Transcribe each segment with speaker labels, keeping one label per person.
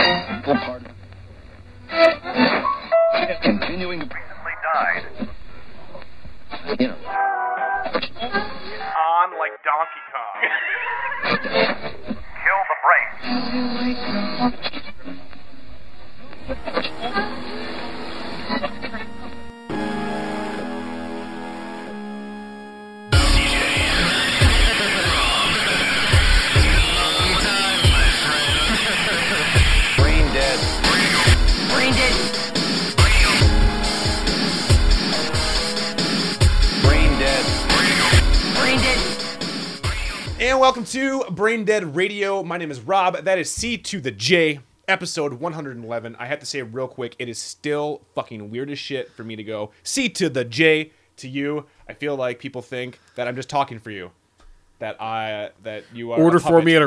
Speaker 1: Pardon. Continuing to
Speaker 2: died
Speaker 1: you know,
Speaker 2: on like Donkey Kong. Kill the brakes.
Speaker 3: Brain dead.
Speaker 4: Brain dead.
Speaker 3: Brain dead.
Speaker 4: Brain dead.
Speaker 5: And welcome to Brain Dead Radio. My name is Rob. That is C to the J, episode 111. I have to say real quick, it is still fucking weird as shit for me to go C to the J to you. I feel like people think that I'm just talking for you. That I that you are a
Speaker 6: Order for
Speaker 5: puppet.
Speaker 6: me at a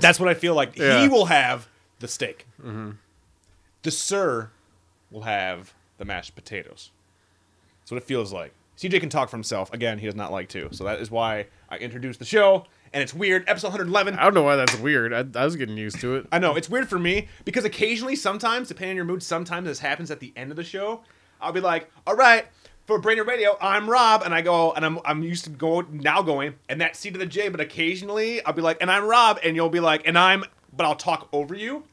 Speaker 5: That's what I feel like.
Speaker 6: Yeah. Mm-hmm.
Speaker 5: He will have the steak. The sir will have the mashed potatoes. That's what it feels like. CJ can talk for himself. Again, he does not like to. So that is why I introduced the show. And it's weird. Episode 111.
Speaker 6: I don't know why that's weird. I, I was getting used to it.
Speaker 5: I know it's weird for me because occasionally, sometimes, depending on your mood, sometimes this happens at the end of the show. I'll be like, "All right, for Brainerd Radio, I'm Rob," and I go, and I'm I'm used to go now going and that C to the J, but occasionally I'll be like, "And I'm Rob," and you'll be like, "And I'm," but I'll talk over you.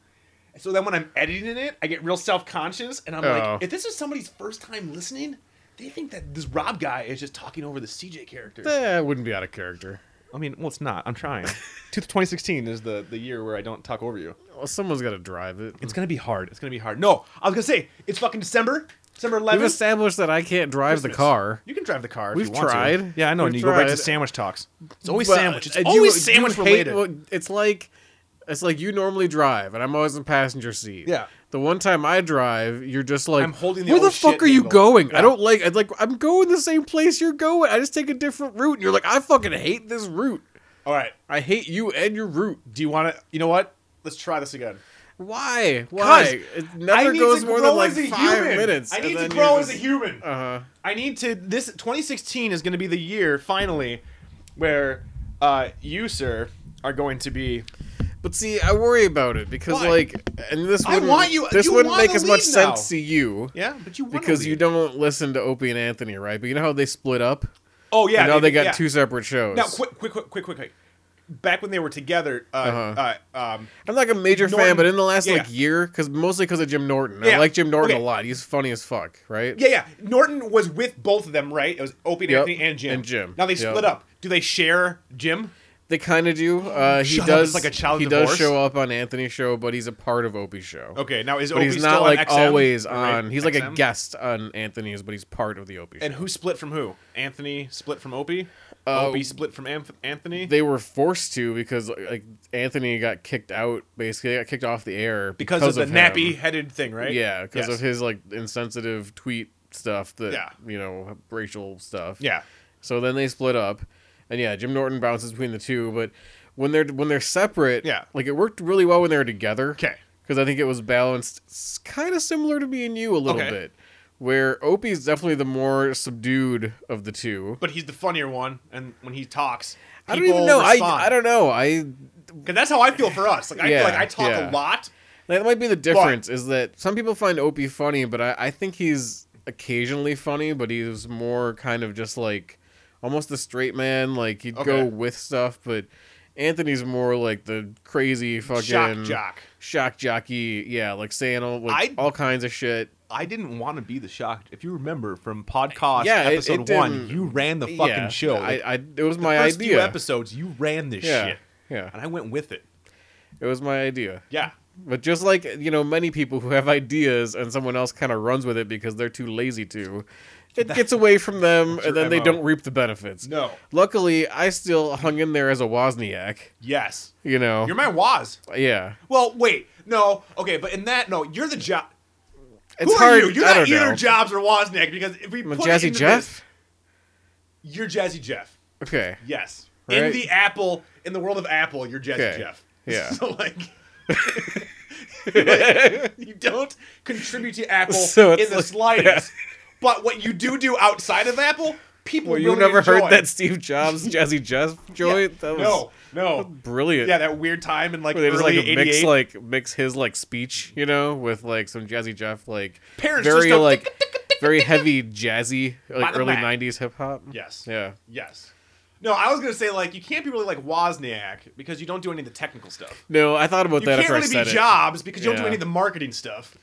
Speaker 5: So then when I'm editing it, I get real self conscious, and I'm
Speaker 6: Oh.
Speaker 5: like, if this is somebody's first time listening, they think that this Rob guy is just talking over the CJ character.
Speaker 6: Eh, it wouldn't be out of character.
Speaker 5: I mean, well, it's not. I'm trying. 2016 is the the year where I don't talk over you.
Speaker 6: Well, someone's got to drive it.
Speaker 5: It's gonna be hard. It's gonna be hard. No, I was gonna say it's fucking December, December
Speaker 6: We've
Speaker 5: 11th.
Speaker 6: established that I can't drive the car.
Speaker 5: You can drive the car. If
Speaker 6: We've
Speaker 5: you want to.
Speaker 6: tried.
Speaker 5: Yeah, I know.
Speaker 6: We've
Speaker 5: and you go back to
Speaker 6: tried.
Speaker 5: sandwich talks. It's always
Speaker 6: But,
Speaker 5: sandwich. It's
Speaker 6: uh, you-
Speaker 5: always
Speaker 6: you
Speaker 5: sandwich
Speaker 6: hate-
Speaker 5: related.
Speaker 6: well, it's like it's like you normally drive, and I'm always in passenger seat.
Speaker 5: Yeah.
Speaker 6: The one time I drive, you're just like,
Speaker 5: I'm holding the
Speaker 6: "Where the
Speaker 5: old
Speaker 6: fuck
Speaker 5: shit
Speaker 6: are you
Speaker 5: handle."
Speaker 6: going?
Speaker 5: Yeah.
Speaker 6: I don't like. I like. I'm going the same place you're going. I just take a different route." And you're like, "I fucking hate this route.
Speaker 5: All right.
Speaker 6: I hate you and your route.
Speaker 5: Do you want to? You know what? Let's try this again.
Speaker 6: Why? Why? It never goes more than like five minutes.
Speaker 5: I
Speaker 6: and
Speaker 5: need to
Speaker 6: then
Speaker 5: grow
Speaker 6: you're
Speaker 5: as a
Speaker 6: just-
Speaker 5: human.
Speaker 6: Uh-huh.
Speaker 5: I need to. This 2016 is gonna be the year finally where uh, you, sir, are going to be.
Speaker 6: But see, I worry about it because
Speaker 5: Why?
Speaker 6: like, and this
Speaker 5: I
Speaker 6: wouldn't,
Speaker 5: want you-
Speaker 6: this
Speaker 5: you
Speaker 6: wouldn't
Speaker 5: wanna
Speaker 6: make as much
Speaker 5: lead now.
Speaker 6: sense to you.
Speaker 5: Yeah, but you wanna
Speaker 6: because you
Speaker 5: lead.
Speaker 6: don't listen to Opie and Anthony, right? But you know how they split up.
Speaker 5: Oh yeah.
Speaker 6: and now they got
Speaker 5: yeah.
Speaker 6: two separate shows.
Speaker 5: Now, quick, quick, quick, quick, quick, quick. Back when they were together, uh,
Speaker 6: Uh-huh.
Speaker 5: uh, um,
Speaker 6: I'm like a major
Speaker 5: Norton-
Speaker 6: fan, but in the last
Speaker 5: yeah.
Speaker 6: like year, because mostly because of Jim Norton.
Speaker 5: Yeah.
Speaker 6: I like Jim Norton
Speaker 5: Okay.
Speaker 6: a lot. He's funny as fuck, right?
Speaker 5: Yeah, yeah. Norton was with both of them, right? It was Opie and
Speaker 6: Yep,
Speaker 5: Anthony and Jim.
Speaker 6: and Jim.
Speaker 5: Now they
Speaker 6: Yep.
Speaker 5: split up. Do they share Jim?
Speaker 6: They kind of do. Uh, he
Speaker 5: Shut up,
Speaker 6: does
Speaker 5: it's like a child
Speaker 6: He
Speaker 5: divorce.
Speaker 6: does show up on Anthony's show, but he's a part of Opie's show.
Speaker 5: Okay, now is
Speaker 6: But
Speaker 5: Opie
Speaker 6: he's
Speaker 5: still
Speaker 6: not
Speaker 5: on
Speaker 6: like
Speaker 5: XM?
Speaker 6: always
Speaker 5: Or
Speaker 6: on. He's like a
Speaker 5: XM?
Speaker 6: guest on Anthony's, but he's part of the Opie.
Speaker 5: And
Speaker 6: show.
Speaker 5: who split from who? Anthony split from Opie.
Speaker 6: Uh,
Speaker 5: Opie split from Anth- Anthony.
Speaker 6: they were forced to because like Anthony got kicked out. Basically, They got kicked off the air
Speaker 5: because, of the
Speaker 6: him.
Speaker 5: nappy-headed thing, right?
Speaker 6: Yeah, because
Speaker 5: Yes.
Speaker 6: of his like insensitive tweet stuff that
Speaker 5: Yeah.
Speaker 6: you know racial stuff.
Speaker 5: Yeah.
Speaker 6: So then they split up, and yeah, Jim Norton bounces between the two. But when they're when they're separate,
Speaker 5: Yeah.
Speaker 6: like it worked really well when they were together.
Speaker 5: 'Kay.
Speaker 6: because I think it was balanced, kind of similar to me and you a little
Speaker 5: Okay.
Speaker 6: bit, where Opie's definitely the more subdued of the two.
Speaker 5: But he's the funnier one, and when he talks,
Speaker 6: I don't even know. I I don't know. I
Speaker 5: Because that's how I feel for us. Like I
Speaker 6: Yeah,
Speaker 5: feel like I talk a
Speaker 6: yeah.
Speaker 5: lot.
Speaker 6: that might be the difference is that some people find Opie funny, but I, I think he's occasionally funny, but he's more kind of just like almost the straight man. Like he'd
Speaker 5: Okay.
Speaker 6: go with stuff, but Anthony's more like the crazy fucking
Speaker 5: Shock jock.
Speaker 6: shock jockey. Yeah, like saying all like
Speaker 5: I-
Speaker 6: all kinds of shit.
Speaker 5: I didn't want to be the shocked. If you remember from podcast
Speaker 6: Yeah, it-
Speaker 5: episode
Speaker 6: it
Speaker 5: one,
Speaker 6: didn't-
Speaker 5: you ran the fucking
Speaker 6: yeah,
Speaker 5: show.
Speaker 6: I,
Speaker 5: Like,
Speaker 6: I it was my
Speaker 5: first
Speaker 6: idea.
Speaker 5: few episodes, you ran this
Speaker 6: Yeah,
Speaker 5: shit.
Speaker 6: yeah.
Speaker 5: And I went with it.
Speaker 6: It was my idea.
Speaker 5: Yeah.
Speaker 6: But just like you know, many people who have ideas and someone else kind of runs with it because they're too lazy to, it gets away from them,
Speaker 5: your
Speaker 6: and then they
Speaker 5: MO.
Speaker 6: don't reap the benefits.
Speaker 5: No.
Speaker 6: Luckily, I still hung in there as a Wozniak.
Speaker 5: Yes.
Speaker 6: You know.
Speaker 5: You're my Waz.
Speaker 6: yeah.
Speaker 5: Well, wait. No. Okay, but in that, no, you're the job.
Speaker 6: It's
Speaker 5: Who are
Speaker 6: hard.
Speaker 5: you? You're
Speaker 6: I
Speaker 5: not
Speaker 6: don't
Speaker 5: either
Speaker 6: know.
Speaker 5: Jobs or Wozniak because if we
Speaker 6: I'm a
Speaker 5: put it
Speaker 6: Jazzy
Speaker 5: into
Speaker 6: Jeff.
Speaker 5: this, you're Jazzy Jeff.
Speaker 6: Okay.
Speaker 5: Yes. In
Speaker 6: Right.
Speaker 5: the Apple, in the world of Apple, you're Jazzy
Speaker 6: Okay.
Speaker 5: Jeff.
Speaker 6: Yeah.
Speaker 5: So like, like, you don't contribute to Apple
Speaker 6: So it's
Speaker 5: in the
Speaker 6: like-
Speaker 5: slightest. But what you do do outside of Apple, people.
Speaker 6: Well, you
Speaker 5: really
Speaker 6: never
Speaker 5: enjoy.
Speaker 6: heard that Steve Jobs Jazzy Jeff joint? That was
Speaker 5: No, no.
Speaker 6: brilliant.
Speaker 5: Yeah, that weird time in like
Speaker 6: Where they just
Speaker 5: early
Speaker 6: like
Speaker 5: '88.
Speaker 6: mix like mix his like speech, you know, with like some Jazzy Jeff like
Speaker 5: Parents just
Speaker 6: very
Speaker 5: go,
Speaker 6: like very heavy jazzy like
Speaker 5: Bada
Speaker 6: early
Speaker 5: bang.
Speaker 6: '90s hip hop.
Speaker 5: yes.
Speaker 6: Yeah.
Speaker 5: Yes. No, I was gonna say like you can't be really like Wozniak because you don't do any of the technical stuff.
Speaker 6: No, I thought about
Speaker 5: You
Speaker 6: that
Speaker 5: can't
Speaker 6: after
Speaker 5: really
Speaker 6: I
Speaker 5: be
Speaker 6: said it.
Speaker 5: Jobs because you don't do
Speaker 6: Yeah.
Speaker 5: any of the marketing stuff.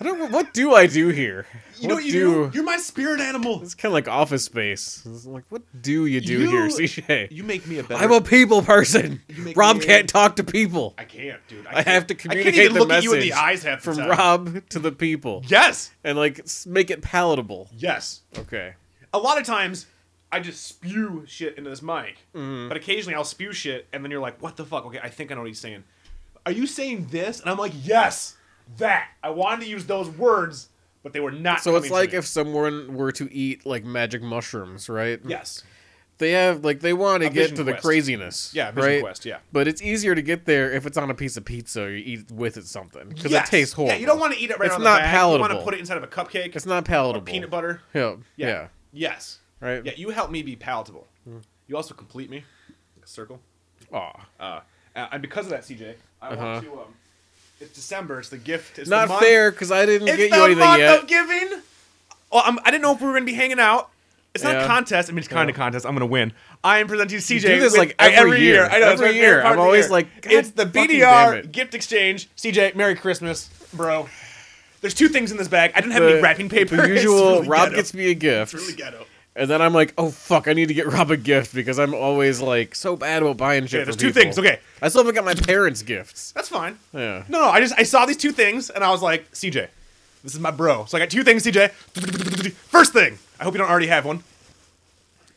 Speaker 6: I don't. What do I do here?
Speaker 5: You know what you do? You're my spirit animal.
Speaker 6: It's kind of like Office Space. It's like, what do you do
Speaker 5: You-
Speaker 6: here, CJ?
Speaker 5: You make me a better.
Speaker 6: I'm a people person.
Speaker 5: make
Speaker 6: Rob
Speaker 5: me-
Speaker 6: can't talk to people.
Speaker 5: I can't, dude.
Speaker 6: I,
Speaker 5: can't-
Speaker 6: have to communicate
Speaker 5: I can't even
Speaker 6: the
Speaker 5: look
Speaker 6: message
Speaker 5: at you in the eyes half the
Speaker 6: from
Speaker 5: time.
Speaker 6: Rob to the people
Speaker 5: Yes.
Speaker 6: and like s- make it palatable.
Speaker 5: Yes.
Speaker 6: Okay.
Speaker 5: A lot of times, I just spew shit into this mic,
Speaker 6: Mm-hmm.
Speaker 5: but occasionally I'll spew shit, and then you're like, "What the fuck?" Okay, I think I know what he's saying. Are you saying this? And I'm like, "Yes, that." I wanted to use those words, but they were not.
Speaker 6: So it's
Speaker 5: coming to
Speaker 6: like
Speaker 5: me.
Speaker 6: if someone were to eat like magic mushrooms, right?
Speaker 5: yes,
Speaker 6: They have like they want to get
Speaker 5: vision
Speaker 6: to the
Speaker 5: quest.
Speaker 6: craziness.
Speaker 5: yeah, Vision
Speaker 6: right?
Speaker 5: Quest, yeah.
Speaker 6: But it's easier to get there if it's on a piece of pizza or you eat with it something because
Speaker 5: Yes.
Speaker 6: it tastes horrible.
Speaker 5: Yeah, you don't want to eat it right
Speaker 6: It's
Speaker 5: out of
Speaker 6: not
Speaker 5: the bag. You want to
Speaker 6: palatable.
Speaker 5: put it inside of a cupcake.
Speaker 6: It's not palatable.
Speaker 5: peanut butter.
Speaker 6: Yeah.
Speaker 5: Yeah.
Speaker 6: Yeah.
Speaker 5: Yes.
Speaker 6: Right. Mm.
Speaker 5: Yeah, you help me be palatable. You also complete me. Like a circle.
Speaker 6: Aw.
Speaker 5: Uh, and because of that, CJ, I
Speaker 6: Uh-huh.
Speaker 5: want to. Um, it's December. It's the gift. It's
Speaker 6: Not
Speaker 5: the month.
Speaker 6: fair because I didn't
Speaker 5: It's
Speaker 6: get
Speaker 5: the
Speaker 6: you anything
Speaker 5: month
Speaker 6: yet.
Speaker 5: of giving. Well, I'm, I didn't know if we were gonna be hanging out. It's not
Speaker 6: Yeah.
Speaker 5: a contest. I mean, it's kind of a contest. I'm gonna win. I am presenting to you, CJ.
Speaker 6: do this,
Speaker 5: with-
Speaker 6: like,
Speaker 5: I-
Speaker 6: every year.
Speaker 5: I know it's
Speaker 6: Every
Speaker 5: my favorite
Speaker 6: year.
Speaker 5: part
Speaker 6: I'm
Speaker 5: of the
Speaker 6: always
Speaker 5: year.
Speaker 6: like, God
Speaker 5: it's the
Speaker 6: fucking
Speaker 5: BDR
Speaker 6: damn it.
Speaker 5: gift exchange. CJ, Merry Christmas, bro. There's two things in this bag. I didn't have any wrapping paper.
Speaker 6: The
Speaker 5: It's
Speaker 6: usual
Speaker 5: really
Speaker 6: Rob
Speaker 5: ghetto.
Speaker 6: gets me a gift.
Speaker 5: It's really ghetto.
Speaker 6: And then I'm like, oh fuck, I need to get Rob a gift because I'm always like so bad about buying shit.
Speaker 5: Yeah, there's
Speaker 6: for
Speaker 5: two
Speaker 6: people.
Speaker 5: things, okay.
Speaker 6: I still haven't got my parents' gifts.
Speaker 5: That's fine.
Speaker 6: Yeah.
Speaker 5: No, no, I just I saw these two things and I was like, CJ, this is my bro. So I got two things, CJ. First thing, I hope you don't already have one.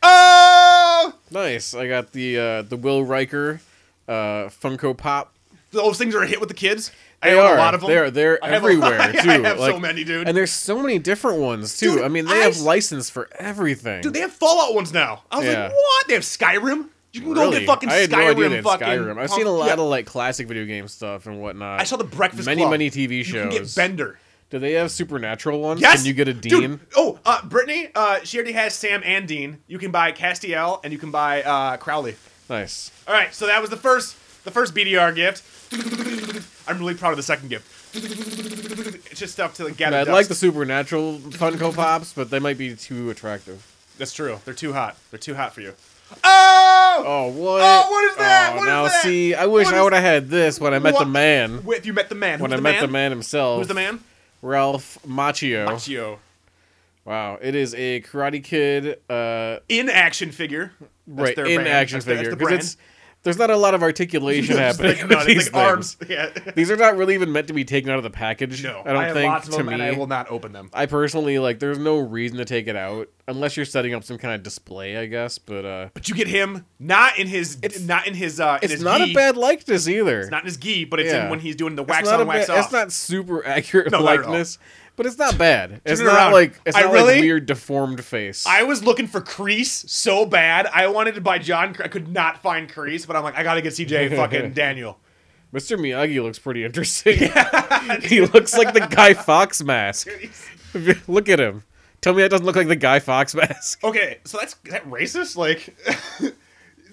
Speaker 5: Oh,
Speaker 6: Nice. I got the uh, the Will Riker uh, Funko Pop.
Speaker 5: those things are a hit with the kids. I
Speaker 6: They
Speaker 5: own
Speaker 6: are.
Speaker 5: a lot of them.
Speaker 6: They're they're
Speaker 5: I have a
Speaker 6: everywhere
Speaker 5: lot-
Speaker 6: too.
Speaker 5: I have so
Speaker 6: Like-
Speaker 5: many, dude.
Speaker 6: And there's so many different ones too.
Speaker 5: Dude,
Speaker 6: I mean, they
Speaker 5: I
Speaker 6: have
Speaker 5: s-
Speaker 6: license for everything.
Speaker 5: dude, they have Fallout ones now. I was
Speaker 6: Yeah.
Speaker 5: like, what? They have Skyrim. You can go
Speaker 6: Really?
Speaker 5: get fucking
Speaker 6: I had
Speaker 5: Skyrim.
Speaker 6: No idea they had
Speaker 5: fucking
Speaker 6: Skyrim. I've seen a
Speaker 5: punk-
Speaker 6: lot
Speaker 5: yeah.
Speaker 6: of like classic video game stuff and whatnot.
Speaker 5: I saw the Breakfast
Speaker 6: many
Speaker 5: Club.
Speaker 6: many TV
Speaker 5: You
Speaker 6: shows.
Speaker 5: can get Bender.
Speaker 6: Do they have supernatural ones?
Speaker 5: Yes.
Speaker 6: Can you get a Dean?
Speaker 5: Dude, oh, uh, Brittany, uh, she already has Sam and Dean. You can buy Castiel and you can buy uh, Crowley.
Speaker 6: Nice.
Speaker 5: All right, so that was the first the first BDR gift. I'm really proud of the second gift. It's just stuff to like, gather.
Speaker 6: Yeah, I'd
Speaker 5: dust.
Speaker 6: like the supernatural Funko Pops, but they might be too attractive.
Speaker 5: That's true. They're too hot. They're too hot for you. Oh!
Speaker 6: Oh what?
Speaker 5: Oh, what is that?
Speaker 6: Oh,
Speaker 5: What is
Speaker 6: now
Speaker 5: that?
Speaker 6: see, I wish
Speaker 5: What
Speaker 6: I
Speaker 5: is-
Speaker 6: would have had this when I met
Speaker 5: What-
Speaker 6: the man.
Speaker 5: Wait, if you met the man,
Speaker 6: Oh. When
Speaker 5: Who's
Speaker 6: I met the man oh. himself,
Speaker 5: Who's the man?
Speaker 6: Ralph Macchio.
Speaker 5: Machio.
Speaker 6: Wow, it is a Karate Kid, uh,
Speaker 5: In action figure. That's
Speaker 6: right
Speaker 5: their
Speaker 6: in
Speaker 5: brand.
Speaker 6: action
Speaker 5: That's their-
Speaker 6: figure
Speaker 5: That's the brand.
Speaker 6: it's there's not a lot of articulation
Speaker 5: It's
Speaker 6: happening.
Speaker 5: like, no,
Speaker 6: with
Speaker 5: it's like
Speaker 6: these
Speaker 5: arms.
Speaker 6: things.
Speaker 5: Yeah.
Speaker 6: These are not really even meant to be taken out of the package.
Speaker 5: No,
Speaker 6: I don't
Speaker 5: have
Speaker 6: think
Speaker 5: lots of
Speaker 6: to
Speaker 5: them,
Speaker 6: me.
Speaker 5: and I will not open them.
Speaker 6: I personally like. There's no reason to take it out unless you're setting up some kind of display, I guess. But uh,
Speaker 5: But you get him not in his not in his uh. in
Speaker 6: it's
Speaker 5: his
Speaker 6: not
Speaker 5: gi.
Speaker 6: a bad likeness either.
Speaker 5: It's not in his gi, but it's
Speaker 6: Yeah.
Speaker 5: in when he's doing the
Speaker 6: It's
Speaker 5: wax
Speaker 6: not
Speaker 5: on,
Speaker 6: a
Speaker 5: wax
Speaker 6: bad-
Speaker 5: off.
Speaker 6: It's not super accurate
Speaker 5: No, not at all.
Speaker 6: likeness, but it's not bad. It's
Speaker 5: it
Speaker 6: not
Speaker 5: around.
Speaker 6: like it's
Speaker 5: I
Speaker 6: not
Speaker 5: really-
Speaker 6: like weird deformed face.
Speaker 5: I was looking for Crease so bad. I wanted to buy John. Cre- I could not find Crease, but I'm like, I gotta get CJ fucking Daniel.
Speaker 6: Mr. Miyagi looks pretty interesting. he looks like the Guy Fox mask. look at him. Tell me that doesn't look like the Guy Fox mask.
Speaker 5: Okay, so that's is that racist. Like,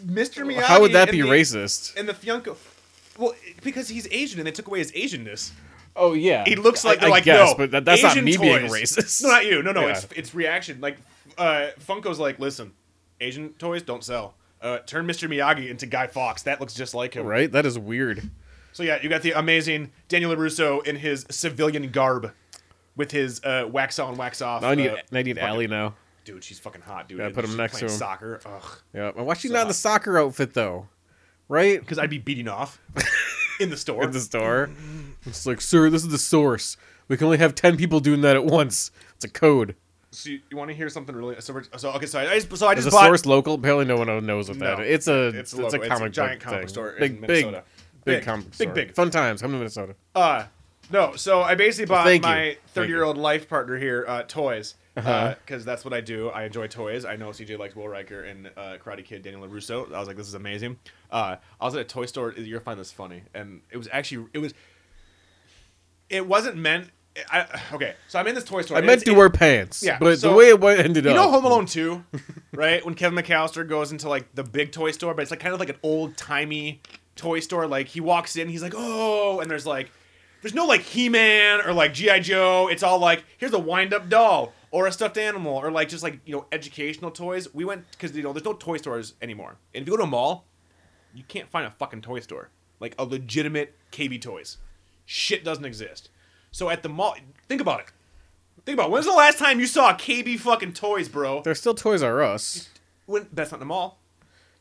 Speaker 5: Mr. Miyagi.
Speaker 6: How would that
Speaker 5: and
Speaker 6: be
Speaker 5: the-
Speaker 6: racist?
Speaker 5: And the Fianco. Well, because he's Asian, and they took away his Asianness.
Speaker 6: Oh yeah,
Speaker 5: He looks like
Speaker 6: I,
Speaker 5: they're
Speaker 6: I
Speaker 5: like
Speaker 6: guess,
Speaker 5: no,
Speaker 6: but that, that's
Speaker 5: Asian
Speaker 6: not me being
Speaker 5: toys-
Speaker 6: racist.
Speaker 5: No, not you. No, no,
Speaker 6: Yeah.
Speaker 5: it's it's reaction. Like uh, Funko's like, listen, Asian toys don't sell. Uh, turn Mr. Miyagi into Guy Fox. That looks just like him.
Speaker 6: right. That is weird.
Speaker 5: So yeah, you got the amazing Daniel Larusso in his civilian garb, with his uh, wax on, wax off.
Speaker 6: Now I need
Speaker 5: uh,
Speaker 6: I need Allie now.
Speaker 5: dude, she's fucking hot, dude.
Speaker 6: Gotta
Speaker 5: And
Speaker 6: put him
Speaker 5: she's
Speaker 6: next to
Speaker 5: playing
Speaker 6: him.
Speaker 5: Soccer, ugh.
Speaker 6: Yeah, and why she's not in the soccer outfit though, right?
Speaker 5: Because I'd be beating off in the store.
Speaker 6: At the store, it's like, sir, this is the source. We can only have ten people doing that at once. It's a code.
Speaker 5: so you, want to hear something really? So, we're, so okay, so I, so I just
Speaker 6: Is the
Speaker 5: bought.
Speaker 6: source local? Apparently, no one knows what that
Speaker 5: No.
Speaker 6: is. It's a
Speaker 5: It's a
Speaker 6: it's,
Speaker 5: local-
Speaker 6: a
Speaker 5: it's a
Speaker 6: comic
Speaker 5: giant
Speaker 6: book
Speaker 5: comic
Speaker 6: thing.
Speaker 5: store in
Speaker 6: Big big
Speaker 5: Minnesota.
Speaker 6: big
Speaker 5: Big,
Speaker 6: comic
Speaker 5: big,
Speaker 6: store.
Speaker 5: big.
Speaker 6: fun times. Come to Minnesota.
Speaker 5: Uh, no, so I basically bought
Speaker 6: thank you.
Speaker 5: my
Speaker 6: Thank you. Uh-huh.
Speaker 5: thirty-year-old life partner here uh, toys because that's what I do. I enjoy toys. I know CJ likes Will Riker and uh, Karate Kid Daniel Larusso. I was like, this is amazing. Uh, I was at a toy store. You're gonna find this funny, and it was actually it was it wasn't meant I, okay, so I'm in this toy store.
Speaker 6: I
Speaker 5: and
Speaker 6: meant
Speaker 5: it's-
Speaker 6: to
Speaker 5: it-
Speaker 6: wear pants,
Speaker 5: Yeah,
Speaker 6: but
Speaker 5: so-
Speaker 6: the way it went, ended
Speaker 5: You
Speaker 6: up.
Speaker 5: know Home Alone 2, right? When Kevin McAllister goes into like the big toy store, but it's like kind of like an old timey toy store. Like he walks in, he's like, oh, and there's like, there's no like He Man or like G.I. Joe. It's all like, here's a wind up doll or a stuffed animal or like just like, you know, educational toys. We went, because, you know, there's no toy stores anymore. And if you go to a mall, you can't find a fucking toy store. Like a legitimate KB Toys. Shit doesn't exist. So at the mall, think about it. Think about it. when's the last time you saw KB fucking toys, bro?
Speaker 6: They're still Toys R Us,
Speaker 5: When that's not in the mall.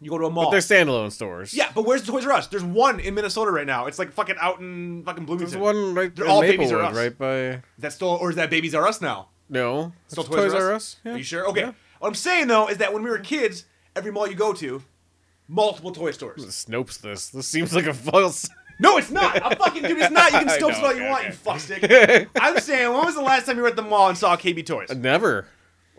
Speaker 5: You go to a
Speaker 6: but
Speaker 5: mall.
Speaker 6: they're standalone stores.
Speaker 5: yeah, but where's the Toys R Us? There's one in Minnesota right now. It's like fucking out in fucking
Speaker 6: There's
Speaker 5: Bloomington.
Speaker 6: one right
Speaker 5: They're
Speaker 6: there.
Speaker 5: all Babies R
Speaker 6: Maplewood,
Speaker 5: Us.
Speaker 6: right by.
Speaker 5: That's still, or is that Babies R Us now?
Speaker 6: No,
Speaker 5: Still
Speaker 6: it's Toys R Us. Yeah.
Speaker 5: Are you sure? Okay.
Speaker 6: Yeah.
Speaker 5: What I'm saying though is that when we were kids, every mall you go to, multiple toy stores.
Speaker 6: Snopes this. This seems like a false.
Speaker 5: No, it's not. I'm fucking dude. It's not. You can
Speaker 6: I
Speaker 5: still
Speaker 6: know,
Speaker 5: it all you
Speaker 6: okay,
Speaker 5: want,
Speaker 6: okay.
Speaker 5: you fuckstick. I'm saying, when was the last time you were at the mall and saw KB Toys? Well,
Speaker 6: Never.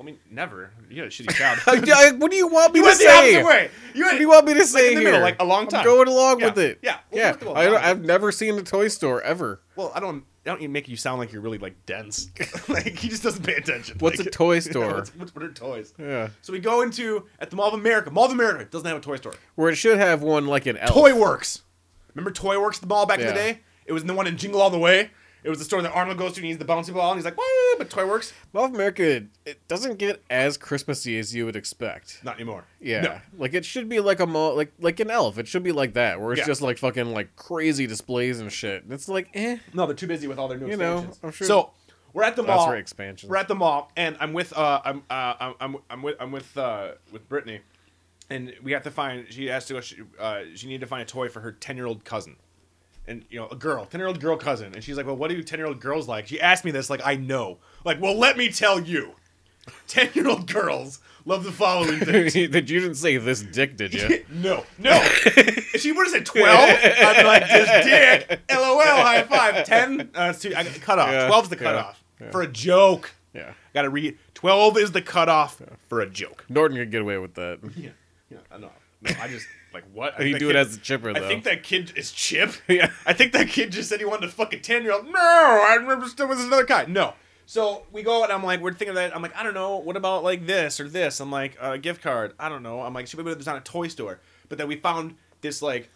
Speaker 5: I mean, never. You're a shitty child.
Speaker 6: I- I- what do you want me
Speaker 5: you
Speaker 6: to
Speaker 5: went the
Speaker 6: say?
Speaker 5: opposite way. You
Speaker 6: What
Speaker 5: went,
Speaker 6: do you want me to say
Speaker 5: in the
Speaker 6: here?
Speaker 5: middle, like, a long
Speaker 6: I'm
Speaker 5: time.
Speaker 6: going along
Speaker 5: Yeah.
Speaker 6: with it.
Speaker 5: Yeah. We'll
Speaker 6: yeah.
Speaker 5: have to go
Speaker 6: I,
Speaker 5: along.
Speaker 6: I've never seen a toy store ever.
Speaker 5: well, I don't. I don't even make you sound like you're really like dense. like he just doesn't pay attention.
Speaker 6: What's
Speaker 5: Like,
Speaker 6: a
Speaker 5: you
Speaker 6: toy
Speaker 5: know,
Speaker 6: store?
Speaker 5: what's- what's- what are toys?
Speaker 6: Yeah.
Speaker 5: So we go into at the Mall of America. Mall of America doesn't have a toy store.
Speaker 6: Where it should have one like an elf.
Speaker 5: Toy Works. Remember Toy Works, the mall back in the
Speaker 6: Yeah.
Speaker 5: day? It was the one in Jingle All the Way. It was the store that Arnold goes to and he's the bouncy ball and he's like, Woo! but Toy Works,
Speaker 6: Mall of America, it- it doesn't get as Christmassy as you would expect.
Speaker 5: not anymore.
Speaker 6: Yeah,
Speaker 5: No.
Speaker 6: like it should be like a mall, like like an elf. It should be like that, where it's
Speaker 5: Yeah.
Speaker 6: just like fucking like crazy displays and shit. It's like, eh,
Speaker 5: No, they're too busy with all their new
Speaker 6: You know,
Speaker 5: expansions.
Speaker 6: I'm sure-
Speaker 5: So we're at the
Speaker 6: That's
Speaker 5: mall.
Speaker 6: right, expansions.
Speaker 5: We're at the mall, and I'm with uh, I'm uh, I'm I'm I'm with I'm with uh, with Brittany, and we have to find. She asked us. She, uh, she needed to find a toy for her ten year old cousin, and you know, a girl, ten year old girl cousin. And she's like, "Well, what do you ten year old girls like?" She asked me this, like I know. Like, well, let me tell you, ten year old girls love the following things.
Speaker 6: that you didn't say this dick, did you?
Speaker 5: No, no. if she would have said 12, I'd be like, this dick. LOL, high five. 10, uh, it's too, I, cut off.
Speaker 6: Yeah,
Speaker 5: 12's the
Speaker 6: yeah,
Speaker 5: cutoff
Speaker 6: yeah.
Speaker 5: for a joke.
Speaker 6: yeah,
Speaker 5: Gotta read. 12 is the cutoff for a joke.
Speaker 6: Norton could get away with that.
Speaker 5: Yeah. Yeah, I know. No, I just, like, what? I think
Speaker 6: He
Speaker 5: that
Speaker 6: do it
Speaker 5: kid-
Speaker 6: as a chipper
Speaker 5: I
Speaker 6: though.
Speaker 5: think that kid is Chip. Yeah. I think that kid just said he wanted to fuck a 10 year old. No, I remember still was another guy. No. So we go and I'm like, we're thinking of that. I'm like, I don't know. What about like this or this? I'm like, a gift card. I don't know. I'm like, should we go to this on a toy store? But then we found this like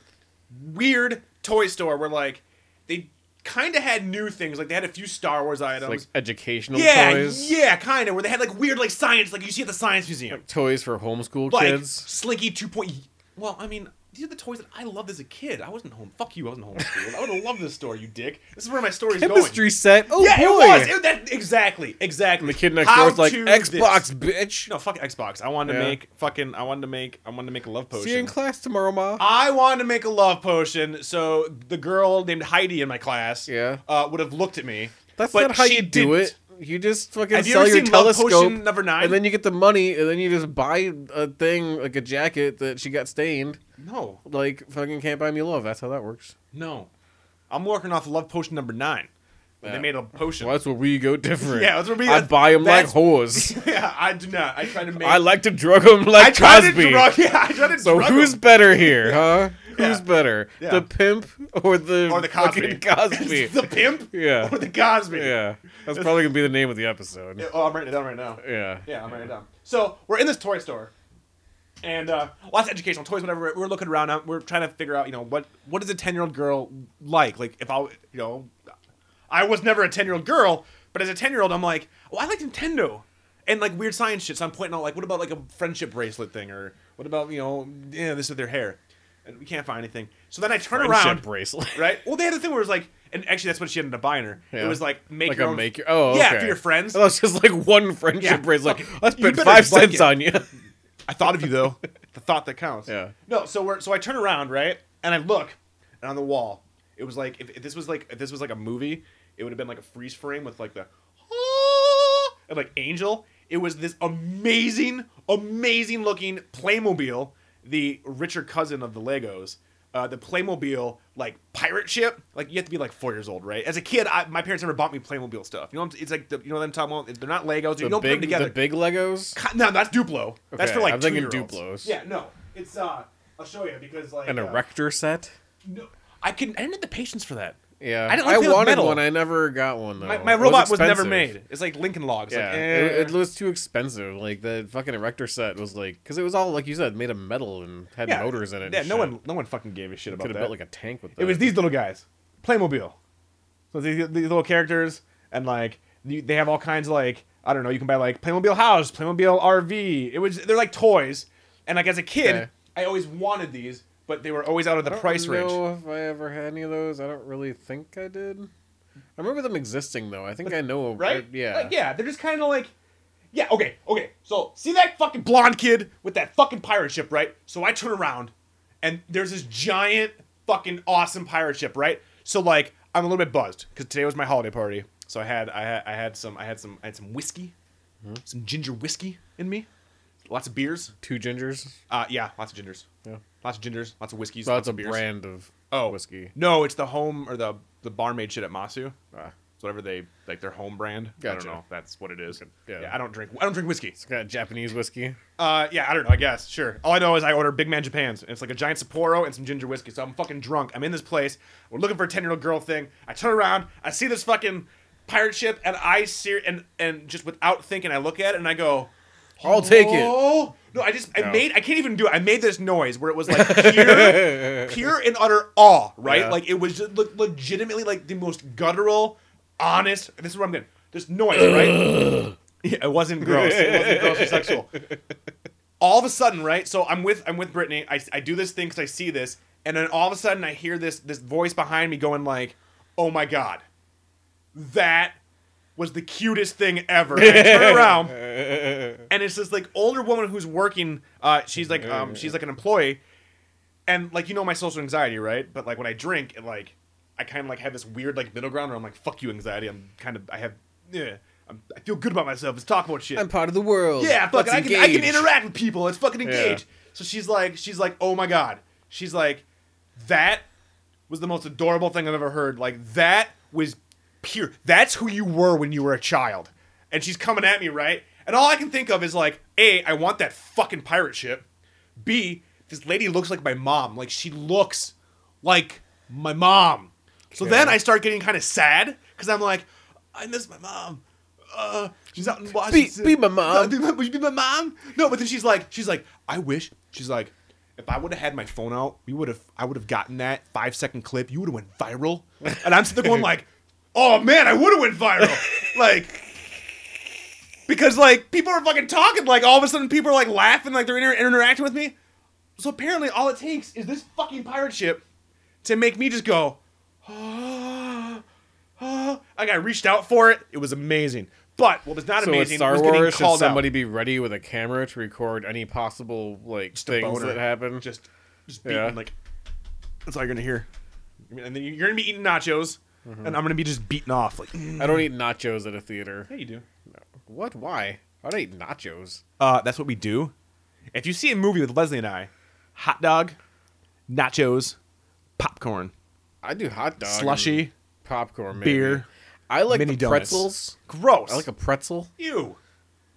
Speaker 5: weird toy store where like they kind of had new things. Like they had a few Star Wars items.
Speaker 6: like educational
Speaker 5: yeah,
Speaker 6: toys,
Speaker 5: yeah, kind of. Where they had like weird like science. Like you see at the science museum
Speaker 6: toys for homeschool
Speaker 5: like
Speaker 6: kids.
Speaker 5: Slinky 2.0. Well, I mean, these are the toys that I loved as a kid. I wasn't home. Fuck you, I wasn't homeschooled. I would have loved this story, you dick. This is where my story's
Speaker 6: Chemistry
Speaker 5: going.
Speaker 6: set. Oh
Speaker 5: yeah,
Speaker 6: boy.
Speaker 5: it was. It- that, exactly, exactly.
Speaker 6: And the kid next
Speaker 5: How
Speaker 6: door's like
Speaker 5: to
Speaker 6: Xbox,
Speaker 5: this."
Speaker 6: bitch.
Speaker 5: No, fuck Xbox. I wanted to
Speaker 6: Yeah.
Speaker 5: make fucking. I wanted to make. I wanted to make a love
Speaker 6: See you in
Speaker 5: potion. Uh,
Speaker 6: class tomorrow, ma.
Speaker 5: I wanted to make a love potion, so the girl named Heidi in my class,
Speaker 6: Yeah.
Speaker 5: uh, would have looked at me.
Speaker 6: That's
Speaker 5: but
Speaker 6: not how
Speaker 5: she
Speaker 6: you do
Speaker 5: didn't.
Speaker 6: it. You just fucking
Speaker 5: Have you
Speaker 6: sell
Speaker 5: ever
Speaker 6: your
Speaker 5: seen Love
Speaker 6: telescope,
Speaker 5: Potion number nine?
Speaker 6: and then you get the money, and then you just buy a thing like a jacket that she got stained.
Speaker 5: No,
Speaker 6: Like fucking can't buy me love. That's how that works.
Speaker 5: no. I'm working off love potion number nine. They
Speaker 6: Yeah.
Speaker 5: made a potion.
Speaker 6: Well, that's where we go different.
Speaker 5: Yeah, that's where we-
Speaker 6: I buy them like
Speaker 5: that's-
Speaker 6: whores.
Speaker 5: Yeah, I do not. I try to make.
Speaker 6: I like to drug them like
Speaker 5: I tried
Speaker 6: Cosby.
Speaker 5: to drug. Yeah, I tried to
Speaker 6: so
Speaker 5: drug
Speaker 6: who's
Speaker 5: him.
Speaker 6: better here, huh? Who's
Speaker 5: Yeah.
Speaker 6: better,
Speaker 5: Yeah.
Speaker 6: the pimp or the
Speaker 5: or the Cosby?
Speaker 6: fucking Cosby?
Speaker 5: the pimp
Speaker 6: yeah,
Speaker 5: or the Cosby?
Speaker 6: yeah. That's probably gonna be the name of the episode.
Speaker 5: Oh, I'm writing it down right now.
Speaker 6: Yeah.
Speaker 5: Yeah, I'm writing it down. So we're in this toy store, and uh, lots of educational toys, whatever. We're looking around. uh, We're trying to figure out, you know, what what does a ten year old girl like? Like, if I, you know, I was never a ten year old girl, but as a ten year old, I'm like, oh, I like Nintendo and like weird science shit. So I'm pointing out, like, what about like a friendship bracelet thing, or what about you know, yeah, this with their hair. And we can't find anything. So then I turn around.
Speaker 6: Friendship bracelet.
Speaker 5: right? Well, they had a thing where it was like, and actually, that's what she ended up buying her. It
Speaker 6: Yeah.
Speaker 5: was like make
Speaker 6: like
Speaker 5: your
Speaker 6: a
Speaker 5: own,
Speaker 6: make your oh
Speaker 5: yeah,
Speaker 6: okay.
Speaker 5: for your friends.
Speaker 6: That was just like one friendship
Speaker 5: Yeah,
Speaker 6: bracelet.
Speaker 5: fuck it.
Speaker 6: Like, I
Speaker 5: You
Speaker 6: spent
Speaker 5: better
Speaker 6: five
Speaker 5: like
Speaker 6: cents
Speaker 5: it.
Speaker 6: on you.
Speaker 5: I thought of you though. the thought that counts.
Speaker 6: Yeah.
Speaker 5: No, so we're so I turn around right, and I look, and on the wall, it was like if, if this was like if this was like a movie, it would have been like a freeze frame with like the "Ah," and like Angel. It was this amazing, amazing looking Playmobil, the richer cousin of the Legos. Uh, the Playmobil like pirate ship, like you have to be like four years old, right? As a kid, I, my parents never bought me Playmobil stuff. You know, what I'm, it's like the, you know what I'm talking about. They're not Legos. you
Speaker 6: The
Speaker 5: don't put them
Speaker 6: big,
Speaker 5: together.
Speaker 6: the big Legos
Speaker 5: Co- No, that's Duplo. that's
Speaker 6: Okay,
Speaker 5: for like
Speaker 6: I'm thinking
Speaker 5: two-year-olds.
Speaker 6: Duplos.
Speaker 5: Yeah, no, it's uh, I'll show you because like
Speaker 6: and a
Speaker 5: uh,
Speaker 6: rector set.
Speaker 5: No, I can. I didn't have the patience for that.
Speaker 6: Yeah,
Speaker 5: I didn't like the
Speaker 6: wanted
Speaker 5: metal.
Speaker 6: one. I never got one though.
Speaker 5: My, my
Speaker 6: It was
Speaker 5: robot was, never
Speaker 6: expensive.
Speaker 5: made. It's like Lincoln Logs.
Speaker 6: Yeah,
Speaker 5: Like,
Speaker 6: it,
Speaker 5: eh.
Speaker 6: it was too expensive. Like the fucking erector set was like, because it was all like you said, made of metal and had
Speaker 5: Yeah.
Speaker 6: motors in it.
Speaker 5: Yeah,
Speaker 6: and
Speaker 5: no
Speaker 6: shit.
Speaker 5: one, no one fucking gave a shit about
Speaker 6: could have
Speaker 5: that.
Speaker 6: built like a tank with that.
Speaker 5: it was these little guys, Playmobil. So these, these little characters, and like you, they have all kinds of like I don't know. You can buy like Playmobil house, Playmobil RV. It was they're like toys, and like as a kid,
Speaker 6: Okay.
Speaker 5: I always wanted these, but they were always out of the price
Speaker 6: I don't
Speaker 5: range.
Speaker 6: know if I ever had any of those. I don't really think I did. I remember them existing though. I think I know.
Speaker 5: Right?
Speaker 6: I- yeah.
Speaker 5: Like, yeah, they're just kind of like. Yeah, okay, okay. So, see that fucking blonde kid with that fucking pirate ship, right? So I turn around and there's this giant fucking awesome pirate ship, right? So like I'm a little bit buzzed cuz today was my holiday party. So I had I had I had some I had some I had some whiskey.
Speaker 6: Mm-hmm.
Speaker 5: Some ginger whiskey in me. Lots of beers.
Speaker 6: Two gingers.
Speaker 5: Uh yeah, lots of gingers.
Speaker 6: Yeah.
Speaker 5: Lots of gingers, lots of whiskeys,
Speaker 6: So that's
Speaker 5: lots
Speaker 6: a
Speaker 5: of beers.
Speaker 6: brand of
Speaker 5: oh,
Speaker 6: whiskey.
Speaker 5: No, it's the home or the the barmaid shit at Masu.
Speaker 6: Ah.
Speaker 5: It's whatever they like their home brand. I
Speaker 6: Gotcha.
Speaker 5: don't know. if That's what it is.
Speaker 6: Yeah.
Speaker 5: Yeah. I don't drink. I don't drink whiskey.
Speaker 6: It's got Japanese whiskey.
Speaker 5: Uh, yeah, I don't know. I guess sure. All I know is I order Big Man Japan's, and it's like a giant Sapporo and some ginger whiskey. So I'm fucking drunk. I'm in this place. We're looking for a ten year old girl thing. I turn around. I see this fucking pirate ship, and I see and and just without thinking, I look at it and I go,
Speaker 6: I'll take it.
Speaker 5: Oh no! I just I
Speaker 6: No.
Speaker 5: made I can't even do it. I made this noise where it was like pure, pure and utter awe, right?
Speaker 6: Yeah.
Speaker 5: Like it was just le- legitimately like the most guttural, honest. This is where I'm getting this noise, right? Yeah, it wasn't gross. It wasn't gross or sexual. All of a sudden, right? So I'm with I'm with Brittany. I, I do this thing because I see this, and then all of a sudden I hear this this voice behind me going like, "Oh my god, that." Was the cutest thing ever. And I turn around, and it's this like older woman who's working. Uh, she's like um, she's like an employee, and like you know my social anxiety, right? But like when I drink, it like I kind of like have this weird like middle ground where I'm like, fuck you, anxiety. I'm kind of I have yeah, I'm, I feel good about myself. Let's talk about shit.
Speaker 6: I'm part of the world.
Speaker 5: yeah, fuck.
Speaker 6: Let's
Speaker 5: it. I can I can
Speaker 6: engage.
Speaker 5: interact with people. Let's fucking engage.
Speaker 6: Yeah.
Speaker 5: So she's like she's like oh my god. She's like that was the most adorable thing I've ever heard. Like that was pure. That's who you were when you were a child. And she's coming at me, right? And all I can think of is like, A, I want that fucking pirate ship. B, this lady looks like my mom. Like she looks like my mom. So then I start getting kind of sad because I'm like, I miss my mom. Uh, she's out in Washington.
Speaker 6: be my mom.
Speaker 5: Be my- Would you be my mom? No, but then she's like, she's like, I wish. She's like, if I would have had my phone out, we would have, I would have gotten that five second clip. You would have went viral. And I'm sitting there going like, oh man, I would have went viral. like, because like people are fucking talking. Like all of a sudden, people are like laughing. Like they're inter- interacting with me. So apparently, all it takes is this fucking pirate ship to make me just go. Ah, ah. Like I reached out for it. It was amazing. But what was not
Speaker 6: So
Speaker 5: amazing
Speaker 6: at Star
Speaker 5: was getting
Speaker 6: Wars, should
Speaker 5: called
Speaker 6: somebody be ready with a camera to record any possible like
Speaker 5: out.
Speaker 6: things that happen?
Speaker 5: Just, just beating,
Speaker 6: Yeah.
Speaker 5: like that's all you're gonna hear. And then you're gonna be eating nachos,
Speaker 6: Mm-hmm.
Speaker 5: and I'm gonna be just beaten off. Like yeah,
Speaker 6: I don't eat nachos at a theater.
Speaker 5: you do.
Speaker 6: What? Why? I don't eat nachos.
Speaker 5: Uh, that's what we do. If you see a movie with Leslie and I, hot dog, nachos, popcorn,
Speaker 6: I do hot dog,
Speaker 5: slushy,
Speaker 6: and popcorn, maybe.
Speaker 5: beer,
Speaker 6: I like
Speaker 5: mini
Speaker 6: the
Speaker 5: donuts.
Speaker 6: pretzels.
Speaker 5: gross.
Speaker 6: I like a pretzel.
Speaker 5: ew,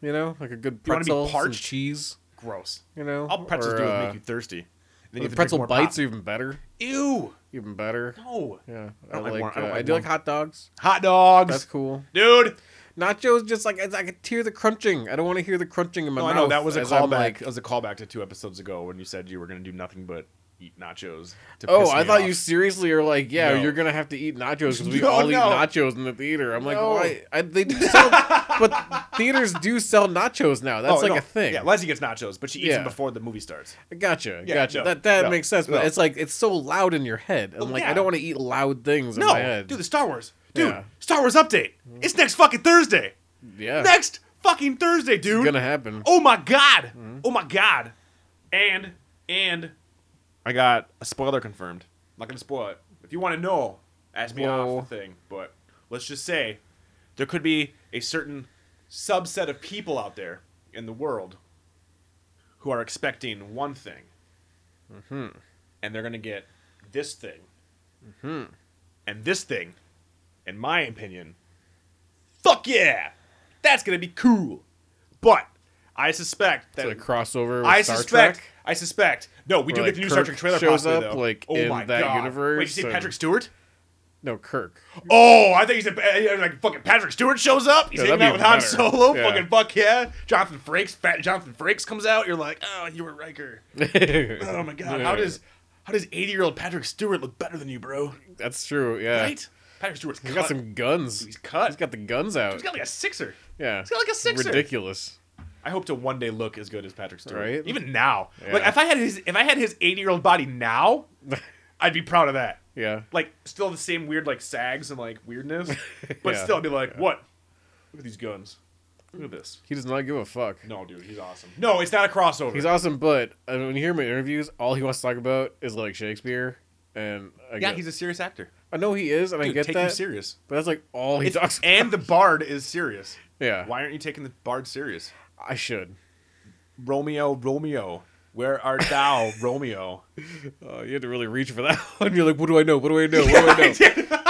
Speaker 6: You know, like a good
Speaker 5: You wanna be
Speaker 6: pretzel, some
Speaker 5: parched?
Speaker 6: cheese.
Speaker 5: gross.
Speaker 6: You know,
Speaker 5: All pretzels
Speaker 6: or,
Speaker 5: do is
Speaker 6: uh,
Speaker 5: make you thirsty. Then you
Speaker 6: the
Speaker 5: have to drink
Speaker 6: pretzel
Speaker 5: more
Speaker 6: bites
Speaker 5: pop.
Speaker 6: are even better.
Speaker 5: Ew,
Speaker 6: Even better.
Speaker 5: no.
Speaker 6: Yeah,
Speaker 5: I
Speaker 6: I,
Speaker 5: don't like
Speaker 6: like.
Speaker 5: warm- I don't
Speaker 6: uh, I
Speaker 5: like
Speaker 6: do like
Speaker 5: warm.
Speaker 6: hot dogs.
Speaker 5: Hot dogs,
Speaker 6: That's cool.
Speaker 5: dude.
Speaker 6: Nachos, just like I, I could hear the crunching. I don't want to hear the crunching in my
Speaker 5: No,
Speaker 6: mouth.
Speaker 5: Oh, I know that was a
Speaker 6: as I'm,
Speaker 5: callback.
Speaker 6: like,
Speaker 5: that was a callback to two episodes ago when you said you were gonna do nothing but eat nachos. To
Speaker 6: Oh,
Speaker 5: piss
Speaker 6: I
Speaker 5: me
Speaker 6: thought
Speaker 5: off.
Speaker 6: you seriously are like, yeah,
Speaker 5: No.
Speaker 6: you're gonna have to eat nachos because we
Speaker 5: No,
Speaker 6: all eat
Speaker 5: no.
Speaker 6: nachos in the theater. I'm like,
Speaker 5: No.
Speaker 6: why? I, they do sell, but theaters do sell nachos now. That's
Speaker 5: Oh,
Speaker 6: like
Speaker 5: no.
Speaker 6: a thing.
Speaker 5: Yeah, Leslie gets nachos, but she eats
Speaker 6: Yeah.
Speaker 5: them before the movie starts.
Speaker 6: gotcha,
Speaker 5: Yeah,
Speaker 6: gotcha.
Speaker 5: no,
Speaker 6: that that
Speaker 5: no,
Speaker 6: makes sense, but
Speaker 5: no.
Speaker 6: it's like it's so loud in your head. I'm
Speaker 5: Well,
Speaker 6: like, I
Speaker 5: yeah.
Speaker 6: don't want to eat loud things in
Speaker 5: No,
Speaker 6: my head.
Speaker 5: dude, the Star Wars, dude,
Speaker 6: Yeah.
Speaker 5: Star Wars update. It's next fucking Thursday.
Speaker 6: yeah,
Speaker 5: Next fucking Thursday,
Speaker 6: it's
Speaker 5: dude.
Speaker 6: gonna happen.
Speaker 5: Oh my god. Oh my god. And and I got a spoiler confirmed. I'm not gonna spoil it. If you want to know, ask me
Speaker 6: Whoa.
Speaker 5: off the thing. But let's just say there could be a certain subset of people out there in the world who are expecting one thing, Mm-hmm. and they're gonna get this thing, and this thing. In my opinion, fuck yeah, that's gonna be cool. But I suspect that
Speaker 6: It's a crossover. With
Speaker 5: I
Speaker 6: Star
Speaker 5: suspect.
Speaker 6: Trek.
Speaker 5: I suspect. No, we do get
Speaker 6: Where, like,
Speaker 5: the new Star
Speaker 6: Kirk
Speaker 5: Trek trailer
Speaker 6: shows
Speaker 5: possibly
Speaker 6: up,
Speaker 5: though.
Speaker 6: like,
Speaker 5: oh
Speaker 6: in
Speaker 5: my
Speaker 6: that
Speaker 5: God.
Speaker 6: universe
Speaker 5: Wait, you see
Speaker 6: and-
Speaker 5: Patrick Stewart?
Speaker 6: No, Kirk.
Speaker 5: Oh, I think he said uh, like fucking Patrick Stewart shows up. He's
Speaker 6: Yeah,
Speaker 5: hanging out
Speaker 6: that'd
Speaker 5: with
Speaker 6: be
Speaker 5: Han
Speaker 6: better.
Speaker 5: Solo.
Speaker 6: Yeah.
Speaker 5: Fucking fuck yeah. Jonathan Frakes, fat Jonathan Frakes comes out. You're like, oh, you were Riker. Oh my god, how does how does 80 year old Patrick Stewart look better than you, bro?
Speaker 6: That's true. Yeah.
Speaker 5: Right? Patrick Stewart's
Speaker 6: He's
Speaker 5: cut.
Speaker 6: got some guns.
Speaker 5: He's cut.
Speaker 6: He's got the guns out.
Speaker 5: He's got like a sixer.
Speaker 6: yeah.
Speaker 5: he's got like a sixer.
Speaker 6: Ridiculous.
Speaker 5: I hope to one day look as good as Patrick Stewart.
Speaker 6: Right?
Speaker 5: Even now,
Speaker 6: Yeah.
Speaker 5: like if I had his if I had his 80 year old body now, I'd be proud of that.
Speaker 6: Yeah.
Speaker 5: Like still the same weird like sags and like weirdness, but
Speaker 6: Yeah.
Speaker 5: still I'd be like, what? Look at these guns. Look at this.
Speaker 6: He does not give a fuck.
Speaker 5: No, dude, he's awesome. No, it's not a crossover.
Speaker 6: He's awesome, but uh, when you hear him in interviews, all he wants to talk about is like Shakespeare. And I
Speaker 5: yeah,
Speaker 6: get-
Speaker 5: he's a serious actor.
Speaker 6: I know he is, and I
Speaker 5: Dude,
Speaker 6: get
Speaker 5: take him
Speaker 6: that.
Speaker 5: serious.
Speaker 6: But that's like all he
Speaker 5: It's-
Speaker 6: talks. about.
Speaker 5: and the bard is serious.
Speaker 6: yeah,
Speaker 5: Why aren't you taking the bard serious?
Speaker 6: I should.
Speaker 5: Romeo, Romeo, where art thou, Romeo?
Speaker 6: Uh, you had to really reach for that one. You're like, what do I know? What do I know? What do I know?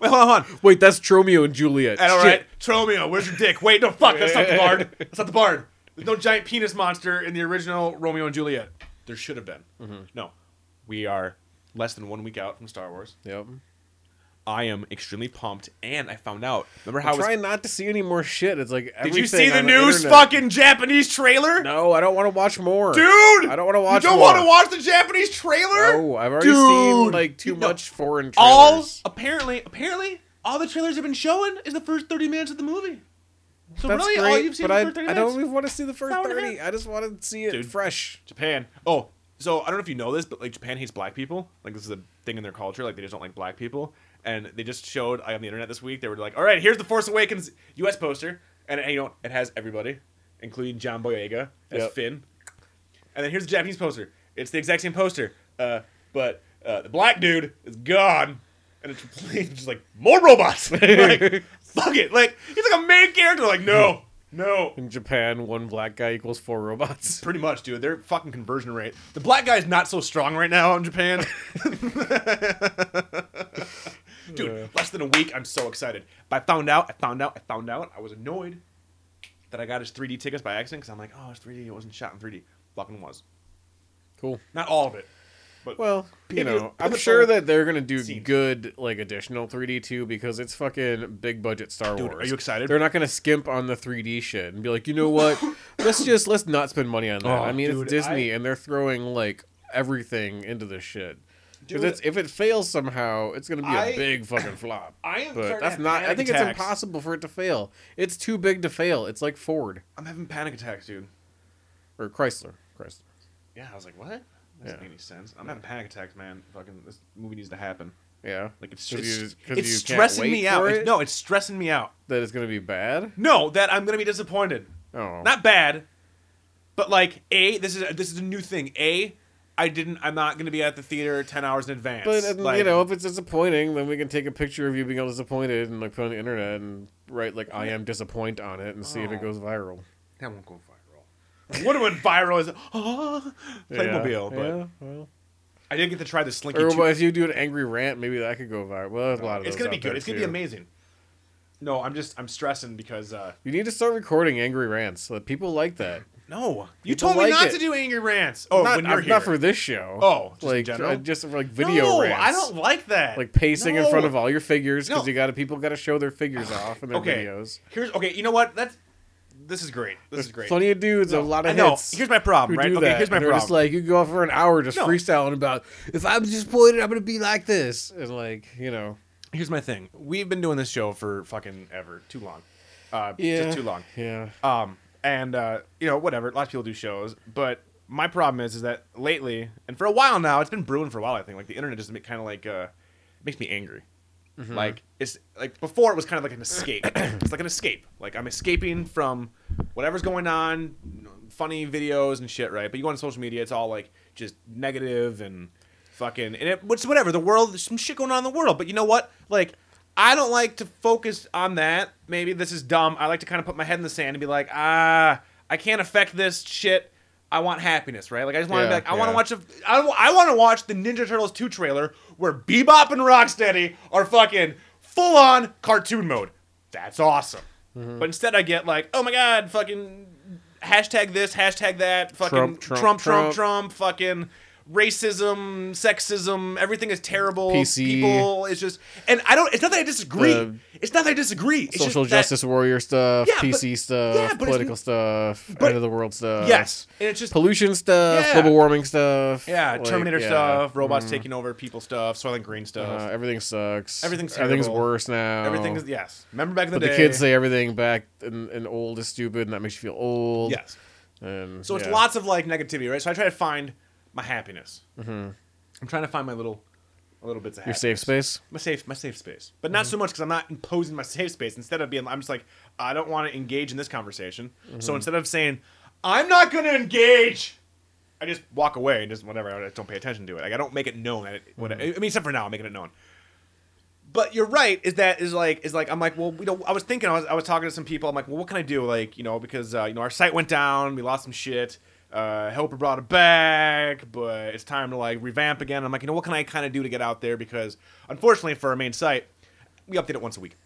Speaker 5: Wait, hold on.
Speaker 6: Wait, that's Romeo and Juliet.
Speaker 5: And all
Speaker 6: Shit.
Speaker 5: right, Romeo, where's your dick? Wait, no, fuck, that's not the bard. That's not the bard. There's no giant penis monster in the original Romeo and Juliet. There should have been.
Speaker 6: Mm-hmm.
Speaker 5: No, we are less than one week out from Star Wars.
Speaker 6: Yep.
Speaker 5: I am extremely pumped, and I found out. Remember how
Speaker 6: I'm
Speaker 5: I was?
Speaker 6: trying not to see any more shit. It's like
Speaker 5: Did you
Speaker 6: everything
Speaker 5: see the
Speaker 6: on
Speaker 5: new
Speaker 6: internet-
Speaker 5: fucking Japanese trailer?
Speaker 6: No, I don't want to watch more,
Speaker 5: Dude,
Speaker 6: I don't want to watch.
Speaker 5: You don't
Speaker 6: more.
Speaker 5: want to watch the Japanese trailer?
Speaker 6: No, I've already seen
Speaker 5: Dude.
Speaker 6: like too
Speaker 5: You know-
Speaker 6: much foreign trailers.
Speaker 5: all apparently apparently all the trailers have been showing is the first 30 minutes of the movie so
Speaker 6: That's
Speaker 5: really
Speaker 6: great,
Speaker 5: all you've seen
Speaker 6: but
Speaker 5: is the
Speaker 6: I,
Speaker 5: first 30
Speaker 6: I
Speaker 5: minutes
Speaker 6: don't even want to see the first
Speaker 5: Hour and a
Speaker 6: thirty. I just want to see it
Speaker 5: Dude.
Speaker 6: fresh.
Speaker 5: japan oh so i don't know if you know this but like japan hates black people like this is a thing in their culture like they just don't like black people and they just showed like, on the internet this week they were like all right here's the force awakens us poster and you know it has everybody including john boyega as
Speaker 6: Yep.
Speaker 5: finn and then here's the japanese poster it's the exact same poster uh, but uh, the black dude is gone and it's completely just like more robots like fuck it like he's like a main character like no no
Speaker 6: In Japan, one black guy equals four robots.
Speaker 5: Pretty much, dude. Their fucking conversion rate. The black guy's not so strong right now in Japan. dude, less than a week. I'm so excited. But I found out, I found out, I found out. I was annoyed that I got his 3D tickets by accident because I'm like, oh, it's 3D. It wasn't shot in 3D. Fucking was.
Speaker 6: Cool.
Speaker 5: Not all of it. But
Speaker 6: Well,
Speaker 5: If
Speaker 6: you
Speaker 5: you-
Speaker 6: know, I'm
Speaker 5: if it's
Speaker 6: sure
Speaker 5: all
Speaker 6: that they're gonna do
Speaker 5: scenes.
Speaker 6: good, like additional 3D too, because it's fucking big budget Star
Speaker 5: Dude,
Speaker 6: Wars.
Speaker 5: are you excited?
Speaker 6: They're not gonna skimp on the 3D shit and be like, you know what? let's just let's not spend money on that.
Speaker 5: Oh,
Speaker 6: I mean,
Speaker 5: dude,
Speaker 6: it's Disney,
Speaker 5: I-
Speaker 6: and they're throwing like everything into this shit.
Speaker 5: Dude.
Speaker 6: Because it's if it fails somehow, it's gonna be a
Speaker 5: I-
Speaker 6: big fucking flop.
Speaker 5: I am starting
Speaker 6: but
Speaker 5: to
Speaker 6: that's
Speaker 5: have
Speaker 6: not. I
Speaker 5: panic
Speaker 6: think it's
Speaker 5: attacks.
Speaker 6: impossible for it to fail. It's too big to fail. It's like Ford
Speaker 5: I'm having panic attacks, dude.
Speaker 6: or Chrysler. Chrysler.
Speaker 5: Yeah, I was like, what? That doesn't
Speaker 6: Yeah.
Speaker 5: make any sense. I'm having panic attacks, man. Fucking, this movie needs to happen.
Speaker 6: Yeah.
Speaker 5: Like it's,
Speaker 6: 'Cause
Speaker 5: it's,
Speaker 6: you- 'cause
Speaker 5: it's
Speaker 6: you can't
Speaker 5: stressing
Speaker 6: wait
Speaker 5: me
Speaker 6: for
Speaker 5: out. It's-
Speaker 6: it?
Speaker 5: no, it's stressing me out.
Speaker 6: that it's gonna be bad.
Speaker 5: No, that I'm gonna be disappointed.
Speaker 6: Oh,
Speaker 5: Not bad, but like a this is this is a new thing. A, I didn't. I'm not gonna be at the theater ten hours in advance.
Speaker 6: but uh,
Speaker 5: Like,
Speaker 6: you know, if it's disappointing, then we can take a picture of you being all disappointed and like put it on the internet and write like "I am disappoint" on it and see if it
Speaker 5: Oh.
Speaker 6: goes viral.
Speaker 5: that won't go viral. what went viral is oh, Playmobil.
Speaker 6: Yeah,
Speaker 5: But
Speaker 6: yeah, well.
Speaker 5: I didn't get to try the Slinky.
Speaker 6: Or
Speaker 5: Tube-
Speaker 6: well, if you do an angry rant, maybe that could go viral. Well, there's a lot of
Speaker 5: it's
Speaker 6: those
Speaker 5: gonna be
Speaker 6: out
Speaker 5: good.
Speaker 6: there,
Speaker 5: It's gonna be
Speaker 6: too.
Speaker 5: amazing. No, I'm just I'm stressing because uh
Speaker 6: You need to start recording angry rants. So that people like that.
Speaker 5: no, you
Speaker 6: People
Speaker 5: told me
Speaker 6: like
Speaker 5: not
Speaker 6: it.
Speaker 5: to do angry rants. Oh,
Speaker 6: not,
Speaker 5: when you're
Speaker 6: uh,
Speaker 5: here.
Speaker 6: not for this show.
Speaker 5: Oh, just in
Speaker 6: like
Speaker 5: general?
Speaker 6: uh, just for, like video
Speaker 5: no,
Speaker 6: rants.
Speaker 5: I don't like that.
Speaker 6: like pacing in
Speaker 5: No.
Speaker 6: front of all your figures because
Speaker 5: No.
Speaker 6: you got to people got to show their figures off in their
Speaker 5: okay.
Speaker 6: videos.
Speaker 5: Here's okay. You know what? That's this is great. This is great.
Speaker 6: Plenty of dudes, a lot of
Speaker 5: I know.
Speaker 6: hits.
Speaker 5: Here's my problem,
Speaker 6: who
Speaker 5: right?
Speaker 6: do
Speaker 5: Okay,
Speaker 6: that,
Speaker 5: here's my
Speaker 6: and they're
Speaker 5: problem.
Speaker 6: Just like you go for an hour just
Speaker 5: No.
Speaker 6: freestyling about if I'm disappointed, I'm gonna be like this, and like you know,
Speaker 5: here's my thing. We've been doing this show for fucking ever, too long. Uh,
Speaker 6: yeah,
Speaker 5: just too long.
Speaker 6: yeah.
Speaker 5: Um, and uh, you know, whatever. Lots of people do shows, but my problem is, is that lately and for a while now, it's been brewing for a while. I think like the internet just kind of like uh, makes me angry.
Speaker 6: Mm-hmm.
Speaker 5: Like it's like before it was kind of like an escape. it's like an escape. Like I'm escaping from whatever's going on, funny videos and shit, right? But you go on social media, it's all like just negative and fucking and it which whatever. The world there's some shit going on in the world. But you know what? Like I don't like to focus on that. Maybe this is dumb. I like to kind of put my head in the sand and be like, ah, I can't affect this shit. I want happiness, right? Like I just want to
Speaker 6: Yeah,
Speaker 5: be like, I want
Speaker 6: yeah.
Speaker 5: to watch a, I, want to watch the Ninja Turtles two trailer where Bebop and Rocksteady are fucking full on cartoon mode. That's awesome.
Speaker 6: Mm-hmm.
Speaker 5: But instead, I get like, oh my god, fucking hashtag this, hashtag that, fucking Trump,
Speaker 6: Trump,
Speaker 5: Trump,
Speaker 6: Trump,
Speaker 5: Trump, Trump,
Speaker 6: Trump.
Speaker 5: fucking racism, sexism, everything is terrible.
Speaker 6: PC.
Speaker 5: People, it's just, and I don't. It's not that I disagree.
Speaker 6: The
Speaker 5: it's not that I disagree. It's
Speaker 6: social
Speaker 5: just that-
Speaker 6: justice warrior stuff,
Speaker 5: Yeah, but-
Speaker 6: PC stuff,
Speaker 5: yeah, but it's-
Speaker 6: political stuff,
Speaker 5: but-
Speaker 6: end of the world stuff.
Speaker 5: yes, and it's just
Speaker 6: pollution stuff,
Speaker 5: Yeah.
Speaker 6: global warming stuff.
Speaker 5: yeah,
Speaker 6: like,
Speaker 5: Terminator
Speaker 6: yeah. Mm-hmm.
Speaker 5: stuff, robots taking over people stuff, Soylent Green stuff.
Speaker 6: Uh, everything sucks.
Speaker 5: Everything's
Speaker 6: everything's
Speaker 5: terrible.
Speaker 6: worse now.
Speaker 5: Everything is yes. Remember back in the
Speaker 6: Oh. But
Speaker 5: day.
Speaker 6: the kids say everything back and, and old is stupid, and that makes you feel old.
Speaker 5: yes.
Speaker 6: And,
Speaker 5: So it's
Speaker 6: yeah.
Speaker 5: lots of like negativity, right? So I try to find my happiness. Mm-hmm. I'm trying to find my little, my little bits of
Speaker 6: Your
Speaker 5: happiness.
Speaker 6: safe Mm-hmm. space.
Speaker 5: my safe my safe space but not so much because i'm not imposing my safe space instead of being i'm just like i don't want to engage in this conversation so
Speaker 6: Mm-hmm.
Speaker 5: instead of saying i'm not going to engage i just walk away and just whatever i don't pay attention to it like i don't make it known that it, what I mean except for now i'm making it known but you're right is that is like is like i'm like well you know i was thinking i was, I was talking to some people i'm like well what can i do like you know because uh, you know our site went down we lost some shit uh helper brought it back but it's time to like revamp again i'm like you know what can i kind of do to get out there because unfortunately for our main site we update it once a week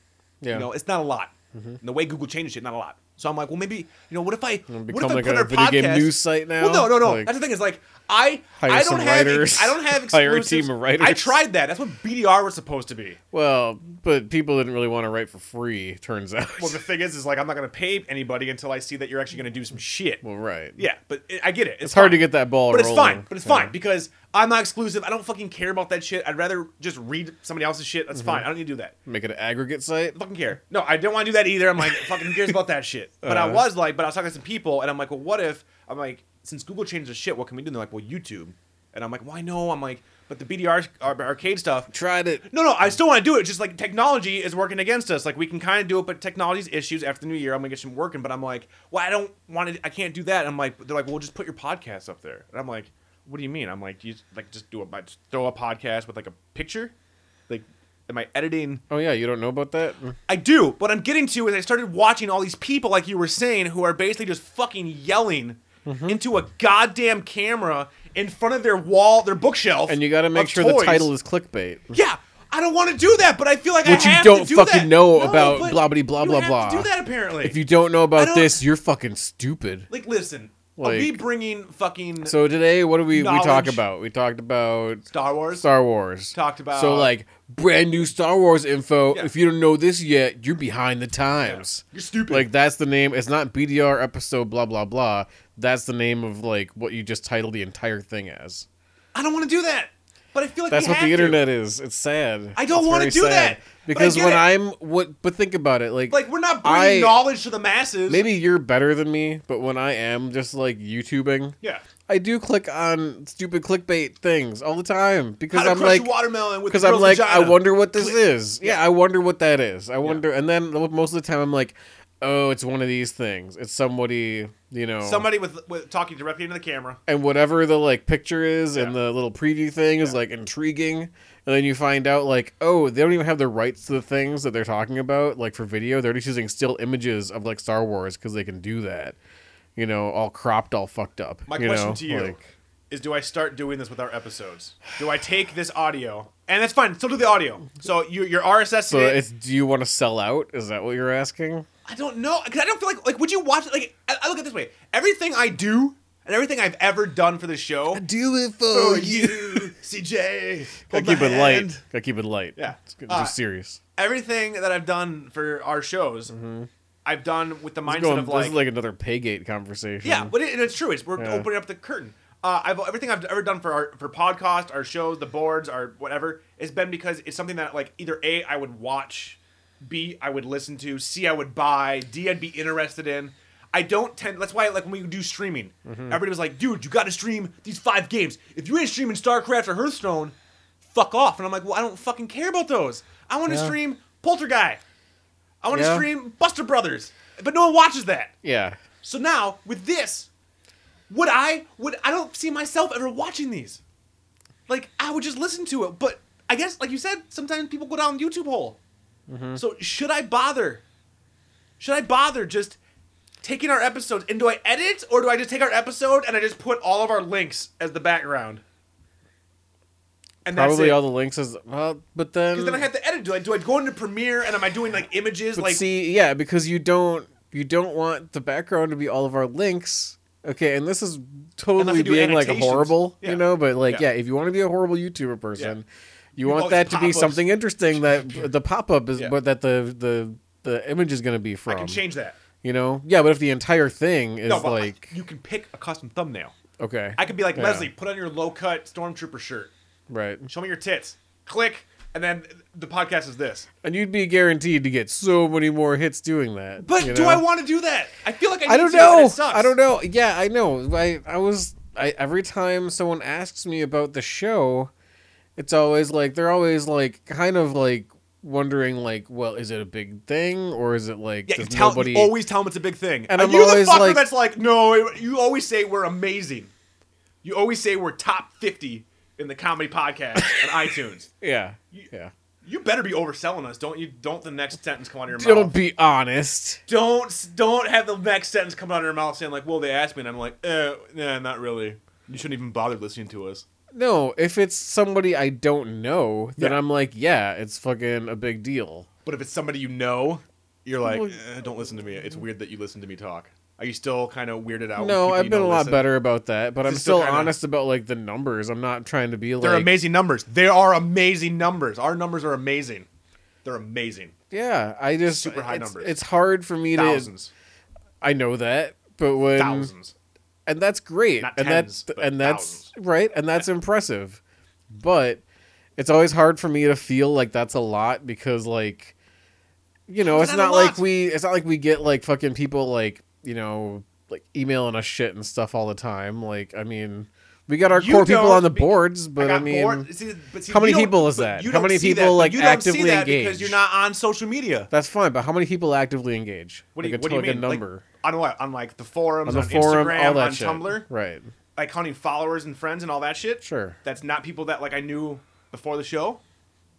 Speaker 6: Yeah.
Speaker 5: you know it's not a lot And the way google changes it not a lot so i'm like well maybe you know what if i what if
Speaker 6: become
Speaker 5: I
Speaker 6: like
Speaker 5: put
Speaker 6: a
Speaker 5: our
Speaker 6: video game
Speaker 5: podcast-
Speaker 6: news site now?
Speaker 5: well no no no
Speaker 6: Like-
Speaker 5: that's the thing is like i
Speaker 6: Hire
Speaker 5: i don't
Speaker 6: some
Speaker 5: have
Speaker 6: writers.
Speaker 5: i don't have exclusives.
Speaker 6: Hire a team of
Speaker 5: i
Speaker 6: writers.
Speaker 5: tried that that's what bdr was supposed to be
Speaker 6: Well, but people didn't really want to write for free. Turns out.
Speaker 5: Well, the thing is, is like I'm not gonna pay anybody until I see that you're actually gonna do some shit.
Speaker 6: Well, right.
Speaker 5: yeah, but it, I get it. It's,
Speaker 6: It's hard to
Speaker 5: fine.
Speaker 6: get that ball
Speaker 5: but it's
Speaker 6: rolling.
Speaker 5: fine. But it's
Speaker 6: Yeah.
Speaker 5: fine because I'm not exclusive. I don't fucking care about that shit. I'd rather just read somebody else's shit.
Speaker 6: Mm-hmm.
Speaker 5: That's fine. I don't need to do that.
Speaker 6: Make it an aggregate site.
Speaker 5: I fucking care. No, I didn't want to do that either. I'm like, fucking who cares about that shit? But I
Speaker 6: Uh.
Speaker 5: was like, but I was talking to some people, and I'm like, well, what if I'm like, since Google changed the shit, what can we do? And they're like, well, YouTube. And I'm like, well, I know. I'm like, but the BDR ar- arcade stuff,
Speaker 6: Tried it.
Speaker 5: no, no, I still want to do it. It's just like technology is working against us. Like we can kind of do it, but technology's issues after the new year. I'm gonna get some working, but I'm like, well, I don't want to. I can't do that. I'm like, they're like, well, just put your podcast up there, and I'm like, what do you mean? I'm like, you just, like just do a just throw a podcast with like a picture, like. Am I editing?
Speaker 6: Oh yeah, you don't know about that?
Speaker 5: I do. What I'm getting to is I started watching all these people, like you were saying, who are basically just fucking yelling
Speaker 6: Mm-hmm.
Speaker 5: into a goddamn camera in front of their wall, their bookshelf.
Speaker 6: And you got to make
Speaker 5: of
Speaker 6: sure
Speaker 5: toys.
Speaker 6: the title is clickbait.
Speaker 5: Yeah, I don't want to do that, but I feel like I
Speaker 6: Which you
Speaker 5: have
Speaker 6: don't
Speaker 5: to do
Speaker 6: fucking
Speaker 5: that.
Speaker 6: know
Speaker 5: No,
Speaker 6: about
Speaker 5: but
Speaker 6: blah, blah, blah,
Speaker 5: you
Speaker 6: blah,
Speaker 5: have
Speaker 6: blah.
Speaker 5: To do that apparently.
Speaker 6: If you don't know
Speaker 5: I
Speaker 6: about
Speaker 5: don't-
Speaker 6: this, you're fucking stupid.
Speaker 5: like, listen, are
Speaker 6: Like-
Speaker 5: we bringing fucking
Speaker 6: So today, what do we we talk
Speaker 5: Knowledge.
Speaker 6: about? We talked about
Speaker 5: Star Wars?
Speaker 6: Star Wars.
Speaker 5: Talked about-
Speaker 6: so like brand new Star Wars info.
Speaker 5: Yeah.
Speaker 6: If you don't know this yet, you're behind the times.
Speaker 5: You're stupid.
Speaker 6: Like that's the name. It's not BDR episode blah blah blah. That's the name of like what you just titled the entire thing as.
Speaker 5: I don't want to do that, but I feel like
Speaker 6: That's
Speaker 5: we
Speaker 6: what
Speaker 5: have
Speaker 6: the
Speaker 5: to.
Speaker 6: internet is. It's sad.
Speaker 5: I don't
Speaker 6: It's
Speaker 5: wanna
Speaker 6: very
Speaker 5: do that, but I
Speaker 6: because
Speaker 5: get
Speaker 6: when
Speaker 5: it.
Speaker 6: I'm what, but think about it. Like
Speaker 5: Like we're not bringing
Speaker 6: I-
Speaker 5: knowledge to the masses.
Speaker 6: maybe you're better than me, but when I am just like YouTubing,
Speaker 5: Yeah.
Speaker 6: I do click on stupid clickbait things all the time because
Speaker 5: How to
Speaker 6: I'm
Speaker 5: crush
Speaker 6: like
Speaker 5: watermelon with
Speaker 6: because
Speaker 5: the
Speaker 6: I'm
Speaker 5: girl's
Speaker 6: like I
Speaker 5: vagina.
Speaker 6: wonder what this
Speaker 5: Click.
Speaker 6: is. Yeah, I wonder what that is. I wonder, and then most of the time I'm like, oh, it's one of these things. It's somebody, you know,
Speaker 5: Somebody with, with talking directly into the camera.
Speaker 6: and whatever the like picture is and the little preview thing is like intriguing and then you find out like oh they don't even have the rights to the things that they're talking about like for video they're just using still images of like star wars because they can do that you know all cropped all fucked up
Speaker 5: My
Speaker 6: you
Speaker 5: question
Speaker 6: know,
Speaker 5: to you
Speaker 6: like-
Speaker 5: is: Do I start doing this with our episodes? Do I take this audio? And that's fine. Still do the audio. So you, your RSS.
Speaker 6: so
Speaker 5: it.
Speaker 6: it's do you want to sell out is that what you're asking
Speaker 5: I don't know because I don't feel like like would you watch it? Like I, I look at it this way: everything I do and everything I've ever done for the show
Speaker 6: do it
Speaker 5: for you, CJ.
Speaker 6: oh, gotta
Speaker 5: hold
Speaker 6: keep
Speaker 5: my
Speaker 6: it light
Speaker 5: hand.
Speaker 6: gotta keep it light
Speaker 5: Yeah.
Speaker 6: it's good,
Speaker 5: Uh,
Speaker 6: just serious
Speaker 5: Everything that I've done for our shows, I've done with the mindset
Speaker 6: Mm-hmm. It's going-
Speaker 5: of like,
Speaker 6: this is like another paygate conversation
Speaker 5: yeah, but it, and it's true. It's we're
Speaker 6: Yeah.
Speaker 5: opening up the curtain. Uh, I've everything I've ever done for our for podcast, our shows, the boards, our whatever, it's been because it's something that like either a I would watch, b I would listen to, c I would buy, d I'd be interested in. I don't tend. That's why like when we do streaming,
Speaker 6: Mm-hmm.
Speaker 5: everybody was like, "Dude, you got to stream these five games. If you ain't streaming StarCraft or Hearthstone, fuck off." And I'm like, "Well, I don't fucking care about those. I want to
Speaker 6: Yeah.
Speaker 5: stream Poltergeist. I want to
Speaker 6: Yeah.
Speaker 5: stream Buster Brothers." But no one watches that.
Speaker 6: yeah
Speaker 5: So now with this, would I would I don't see myself ever watching these. Like I would just listen to it, but I guess like you said, sometimes people go down the YouTube hole.
Speaker 6: Mm-hmm.
Speaker 5: So should I bother? Should I bother just taking our episodes and do I edit or do I just take our episode and I just put all of our links as the background? And
Speaker 6: probably
Speaker 5: that's
Speaker 6: all
Speaker 5: it.
Speaker 6: the links is well but then
Speaker 5: Because then I have to edit. Do I do I go into Premiere and am I doing like images
Speaker 6: But
Speaker 5: like
Speaker 6: see, yeah, because you don't you don't want the background to be all of our links. Okay, and this is
Speaker 5: Unless
Speaker 6: totally
Speaker 5: they do
Speaker 6: being like
Speaker 5: annotations.
Speaker 6: horrible,
Speaker 5: Yeah.
Speaker 6: you know, but like
Speaker 5: Yeah.
Speaker 6: yeah. if you want to be a horrible YouTuber person,
Speaker 5: Yeah.
Speaker 6: you
Speaker 5: want
Speaker 6: want that to be
Speaker 5: pop-ups.
Speaker 6: something interesting that the pop-up is
Speaker 5: Yeah.
Speaker 6: what that the the the image is going to be from.
Speaker 5: I can change that.
Speaker 6: You know? Yeah, but if the entire thing is
Speaker 5: No, but
Speaker 6: like
Speaker 5: you can pick a custom thumbnail.
Speaker 6: okay.
Speaker 5: I could be like
Speaker 6: Yeah.
Speaker 5: Leslie, put on your low cut stormtrooper shirt.
Speaker 6: right.
Speaker 5: Show me your tits. Click, and then the podcast is this.
Speaker 6: And you'd be guaranteed to get so many more hits doing that.
Speaker 5: But
Speaker 6: you
Speaker 5: do
Speaker 6: know?
Speaker 5: I want to do that? I feel like I,
Speaker 6: I
Speaker 5: need
Speaker 6: don't
Speaker 5: to, and
Speaker 6: know.
Speaker 5: It sucks.
Speaker 6: I don't know. Yeah, I know. I I was I every time someone asks me about the show, it's always like they're always like kind of like wondering like, well, is it a big thing or is it like
Speaker 5: Yeah, you
Speaker 6: does
Speaker 5: tell,
Speaker 6: nobody
Speaker 5: you always tell them it's a big thing.
Speaker 6: And
Speaker 5: Are
Speaker 6: I'm
Speaker 5: you
Speaker 6: always
Speaker 5: the fucker
Speaker 6: like-
Speaker 5: that's like, no, you always say we're amazing. You always say we're top 50 in the comedy podcast on iTunes.
Speaker 6: Yeah.
Speaker 5: You-
Speaker 6: Yeah.
Speaker 5: You better be overselling us, don't you? Don't the next sentence come out of your mouth.
Speaker 6: Don't be honest.
Speaker 5: don't don't have the next sentence come out of your mouth saying like, "Well, they asked me," and I'm like, "Uh, nah, not really. You shouldn't even bother listening to us."
Speaker 6: No, if it's somebody I don't know, then
Speaker 5: Yeah.
Speaker 6: I'm like, yeah, it's fucking a big deal.
Speaker 5: But if it's somebody you know, you're like,
Speaker 6: Well-
Speaker 5: eh, "Don't listen to me. It's weird that you listen to me talk." Are you still kind of weirded out? when Oh,
Speaker 6: No,
Speaker 5: people
Speaker 6: I've
Speaker 5: you
Speaker 6: been a
Speaker 5: know
Speaker 6: lot
Speaker 5: listen?
Speaker 6: better about that, but I'm
Speaker 5: It's still
Speaker 6: still
Speaker 5: kinda-
Speaker 6: honest about like the numbers. I'm not trying to be like
Speaker 5: They're amazing numbers. They are amazing numbers. Our numbers are amazing. They're amazing.
Speaker 6: Yeah, I just
Speaker 5: Super high
Speaker 6: it's,
Speaker 5: numbers.
Speaker 6: It's hard for me to
Speaker 5: Thousands,
Speaker 6: I know that, but when
Speaker 5: thousands.
Speaker 6: and that's great,
Speaker 5: Not
Speaker 6: and
Speaker 5: tens,
Speaker 6: that's
Speaker 5: but
Speaker 6: and that's
Speaker 5: thousands.
Speaker 6: right, and that's impressive. But it's always hard for me to feel like that's a lot because, like, you know,
Speaker 5: It's
Speaker 6: it's
Speaker 5: not a
Speaker 6: not,
Speaker 5: lot.
Speaker 6: like we it's not like we get like fucking people like you know like emailing us shit and stuff all the time. Like, I mean, we got our
Speaker 5: You
Speaker 6: core people
Speaker 5: don't
Speaker 6: on the
Speaker 5: be-
Speaker 6: boards, but I,
Speaker 5: got
Speaker 6: mean,
Speaker 5: bored. See, but see,
Speaker 6: how many
Speaker 5: you don't-
Speaker 6: people is
Speaker 5: but
Speaker 6: that?
Speaker 5: you
Speaker 6: How
Speaker 5: don't
Speaker 6: many
Speaker 5: see
Speaker 6: people,
Speaker 5: that, but
Speaker 6: like,
Speaker 5: you don't see
Speaker 6: actively
Speaker 5: that because
Speaker 6: engaged?
Speaker 5: you're not on social media?
Speaker 6: that's fine. But how many people actively engage?
Speaker 5: What do you,
Speaker 6: like, it's
Speaker 5: what do you
Speaker 6: like
Speaker 5: mean?
Speaker 6: a number
Speaker 5: Like, on what? On like the forums, on,
Speaker 6: on the forum,
Speaker 5: Instagram,
Speaker 6: all that
Speaker 5: on
Speaker 6: shit.
Speaker 5: Tumblr,
Speaker 6: right?
Speaker 5: like counting followers and friends and all that shit.
Speaker 6: Sure.
Speaker 5: That's not people that like I knew before the show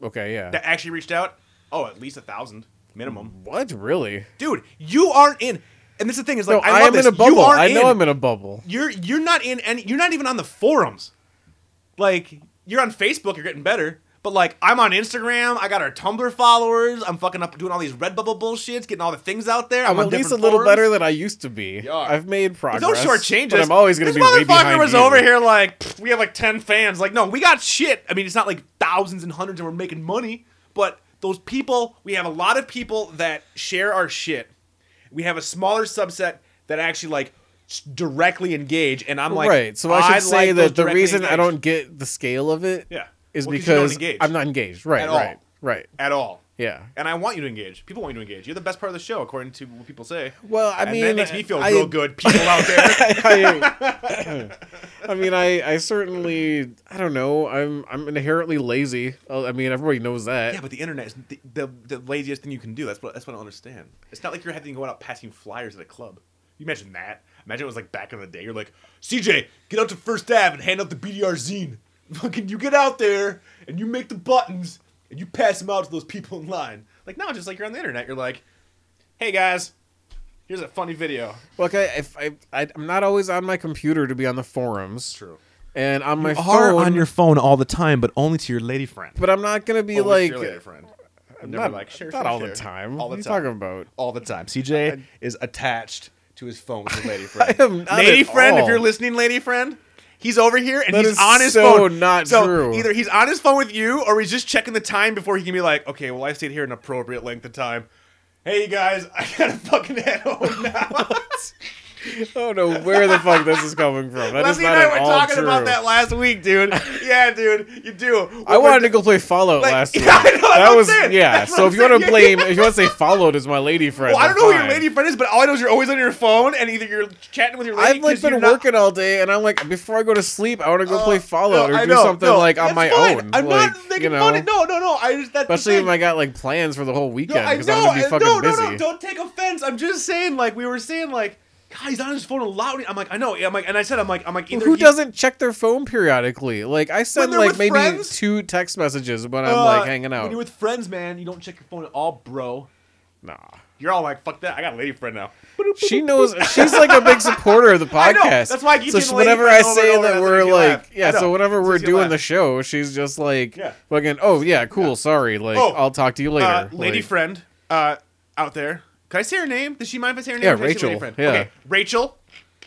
Speaker 6: Okay, yeah.
Speaker 5: that actually reached out. Oh, at least a thousand minimum,
Speaker 6: what really?
Speaker 5: dude. You aren't in, and this is the thing is like
Speaker 6: No,
Speaker 5: I,
Speaker 6: I,
Speaker 5: love
Speaker 6: am
Speaker 5: this.
Speaker 6: in a
Speaker 5: You
Speaker 6: bubble.
Speaker 5: aren't
Speaker 6: I know
Speaker 5: in.
Speaker 6: I'm in a bubble.
Speaker 5: You're you're not in any. You're not even on the forums. Like you're on Facebook. You're getting better. But like I'm on Instagram, I got our Tumblr followers. I'm fucking up doing all these Redbubble bullshits, getting all the things out there.
Speaker 6: I'm
Speaker 5: on
Speaker 6: at least a
Speaker 5: different
Speaker 6: little
Speaker 5: forums.
Speaker 6: better than I used to be.
Speaker 5: are.
Speaker 6: I've made progress.
Speaker 5: Don't shortchange
Speaker 6: but
Speaker 5: us.
Speaker 6: I'm always going to
Speaker 5: this
Speaker 6: be way
Speaker 5: motherfucker
Speaker 6: behind
Speaker 5: was
Speaker 6: you.
Speaker 5: over here like "Pfft, we have like ten fans. Like no, we got shit. I mean, it's not like thousands and hundreds, and we're making money. But those people, we have a lot of people that share our shit. We have a smaller subset that actually like s- directly engage. And I'm like,
Speaker 6: right. So I should
Speaker 5: I'd
Speaker 6: say
Speaker 5: like those
Speaker 6: that the
Speaker 5: directly
Speaker 6: reason I
Speaker 5: engaged
Speaker 6: don't get the scale of it is
Speaker 5: Yeah. Well, 'cause you don't
Speaker 6: because
Speaker 5: engage.
Speaker 6: I'm not engaged. Right.
Speaker 5: At all.
Speaker 6: right. Right.
Speaker 5: at all.
Speaker 6: Yeah.
Speaker 5: And I want you to engage. People want you to engage. You're the best part of the show, according to what people say.
Speaker 6: Well, I
Speaker 5: and
Speaker 6: mean,
Speaker 5: that makes me feel
Speaker 6: I-
Speaker 5: real good. People out there,
Speaker 6: I, I mean, I, I certainly, I don't know. I'm, I'm inherently lazy. Uh, I mean, everybody knows that.
Speaker 5: yeah, but the internet is the, the, the laziest thing you can do. That's what that's what I don't understand. It's not like you're having to go out passing flyers at a club. You imagine that? Imagine it was like back in the day. You're like, CJ, get out to First Ave and hand out the BDR zine. Fucking, you get out there and you make the buttons and you pass them out to those people in line. Like now, just like you're on the internet, you're like, hey guys, here's a funny video.
Speaker 6: Look, I, if I, I, I'm not always on my computer to be on the forums.
Speaker 5: True.
Speaker 6: And on my
Speaker 5: are
Speaker 6: phone,
Speaker 5: on your phone all the time, but only to your lady friend.
Speaker 6: but I'm not gonna be
Speaker 5: Always
Speaker 6: like uh,
Speaker 5: to your lady friend. I'm never
Speaker 6: not,
Speaker 5: like sure,
Speaker 6: not
Speaker 5: sure,
Speaker 6: all
Speaker 5: sure.
Speaker 6: the time.
Speaker 5: All the
Speaker 6: what are you
Speaker 5: time.
Speaker 6: talking about?
Speaker 5: All the time. CJ is attached to his phone with his lady friend.
Speaker 6: I am not
Speaker 5: lady
Speaker 6: at
Speaker 5: friend, if
Speaker 6: all.
Speaker 5: you're listening, lady friend. He's over here and
Speaker 6: That
Speaker 5: he's
Speaker 6: is
Speaker 5: on his
Speaker 6: so
Speaker 5: phone.
Speaker 6: not
Speaker 5: so
Speaker 6: true.
Speaker 5: either he's on his phone with you or he's just checking the time before he can be like, okay, well, I stayed here an appropriate length of time. Hey, you guys, I gotta fucking head home now.
Speaker 6: I don't know where the fuck this is coming from. That is
Speaker 5: Leslie
Speaker 6: not
Speaker 5: and I
Speaker 6: at
Speaker 5: were
Speaker 6: all
Speaker 5: talking
Speaker 6: true.
Speaker 5: about that last week, dude. Yeah, dude, you do.
Speaker 6: I wanted to go play Fallout
Speaker 5: Like-
Speaker 6: last
Speaker 5: Yeah,
Speaker 6: week.
Speaker 5: I know, that's what
Speaker 6: that
Speaker 5: I'm
Speaker 6: was
Speaker 5: saying.
Speaker 6: yeah.
Speaker 5: That's
Speaker 6: so
Speaker 5: what
Speaker 6: if
Speaker 5: I'm
Speaker 6: you want to
Speaker 5: saying.
Speaker 6: blame, if you want to say followed is my lady friend.
Speaker 5: Well, I don't
Speaker 6: then
Speaker 5: know who your
Speaker 6: fine.
Speaker 5: lady friend is, but all I know is you're always on your phone, and either you're chatting with your lady.
Speaker 6: I've like
Speaker 5: 'cause you're
Speaker 6: been
Speaker 5: not-
Speaker 6: working all day, and I'm like, before I go to sleep, I want to go
Speaker 5: Uh,
Speaker 6: play Fallout
Speaker 5: no,
Speaker 6: or
Speaker 5: I
Speaker 6: do
Speaker 5: know,
Speaker 6: something
Speaker 5: no,
Speaker 6: like on
Speaker 5: that's
Speaker 6: my
Speaker 5: fine.
Speaker 6: own.
Speaker 5: I'm
Speaker 6: like,
Speaker 5: not making
Speaker 6: you know,
Speaker 5: fun of no, no, no. I just that's the
Speaker 6: especially
Speaker 5: thing.
Speaker 6: when I got like plans for the whole
Speaker 5: No,
Speaker 6: weekend
Speaker 5: I
Speaker 6: because I'm gonna be
Speaker 5: know,
Speaker 6: fucking
Speaker 5: no, no,
Speaker 6: busy.
Speaker 5: no, don't take offense. I'm just saying, like we were saying, like God, he's on his phone loud. I'm like, I know. I'm like, and I said, I'm like, I'm like, either
Speaker 6: Who
Speaker 5: he-
Speaker 6: doesn't check their phone periodically? Like I send
Speaker 5: they're
Speaker 6: like
Speaker 5: with
Speaker 6: maybe
Speaker 5: friends?
Speaker 6: two text messages when I'm
Speaker 5: uh,
Speaker 6: like hanging out.
Speaker 5: When you're with friends, man, you don't check your phone at all, bro.
Speaker 6: nah.
Speaker 5: You're all like, fuck that. I got a lady friend now.
Speaker 6: She knows she's like a big supporter of the podcast.
Speaker 5: know. That's why I keep
Speaker 6: so
Speaker 5: getting
Speaker 6: she-
Speaker 5: lady
Speaker 6: whenever I
Speaker 5: friend over
Speaker 6: say
Speaker 5: and over
Speaker 6: that
Speaker 5: and
Speaker 6: we're
Speaker 5: over to
Speaker 6: like
Speaker 5: laugh. I
Speaker 6: yeah,
Speaker 5: know.
Speaker 6: so whenever
Speaker 5: Makes
Speaker 6: we're
Speaker 5: you
Speaker 6: doing
Speaker 5: laugh.
Speaker 6: the show, she's just like
Speaker 5: Yeah.
Speaker 6: fucking oh yeah, cool, sorry, like
Speaker 5: Oh,
Speaker 6: I'll talk to you later.
Speaker 5: Uh, lady
Speaker 6: Like,
Speaker 5: friend uh, out there. Can I say her name? Does she mind if I say her name?
Speaker 6: Yeah,
Speaker 5: Can I say lady
Speaker 6: Rachel.
Speaker 5: friend?
Speaker 6: Yeah.
Speaker 5: Okay, Rachel.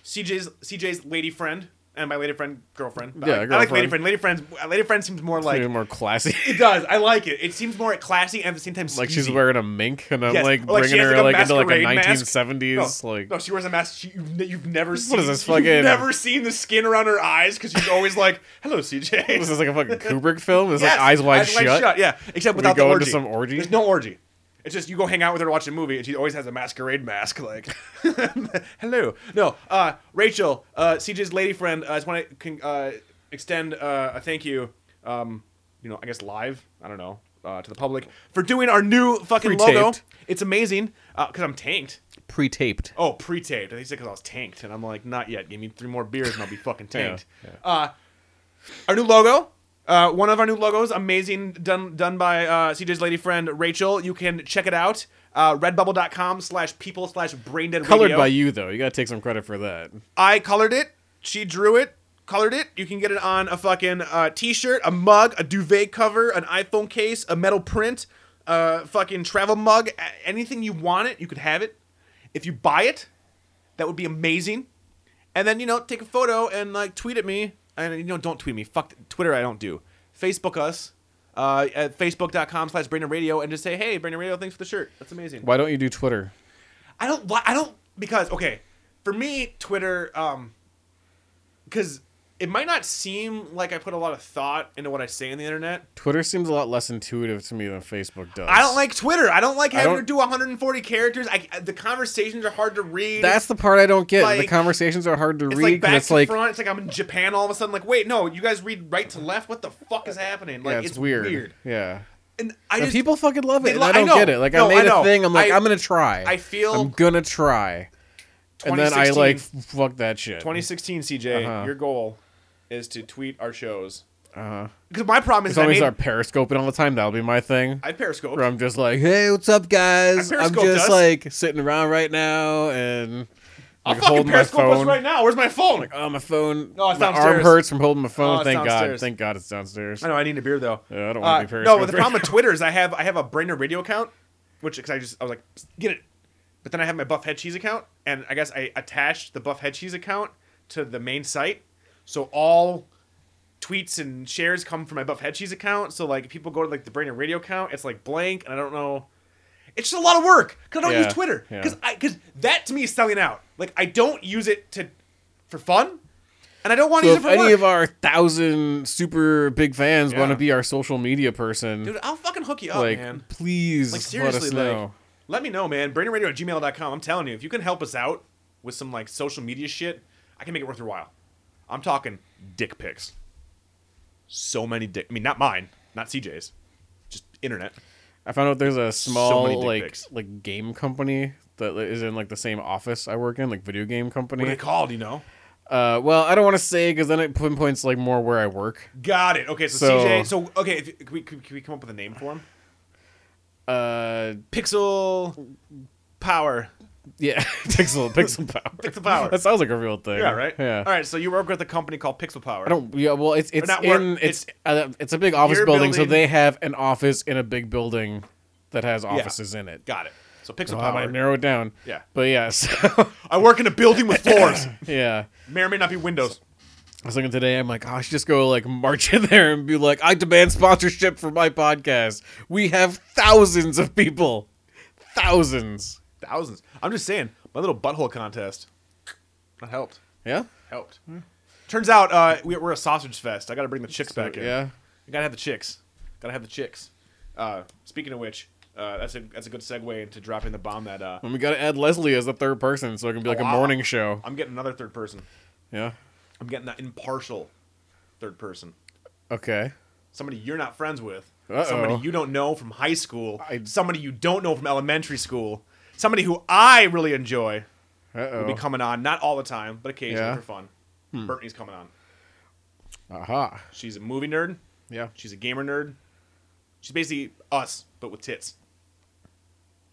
Speaker 5: CJ's CJ's lady friend, and my lady friend girlfriend. but
Speaker 6: Yeah,
Speaker 5: I, like- I like lady
Speaker 6: girlfriend.
Speaker 5: friend. Lady friends. uh, Lady friend seems more like
Speaker 6: Maybe more classy.
Speaker 5: it does. I like it. It seems more classy and at the same time
Speaker 6: like she's
Speaker 5: sleazy.
Speaker 6: wearing a mink, and I'm
Speaker 5: Yes,
Speaker 6: like
Speaker 5: or like she
Speaker 6: bringing
Speaker 5: has,
Speaker 6: her
Speaker 5: like, a
Speaker 6: like into like a
Speaker 5: masquerade mask.
Speaker 6: 1970s
Speaker 5: no,
Speaker 6: like
Speaker 5: no, she wears a mask. She, you've, ne- you've never seen.
Speaker 6: is this
Speaker 5: You've
Speaker 6: fucking-
Speaker 5: never seen the skin around her eyes because she's always like, "Hello, CJ."
Speaker 6: this is like a fucking Kubrick film. It's
Speaker 5: Yes,
Speaker 6: like eyes wide shut.
Speaker 5: Yeah, except
Speaker 6: We
Speaker 5: without
Speaker 6: go
Speaker 5: the
Speaker 6: into
Speaker 5: orgy.
Speaker 6: some orgy?
Speaker 5: There's no orgy. It's just you go hang out with her, watch a movie, and she always has a masquerade mask. Like, hello. No, uh, Rachel, uh, CJ's lady friend. I just want to con- uh, extend uh, a thank you. Um, you know, I guess live. I don't know uh, to the public for doing our new fucking logo.
Speaker 6: Pre-taped.
Speaker 5: It's amazing because I'm tanked.
Speaker 6: Pre-taped.
Speaker 5: Oh, pre-taped. They said because I was tanked, and I'm like, not yet. Give me three more beers, and I'll be fucking tanked.
Speaker 6: Yeah,
Speaker 5: Uh, our new logo. Uh, one of our new logos, amazing, done done by uh, CJ's lady friend Rachel. You can check it out. Uh, redbubble.com slash people slash braindead
Speaker 6: Colored
Speaker 5: radio.
Speaker 6: by you though. You gotta take some credit for that.
Speaker 5: I colored it. She drew it. Colored it. You can get it on a fucking uh, t-shirt, a mug, a duvet cover, an iPhone case, a metal print, a fucking travel mug. a- Anything you want it, you could have it. If you buy it, that would be amazing. And then you know, take a photo and like tweet at me. And you know, don't tweet me. Fuck Twitter. I don't do. Facebook us uh, at facebook.com slash Brandon Radio and just say, hey, Brandon Radio, thanks for the shirt. That's amazing.
Speaker 6: Why don't you do Twitter?
Speaker 5: I don't. li- I don't because okay, for me, Twitter. Um, because it might not seem like I put a lot of thought into what I say on the internet.
Speaker 6: Twitter seems a lot less intuitive to me than Facebook does.
Speaker 5: I don't like Twitter. I don't like having
Speaker 6: don't-
Speaker 5: to do 140 characters. I, the conversations are hard to read.
Speaker 6: That's the part I don't get. the
Speaker 5: Like-
Speaker 6: conversations are hard to
Speaker 5: it's
Speaker 6: read
Speaker 5: like back
Speaker 6: because
Speaker 5: to
Speaker 6: it's like
Speaker 5: front. It's like I'm in Japan all of a sudden. Like, wait, no, you guys read right to left. What the fuck is happening? Like,
Speaker 6: yeah, it's, weird.
Speaker 5: weird.
Speaker 6: Yeah.
Speaker 5: And I
Speaker 6: And
Speaker 5: just
Speaker 6: people fucking love
Speaker 5: they
Speaker 6: it. and
Speaker 5: lo-
Speaker 6: I
Speaker 5: I
Speaker 6: don't
Speaker 5: know.
Speaker 6: get it. Like
Speaker 5: No,
Speaker 6: I
Speaker 5: I
Speaker 6: made a
Speaker 5: know.
Speaker 6: thing. I'm like,
Speaker 5: I-
Speaker 6: I, am gonna try.
Speaker 5: I feel-
Speaker 6: I'm gonna try. And then I like f- fuck that shit.
Speaker 5: 2016 CJ.
Speaker 6: Uh-huh.
Speaker 5: Your goal is to tweet our shows.
Speaker 6: Uh-huh.
Speaker 5: Because my problem is
Speaker 6: As
Speaker 5: that I,
Speaker 6: long as
Speaker 5: made,
Speaker 6: I start periscoping all the time, that'll be my thing.
Speaker 5: I periscope.
Speaker 6: where I'm just like, hey, what's up, guys?
Speaker 5: I
Speaker 6: I'm
Speaker 5: Periscoped
Speaker 6: just
Speaker 5: us.
Speaker 6: like sitting around right now and
Speaker 5: I'll
Speaker 6: like,
Speaker 5: fucking
Speaker 6: holding my
Speaker 5: periscope us
Speaker 6: phone.
Speaker 5: right now. Where's my phone?
Speaker 6: Oh, my phone.
Speaker 5: No, it's
Speaker 6: my arm
Speaker 5: downstairs.
Speaker 6: hurts from holding my phone.
Speaker 5: Oh, it's
Speaker 6: Thank God.
Speaker 5: downstairs.
Speaker 6: Thank God it's downstairs.
Speaker 5: I know I need a beer though.
Speaker 6: Yeah, I don't
Speaker 5: Uh,
Speaker 6: want to be
Speaker 5: no,
Speaker 6: periscoped
Speaker 5: but the
Speaker 6: right
Speaker 5: problem with Twitter is I have I have a Brainerd radio account, which because I just I was like "Psst, get it, but then I have my Buff Head Cheese account, and I guess I attached the Buff Head Cheese account to the main site, so all tweets and shares come from my Buff Head Cheese account. So like if people go to like the Brainerd radio account, it's like blank, and I don't know. It's just a lot of work because I don't
Speaker 6: Yeah,
Speaker 5: use Twitter
Speaker 6: yeah.
Speaker 5: because I because that to me is selling out. Like I don't use it to for fun, and I don't want to
Speaker 6: So
Speaker 5: use it
Speaker 6: if
Speaker 5: for
Speaker 6: any
Speaker 5: work.
Speaker 6: of our thousand super big fans want
Speaker 5: Yeah.
Speaker 6: to be our social media person,
Speaker 5: Dude, I'll fucking hook you up,
Speaker 6: like
Speaker 5: man.
Speaker 6: please
Speaker 5: Like
Speaker 6: let
Speaker 5: seriously,
Speaker 6: us
Speaker 5: like
Speaker 6: know.
Speaker 5: let me know, man. BrainRadio at gmail.com. I'm telling you, if you can help us out with some like social media shit, I can make it worth your while. I'm talking dick pics. So many dick I mean not mine, not CJ's. Just internet.
Speaker 6: I found out there's a small
Speaker 5: many dick
Speaker 6: like
Speaker 5: pics.
Speaker 6: like game company that is in like the same office I work in, like video game
Speaker 5: What are they
Speaker 6: company.
Speaker 5: called, you know?
Speaker 6: Uh, well, I don't want to say because then it pinpoints like more where I work.
Speaker 5: Got it. Okay, so,
Speaker 6: So-
Speaker 5: CJ so okay, if, can, we, can we come up with a name for him?
Speaker 6: Uh,
Speaker 5: Pixel Power.
Speaker 6: yeah, pixel pixel power.
Speaker 5: Pixel Power.
Speaker 6: That sounds like a real thing.
Speaker 5: Yeah, right?
Speaker 6: Yeah.
Speaker 5: All right, so you work with a company called Pixel Power.
Speaker 6: I don't. Yeah. Well, it's it's
Speaker 5: not
Speaker 6: in
Speaker 5: work-
Speaker 6: it's uh, it's a big office
Speaker 5: Your
Speaker 6: building, so
Speaker 5: building-
Speaker 6: they have an office in a big building that has offices in it.
Speaker 5: Got it. So Pixel
Speaker 6: So I
Speaker 5: Power.
Speaker 6: might narrow it down.
Speaker 5: Yeah.
Speaker 6: But yeah, so,
Speaker 5: I work in a building with floors.
Speaker 6: yeah.
Speaker 5: may or may not be windows.
Speaker 6: I was looking today. I'm like, oh, I should just go like march in there and be like, I demand sponsorship for my podcast. We have thousands of people, thousands.
Speaker 5: Thousands. I'm just saying, my little butthole contest. That helped.
Speaker 6: Yeah.
Speaker 5: Helped. Turns out uh, we, we're a sausage fest. I got to bring the chicks back in.
Speaker 6: Yeah.
Speaker 5: I got to have the chicks. Got to have the chicks. Uh, speaking of which, uh, that's a that's a good segue into dropping the bomb that uh,
Speaker 6: And we gotta add Leslie as the third person, so it can be like a
Speaker 5: Oh, wow.
Speaker 6: morning show.
Speaker 5: I'm getting another third person.
Speaker 6: Yeah.
Speaker 5: I'm getting that impartial third person.
Speaker 6: Okay.
Speaker 5: Somebody you're not friends with.
Speaker 6: Uh-oh.
Speaker 5: Somebody you don't know from high school.
Speaker 6: I-
Speaker 5: somebody you don't know from elementary school. Somebody who I really enjoy.
Speaker 6: Uh oh.
Speaker 5: will be coming on. Not all the time, but occasionally
Speaker 6: Yeah.
Speaker 5: for fun. Brittany's coming on.
Speaker 6: Aha.
Speaker 5: She's a movie nerd.
Speaker 6: Yeah.
Speaker 5: She's a gamer nerd. She's basically us, but with tits.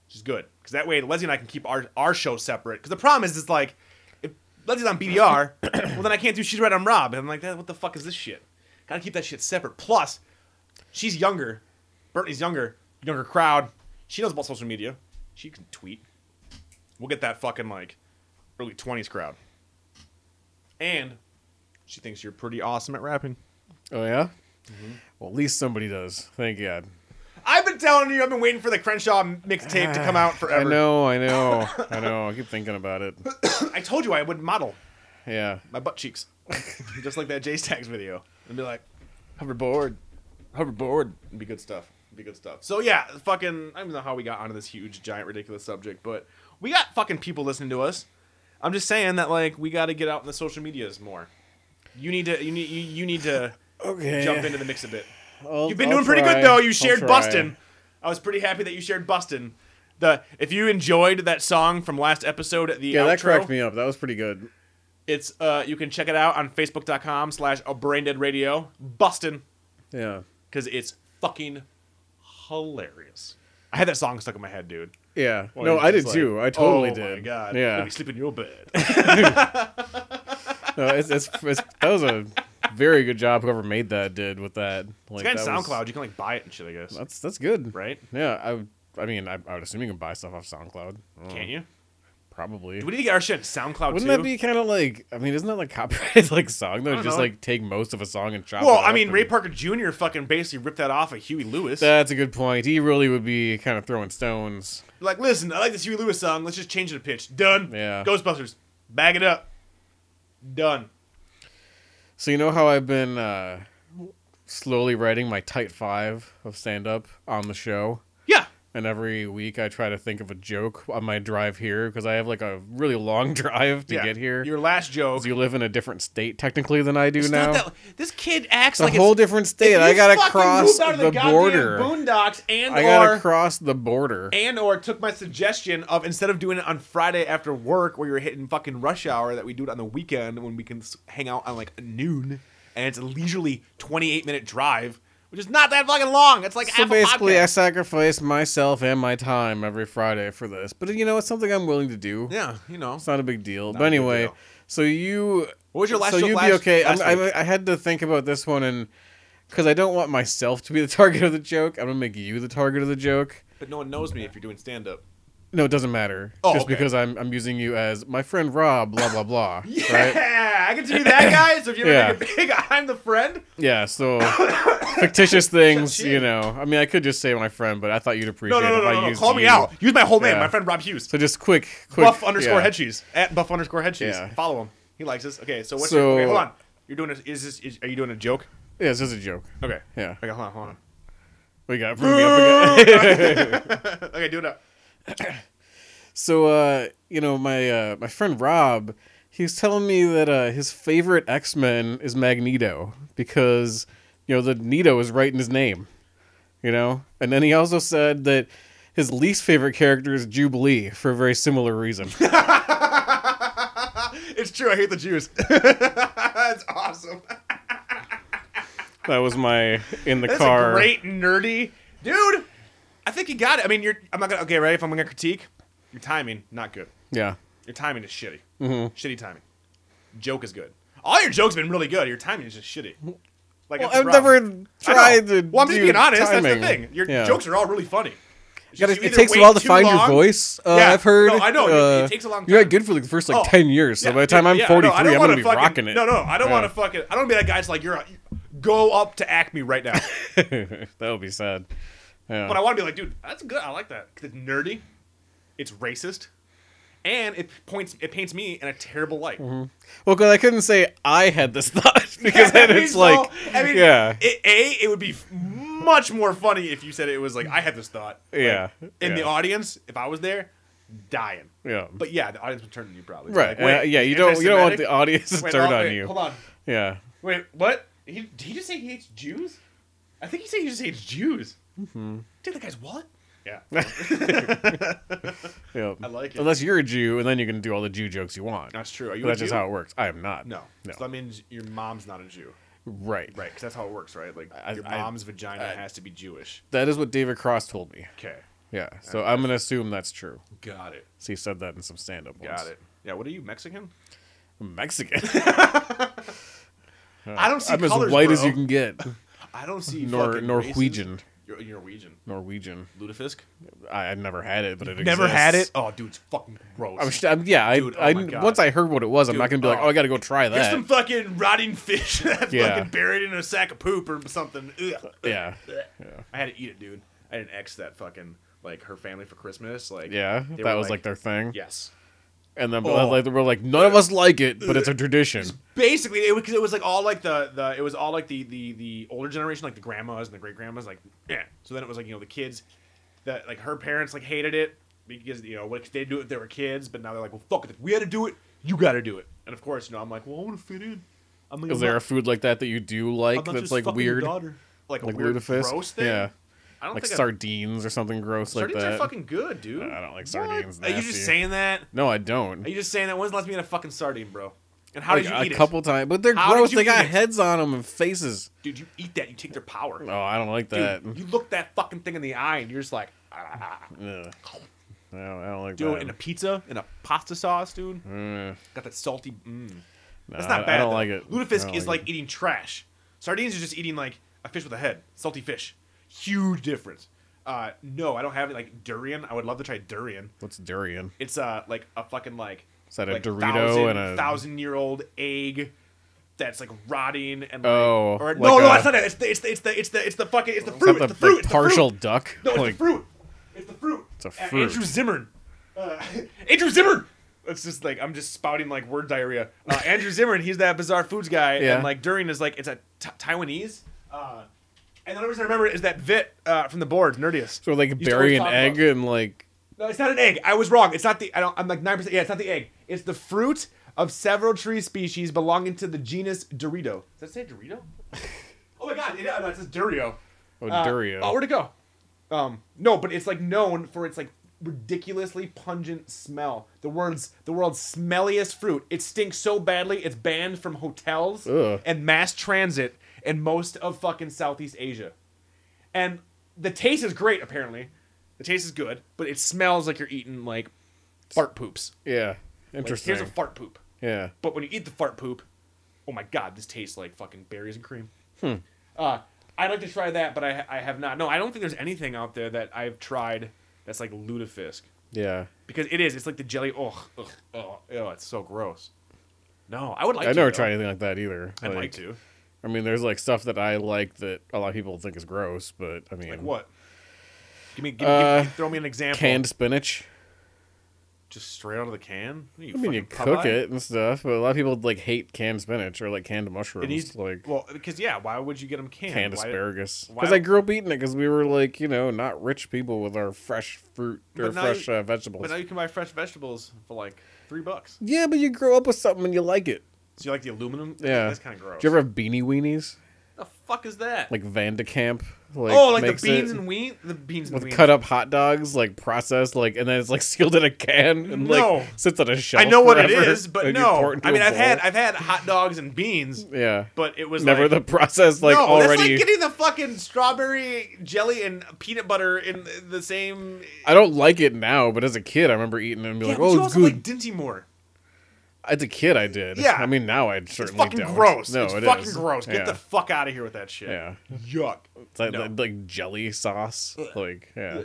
Speaker 5: She's good because that way Leslie and I can keep our our show separate. Because the problem is, it's like if Leslie's on BDR, well then I can't do She's Right on Rob, and I'm like, "That- what the fuck is this shit? Gotta keep that shit separate. Plus, she's younger. Brittany's younger, younger crowd. She knows about social media. She can tweet. We'll get that fucking like early twenties crowd. And she thinks you're pretty awesome at rapping.
Speaker 6: Oh yeah.
Speaker 5: Mm-hmm.
Speaker 6: Well, at least somebody does. Thank God.
Speaker 5: I've been telling you, I've been waiting for the Crenshaw mixtape to come out forever.
Speaker 6: I know. I know. I know. I keep thinking about it.
Speaker 5: I told you I would model
Speaker 6: Yeah.
Speaker 5: my butt cheeks, just like that J Stacks video, and be like,
Speaker 6: Hoverboard. Hoverboard.
Speaker 5: it'd be good stuff. It'd be good stuff. So yeah, fucking. I don't know how we got onto this huge, giant, ridiculous subject, but we got fucking people listening to us. I'm just saying that like we got to get out in the social medias more. You need to. You need. You, you need to
Speaker 6: Okay.
Speaker 5: jump into the mix a bit.
Speaker 6: I'll-
Speaker 5: You've been
Speaker 6: I'll
Speaker 5: doing pretty
Speaker 6: try.
Speaker 5: good though. You
Speaker 6: I'll
Speaker 5: shared
Speaker 6: try.
Speaker 5: Bustin'. I was pretty happy that you shared Bustin'. The if you enjoyed that song from last episode, the
Speaker 6: Yeah, that
Speaker 5: outro,
Speaker 6: cracked me up. That was pretty good.
Speaker 5: It's uh, you can check it out on Facebook.com slash A Brain Dead Radio Bustin'
Speaker 6: Yeah.
Speaker 5: because it's fucking hilarious. I had that song stuck in my head, dude.
Speaker 6: Yeah.
Speaker 5: Well,
Speaker 6: no,
Speaker 5: it's
Speaker 6: I did
Speaker 5: just like,
Speaker 6: too. I totally
Speaker 5: oh
Speaker 6: did.
Speaker 5: My God,
Speaker 6: Yeah.
Speaker 5: Let me sleep in your bed.
Speaker 6: No, it's, it's, it's, that was a very good job whoever made that did with that.
Speaker 5: it's got
Speaker 6: Like, that
Speaker 5: on
Speaker 6: was-
Speaker 5: SoundCloud. You can like buy it and shit. I guess
Speaker 6: that's that's good.
Speaker 5: right?
Speaker 6: Yeah. I would- I mean I, I would assume you can buy stuff off SoundCloud. Uh,
Speaker 5: Can't you?
Speaker 6: Probably.
Speaker 5: Do we need to get our shit on SoundCloud
Speaker 6: Wouldn't
Speaker 5: too?
Speaker 6: that be kind of like? I mean, isn't that like copyrighted like song though?
Speaker 5: don't
Speaker 6: Just
Speaker 5: know.
Speaker 6: like take most of a song and chop.
Speaker 5: well,
Speaker 6: it up
Speaker 5: I mean,
Speaker 6: and-
Speaker 5: Ray Parker Jr. fucking basically ripped that off of Huey Lewis.
Speaker 6: That's a good point. He really would be kind of throwing stones.
Speaker 5: like, listen, I like this Huey Lewis song. Let's just change it a pitch. Done.
Speaker 6: Yeah.
Speaker 5: Ghostbusters, bag it up. Done.
Speaker 6: So you know how I've been uh, slowly writing my tight five of stand up on the show,
Speaker 5: Yeah.
Speaker 6: and every week I try to think of a joke on my drive here because I have like a really long drive to
Speaker 5: yeah.
Speaker 6: get here.
Speaker 5: Your last joke.
Speaker 6: 'Cause you live in a different state technically than I do
Speaker 5: It's
Speaker 6: now.
Speaker 5: not that- this kid acts
Speaker 6: It's a
Speaker 5: like
Speaker 6: whole
Speaker 5: it's,
Speaker 6: different
Speaker 5: if
Speaker 6: state.
Speaker 5: you
Speaker 6: I gotta
Speaker 5: fucking
Speaker 6: cross
Speaker 5: moved out of
Speaker 6: the,
Speaker 5: goddamn
Speaker 6: border.
Speaker 5: Boondocks and
Speaker 6: I
Speaker 5: or
Speaker 6: gotta cross the border.
Speaker 5: and or took my suggestion of instead of doing it on Friday after work where you're hitting fucking rush hour that we do it on the weekend when we can s- hang out on like noon and it's a leisurely 28 minute drive which is not that fucking long it's like
Speaker 6: so
Speaker 5: half a
Speaker 6: basically, I
Speaker 5: podcast.
Speaker 6: sacrifice myself and my time every Friday for this. But you know, it's something I'm willing to do.
Speaker 5: yeah you know
Speaker 6: It's not a big deal.
Speaker 5: a
Speaker 6: but
Speaker 5: big
Speaker 6: anyway,
Speaker 5: deal.
Speaker 6: so you.
Speaker 5: What was your last
Speaker 6: So
Speaker 5: joke
Speaker 6: you'd
Speaker 5: last-
Speaker 6: be okay. I'm,
Speaker 5: last
Speaker 6: I'm, I had to think about this one, and because I don't want myself to be the target of the joke, I'm gonna make you the target of the joke.
Speaker 5: but no one knows me if you're doing stand up
Speaker 6: No, it doesn't matter.
Speaker 5: Oh,
Speaker 6: Just
Speaker 5: okay.
Speaker 6: because I'm I'm using you as my friend Rob, blah blah blah.
Speaker 5: yeah
Speaker 6: Right?
Speaker 5: I get to be that guy so if you ever
Speaker 6: Yeah.
Speaker 5: make it big I'm the friend
Speaker 6: Yeah. So fictitious things,
Speaker 5: Shit.
Speaker 6: you know. I mean, I could just say my friend, but I thought you'd appreciate
Speaker 5: no no no
Speaker 6: it if I
Speaker 5: no, no,
Speaker 6: used
Speaker 5: call me
Speaker 6: you.
Speaker 5: out use my whole name
Speaker 6: Yeah.
Speaker 5: my friend Rob Hughes
Speaker 6: So just quick, quick.
Speaker 5: buff underscore
Speaker 6: yeah.
Speaker 5: head cheese at buff underscore head cheese
Speaker 6: Yeah.
Speaker 5: follow him he likes us okay so what's
Speaker 6: So-
Speaker 5: your, okay hold on you're doing a, is this is, are you doing a joke
Speaker 6: Yeah, this is a joke.
Speaker 5: Okay.
Speaker 6: Yeah.
Speaker 5: Okay, hold on, hold on.
Speaker 6: We got. we got- we got-
Speaker 5: Okay, do it up.
Speaker 6: so, uh, you know, my uh, my friend Rob, he's telling me that uh, his favorite X Men is Magneto because you know the Nito is right in his name, you know, and then he also said that his least favorite character is Jubilee for a very similar reason.
Speaker 5: It's true. I hate the Jews. That's awesome.
Speaker 6: that was my in the
Speaker 5: That's
Speaker 6: car.
Speaker 5: a great nerdy dude. I think you got it. I mean, you're. I'm not gonna. Okay, ready? If I'm gonna critique, your timing not good.
Speaker 6: yeah.
Speaker 5: Your timing is shitty.
Speaker 6: Mm-hmm.
Speaker 5: Shitty timing. Joke is good. All your jokes have been really good. Your timing is just shitty. Like that's
Speaker 6: Well,
Speaker 5: the
Speaker 6: I've
Speaker 5: problem.
Speaker 6: never
Speaker 5: I know.
Speaker 6: tried to.
Speaker 5: Well, I'm just
Speaker 6: do
Speaker 5: being honest.
Speaker 6: timing.
Speaker 5: That's the thing. Your
Speaker 6: Yeah.
Speaker 5: jokes are all really funny. It's
Speaker 6: You gotta-
Speaker 5: just you
Speaker 6: it
Speaker 5: either
Speaker 6: takes a
Speaker 5: wait
Speaker 6: while to
Speaker 5: too
Speaker 6: find your
Speaker 5: long-
Speaker 6: voice. Uh,
Speaker 5: Yeah.
Speaker 6: I've heard.
Speaker 5: No, I know. It-
Speaker 6: Uh,
Speaker 5: it takes a long
Speaker 6: You're
Speaker 5: time.
Speaker 6: not good for the first like
Speaker 5: Oh.
Speaker 6: ten years. So
Speaker 5: Yeah,
Speaker 6: by the time
Speaker 5: dude,
Speaker 6: I'm
Speaker 5: yeah, no,
Speaker 6: 43,
Speaker 5: I don't
Speaker 6: I'm
Speaker 5: wanna
Speaker 6: gonna be
Speaker 5: fucking-
Speaker 6: rocking it.
Speaker 5: No, no, I don't
Speaker 6: Yeah.
Speaker 5: want to fucking. I don't wanna be that guy. that's like you're. A, go up to Acme right now.
Speaker 6: that would be sad. Yeah.
Speaker 5: but I want to be like, dude, that's good. I like that. 'Cause it's nerdy. It's racist. And it points. It paints me in a terrible light.
Speaker 6: Mm-hmm. well, because I couldn't say I had this thought because then
Speaker 5: I mean,
Speaker 6: it's
Speaker 5: so-
Speaker 6: like,
Speaker 5: I mean,
Speaker 6: yeah,
Speaker 5: It, a, it would be much more funny if you said it was like I had this thought. Like,
Speaker 6: yeah,
Speaker 5: in the
Speaker 6: yeah,
Speaker 5: audience, if I was there, dying.
Speaker 6: yeah.
Speaker 5: But yeah, the audience would turn on you probably.
Speaker 6: right,
Speaker 5: Like, wait,
Speaker 6: uh, yeah. You don't you don't want
Speaker 5: anti-Semitic?
Speaker 6: the audience to
Speaker 5: Wait,
Speaker 6: turn
Speaker 5: oh,
Speaker 6: on
Speaker 5: wait,
Speaker 6: you.
Speaker 5: Hold on.
Speaker 6: Yeah,
Speaker 5: Wait, what? He, did he just say he hates Jews? I think he said he just hates Jews. Mm-hmm. Dude, that guy's what? Yeah.
Speaker 6: yeah.
Speaker 5: I like it.
Speaker 6: Unless you're a Jew, and then you can do all the Jew jokes you want.
Speaker 5: That's true. Are
Speaker 6: But
Speaker 5: you a
Speaker 6: that's just
Speaker 5: Jew?
Speaker 6: how it works. I am not.
Speaker 5: No.
Speaker 6: no.
Speaker 5: So that means your mom's not a Jew.
Speaker 6: right,
Speaker 5: Right, because that's how it works, right? Like,
Speaker 6: I-
Speaker 5: your
Speaker 6: I-
Speaker 5: mom's vagina
Speaker 6: I-
Speaker 5: has to be Jewish.
Speaker 6: That is what David Cross told me.
Speaker 5: Okay.
Speaker 6: Yeah. So I'm gonna assume that's true.
Speaker 5: Got it.
Speaker 6: So he said that in some stand-up.
Speaker 5: Got
Speaker 6: once.
Speaker 5: it. Yeah, what are you, Mexican?
Speaker 6: I'm Mexican.
Speaker 5: I don't see
Speaker 6: I'm as
Speaker 5: colors,
Speaker 6: white
Speaker 5: bro.
Speaker 6: as you can get.
Speaker 5: I don't see
Speaker 6: Nor
Speaker 5: fucking
Speaker 6: Norwegian.
Speaker 5: races. You're you're Norwegian.
Speaker 6: Norwegian.
Speaker 5: Lutefisk.
Speaker 6: I, I've never had it, but it
Speaker 5: Never had it.
Speaker 6: exists.
Speaker 5: Oh, dude, it's fucking gross.
Speaker 6: I'm, sh- I'm yeah. I,
Speaker 5: Dude, oh
Speaker 6: I
Speaker 5: my God.
Speaker 6: once I heard what it was, I'm not
Speaker 5: Dude,
Speaker 6: gonna be like,
Speaker 5: oh.
Speaker 6: oh, I gotta go try
Speaker 5: Here's
Speaker 6: that.
Speaker 5: some fucking rotting fish that's
Speaker 6: Yeah.
Speaker 5: fucking buried in a sack of poop or something. Ugh.
Speaker 6: yeah,
Speaker 5: I had to eat it, dude. I had an ex that fucking like her family for Christmas. Like
Speaker 6: yeah.
Speaker 5: they
Speaker 6: That
Speaker 5: were
Speaker 6: was like, their thing.
Speaker 5: yes.
Speaker 6: And then
Speaker 5: Oh.
Speaker 6: like they were like, none of us like it, but it's a tradition.
Speaker 5: Basically, it was, 'cause it was like all like the, the it was all like the the the older generation, like the grandmas and the great grandmas, like yeah. So then it was like you know the kids that like her parents like hated it because you know like they do it if they were kids, but now they're like well fuck it, if we had to do it, you got to do it. And of course, you know I'm like well I want to fit in. I'm like,
Speaker 6: Is
Speaker 5: I'm
Speaker 6: there
Speaker 5: not-
Speaker 6: a food like that that you do
Speaker 5: I'm
Speaker 6: like
Speaker 5: not
Speaker 6: that's
Speaker 5: just
Speaker 6: like
Speaker 5: fucking your
Speaker 6: weird,
Speaker 5: daughter. like a
Speaker 6: like
Speaker 5: weird
Speaker 6: lutefisk?
Speaker 5: gross thing?
Speaker 6: Yeah,
Speaker 5: I don't
Speaker 6: like
Speaker 5: think I-
Speaker 6: sardines or something gross like
Speaker 5: sardines
Speaker 6: that.
Speaker 5: are fucking good, dude.
Speaker 6: I don't like
Speaker 5: What?
Speaker 6: sardines,
Speaker 5: Are you
Speaker 6: nasty.
Speaker 5: just saying that?
Speaker 6: no, I don't.
Speaker 5: Are you just saying that? When's the last time you had a fucking sardine, bro? And how
Speaker 6: like
Speaker 5: did you
Speaker 6: a
Speaker 5: eat
Speaker 6: couple times, but they're
Speaker 5: How did
Speaker 6: gross.
Speaker 5: you
Speaker 6: They
Speaker 5: eat
Speaker 6: got
Speaker 5: it?
Speaker 6: heads on them and faces.
Speaker 5: it? Dude, you eat that, you take their power.
Speaker 6: Oh, I don't like that.
Speaker 5: Dude, you look that fucking thing in the eye and you're just like, ah,
Speaker 6: Ugh. I, don't, I don't like
Speaker 5: dude,
Speaker 6: that.
Speaker 5: in a pizza, in a pasta sauce, dude.
Speaker 6: Mm,
Speaker 5: Got that salty. Mm.
Speaker 6: no,
Speaker 5: That's not
Speaker 6: I-
Speaker 5: bad.
Speaker 6: I don't
Speaker 5: though.
Speaker 6: like it. I
Speaker 5: Lutefisk
Speaker 6: don't
Speaker 5: is like eating trash. Sardines are just eating like a fish with a head. Salty fish. Huge difference. Uh, no, I don't have it. Like durian, I would love to try durian.
Speaker 6: it. what's durian?
Speaker 5: It's uh like a fucking like
Speaker 6: Is that a
Speaker 5: like,
Speaker 6: Dorito
Speaker 5: thousand,
Speaker 6: and a-
Speaker 5: thousand year old egg that's like rotting and like,
Speaker 6: Oh,
Speaker 5: or,
Speaker 6: like
Speaker 5: no no
Speaker 6: a-
Speaker 5: that's not it it's the it's the it's the it's the, it's the fucking it's the
Speaker 6: Is that
Speaker 5: fruit
Speaker 6: the,
Speaker 5: it's the fruit
Speaker 6: like,
Speaker 5: it's the
Speaker 6: partial
Speaker 5: fruit.
Speaker 6: duck?
Speaker 5: no it's
Speaker 6: like,
Speaker 5: the fruit it's the fruit
Speaker 6: It's a
Speaker 5: Uh,
Speaker 6: fruit.
Speaker 5: Andrew Zimmern uh, Andrew Zimmern it's just like I'm just spouting like word diarrhea uh, Andrew Zimmern he's that bizarre foods guy
Speaker 6: Yeah.
Speaker 5: and like during is like it's a t- Taiwanese uh, and the only reason I remember it is that vit uh, from the board nerdiest
Speaker 6: So like
Speaker 5: Used to
Speaker 6: bury
Speaker 5: always
Speaker 6: an
Speaker 5: talk
Speaker 6: egg
Speaker 5: about-
Speaker 6: and like
Speaker 5: no, it's not an egg. I was wrong. It's not the. I don't, I'm like nine percent. Yeah, it's not the egg. It's the fruit of several tree species belonging to the genus Dorito. Does that say Dorito? oh my god! It, no, it says Durio.
Speaker 6: oh,
Speaker 5: Uh,
Speaker 6: durio.
Speaker 5: Oh, where'd it go? Um, no, but it's like known for its like ridiculously pungent smell. The world's the world's smelliest fruit. It stinks so badly it's banned from hotels
Speaker 6: Ugh.
Speaker 5: and mass transit and most of fucking Southeast Asia. And the taste is great apparently. The taste is good, but it smells like you're eating like fart poops.
Speaker 6: yeah,
Speaker 5: Like,
Speaker 6: interesting.
Speaker 5: here's a fart poop.
Speaker 6: yeah,
Speaker 5: But when you eat the fart poop, oh my god, this tastes like fucking berries and cream.
Speaker 6: Hmm.
Speaker 5: Uh, I'd like to try that, but I, I have not. No, I don't think there's anything out there that I've tried that's like lutefisk
Speaker 6: yeah.
Speaker 5: because it is. It's like the jelly. Oh, ugh, oh, oh, it's so gross. No, I would like.
Speaker 6: I
Speaker 5: to,
Speaker 6: never
Speaker 5: though.
Speaker 6: tried anything like that either.
Speaker 5: I'd like, to.
Speaker 6: I mean, there's like stuff that I like that a lot of people think is gross, but I mean,
Speaker 5: Like what? Give me, give, me-
Speaker 6: Uh,
Speaker 5: give me- throw me an example.
Speaker 6: Canned spinach.
Speaker 5: just straight out of the can. What are you
Speaker 6: I mean, you
Speaker 5: fucking
Speaker 6: cook
Speaker 5: Popeye?
Speaker 6: it and stuff, but a lot of people like hate canned spinach or like canned mushrooms,
Speaker 5: It needs
Speaker 6: like
Speaker 5: well because yeah. Why would you get them canned?
Speaker 6: canned
Speaker 5: Why-
Speaker 6: asparagus.
Speaker 5: why-
Speaker 6: Because I grew up eating it because we were like, you know, not rich people with our fresh fruit or
Speaker 5: But now
Speaker 6: fresh
Speaker 5: you-
Speaker 6: uh, vegetables.
Speaker 5: But now you can buy fresh vegetables for like three bucks.
Speaker 6: yeah, but you grow up with something and you like it.
Speaker 5: So you like the aluminum?
Speaker 6: Yeah,
Speaker 5: that's kind of gross.
Speaker 6: Do you ever have beanie weenies
Speaker 5: the fuck is that?
Speaker 6: like Vandekamp? Like
Speaker 5: oh, like the
Speaker 6: makes
Speaker 5: beans
Speaker 6: it
Speaker 5: and wheat, the beans and
Speaker 6: with
Speaker 5: wheat.
Speaker 6: cut up hot dogs, like processed, like and then it's like sealed in a can and
Speaker 5: No.
Speaker 6: like sits on a shelf.
Speaker 5: I know what it
Speaker 6: forever,
Speaker 5: is, but
Speaker 6: and you pour it
Speaker 5: no.
Speaker 6: into
Speaker 5: I mean,
Speaker 6: a
Speaker 5: I've had
Speaker 6: bowl.
Speaker 5: I've had hot dogs and beans,
Speaker 6: yeah,
Speaker 5: but it was
Speaker 6: never
Speaker 5: like,
Speaker 6: the process like
Speaker 5: no, That's
Speaker 6: already.
Speaker 5: like getting the fucking strawberry jelly and peanut butter in the same.
Speaker 6: I don't like it now, but as a kid, I remember eating it and be
Speaker 5: yeah,
Speaker 6: like,
Speaker 5: but you
Speaker 6: "Oh, it's
Speaker 5: also
Speaker 6: good."
Speaker 5: like Dinty Moore.
Speaker 6: as a kid, I did.
Speaker 5: Yeah.
Speaker 6: I mean, now I certainly
Speaker 5: It's fucking
Speaker 6: don't.
Speaker 5: gross.
Speaker 6: No,
Speaker 5: it's
Speaker 6: it
Speaker 5: fucking
Speaker 6: is.
Speaker 5: gross. Get
Speaker 6: yeah.
Speaker 5: the fuck out of here with that shit.
Speaker 6: yeah.
Speaker 5: Yuck.
Speaker 6: It's like,
Speaker 5: No.
Speaker 6: like, like jelly sauce, like yeah,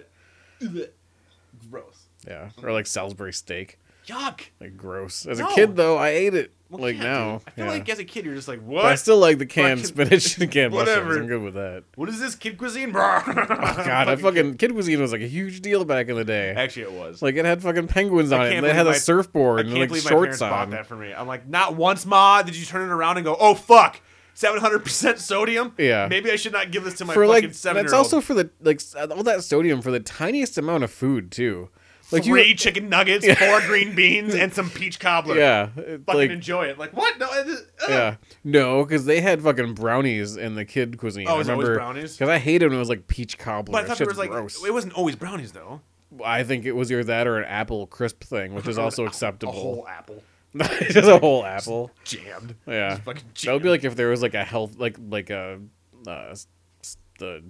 Speaker 5: Gross.
Speaker 6: yeah, or like Salisbury steak,
Speaker 5: Yuck.
Speaker 6: like gross. As a
Speaker 5: No.
Speaker 6: kid though, I ate it.
Speaker 5: Well,
Speaker 6: like
Speaker 5: yeah,
Speaker 6: now,
Speaker 5: dude. I feel
Speaker 6: yeah.
Speaker 5: like as a kid you're just like
Speaker 6: But
Speaker 5: what?
Speaker 6: I still like the canned
Speaker 5: Fucking-
Speaker 6: spinach and canned mushrooms.
Speaker 5: Whatever.
Speaker 6: I'm good with that.
Speaker 5: what is this kid cuisine?
Speaker 6: God, I fucking kid cuisine was like a huge deal back in the day.
Speaker 5: Actually, it was.
Speaker 6: Like it had fucking penguins on it.
Speaker 5: can't
Speaker 6: and They had
Speaker 5: believe
Speaker 6: a
Speaker 5: my-
Speaker 6: surfboard
Speaker 5: I
Speaker 6: and
Speaker 5: can't
Speaker 6: like
Speaker 5: believe my
Speaker 6: shorts
Speaker 5: parents bought
Speaker 6: on.
Speaker 5: that for me. I'm like, not once, ma, did you turn it around and go, oh fuck, seven hundred percent sodium.
Speaker 6: Yeah.
Speaker 5: Maybe I should not give this to my
Speaker 6: for
Speaker 5: fucking
Speaker 6: like
Speaker 5: seven year
Speaker 6: that's
Speaker 5: old.
Speaker 6: also for the like s- all that sodium for the tiniest amount of food too. Like
Speaker 5: three
Speaker 6: you,
Speaker 5: chicken nuggets, four green beans, and some peach cobbler.
Speaker 6: yeah, it-
Speaker 5: Fucking
Speaker 6: like
Speaker 5: enjoy it. Like what? No. It is, ugh.
Speaker 6: yeah, no, because they had fucking brownies in the kid cuisine.
Speaker 5: Oh,
Speaker 6: I
Speaker 5: is it always
Speaker 6: remember
Speaker 5: brownies?
Speaker 6: because I hated when it was like peach cobbler.
Speaker 5: But I thought
Speaker 6: That
Speaker 5: there was
Speaker 6: shit's
Speaker 5: like
Speaker 6: gross.
Speaker 5: it wasn't always brownies though.
Speaker 6: I think it was either that or an apple crisp thing, which is also
Speaker 5: A
Speaker 6: acceptable.
Speaker 5: whole apple
Speaker 6: Just a whole apple.
Speaker 5: jammed.
Speaker 6: Yeah,
Speaker 5: Just fucking
Speaker 6: that would
Speaker 5: jammed.
Speaker 6: be like if there was like a health, like like a uh, s- s- the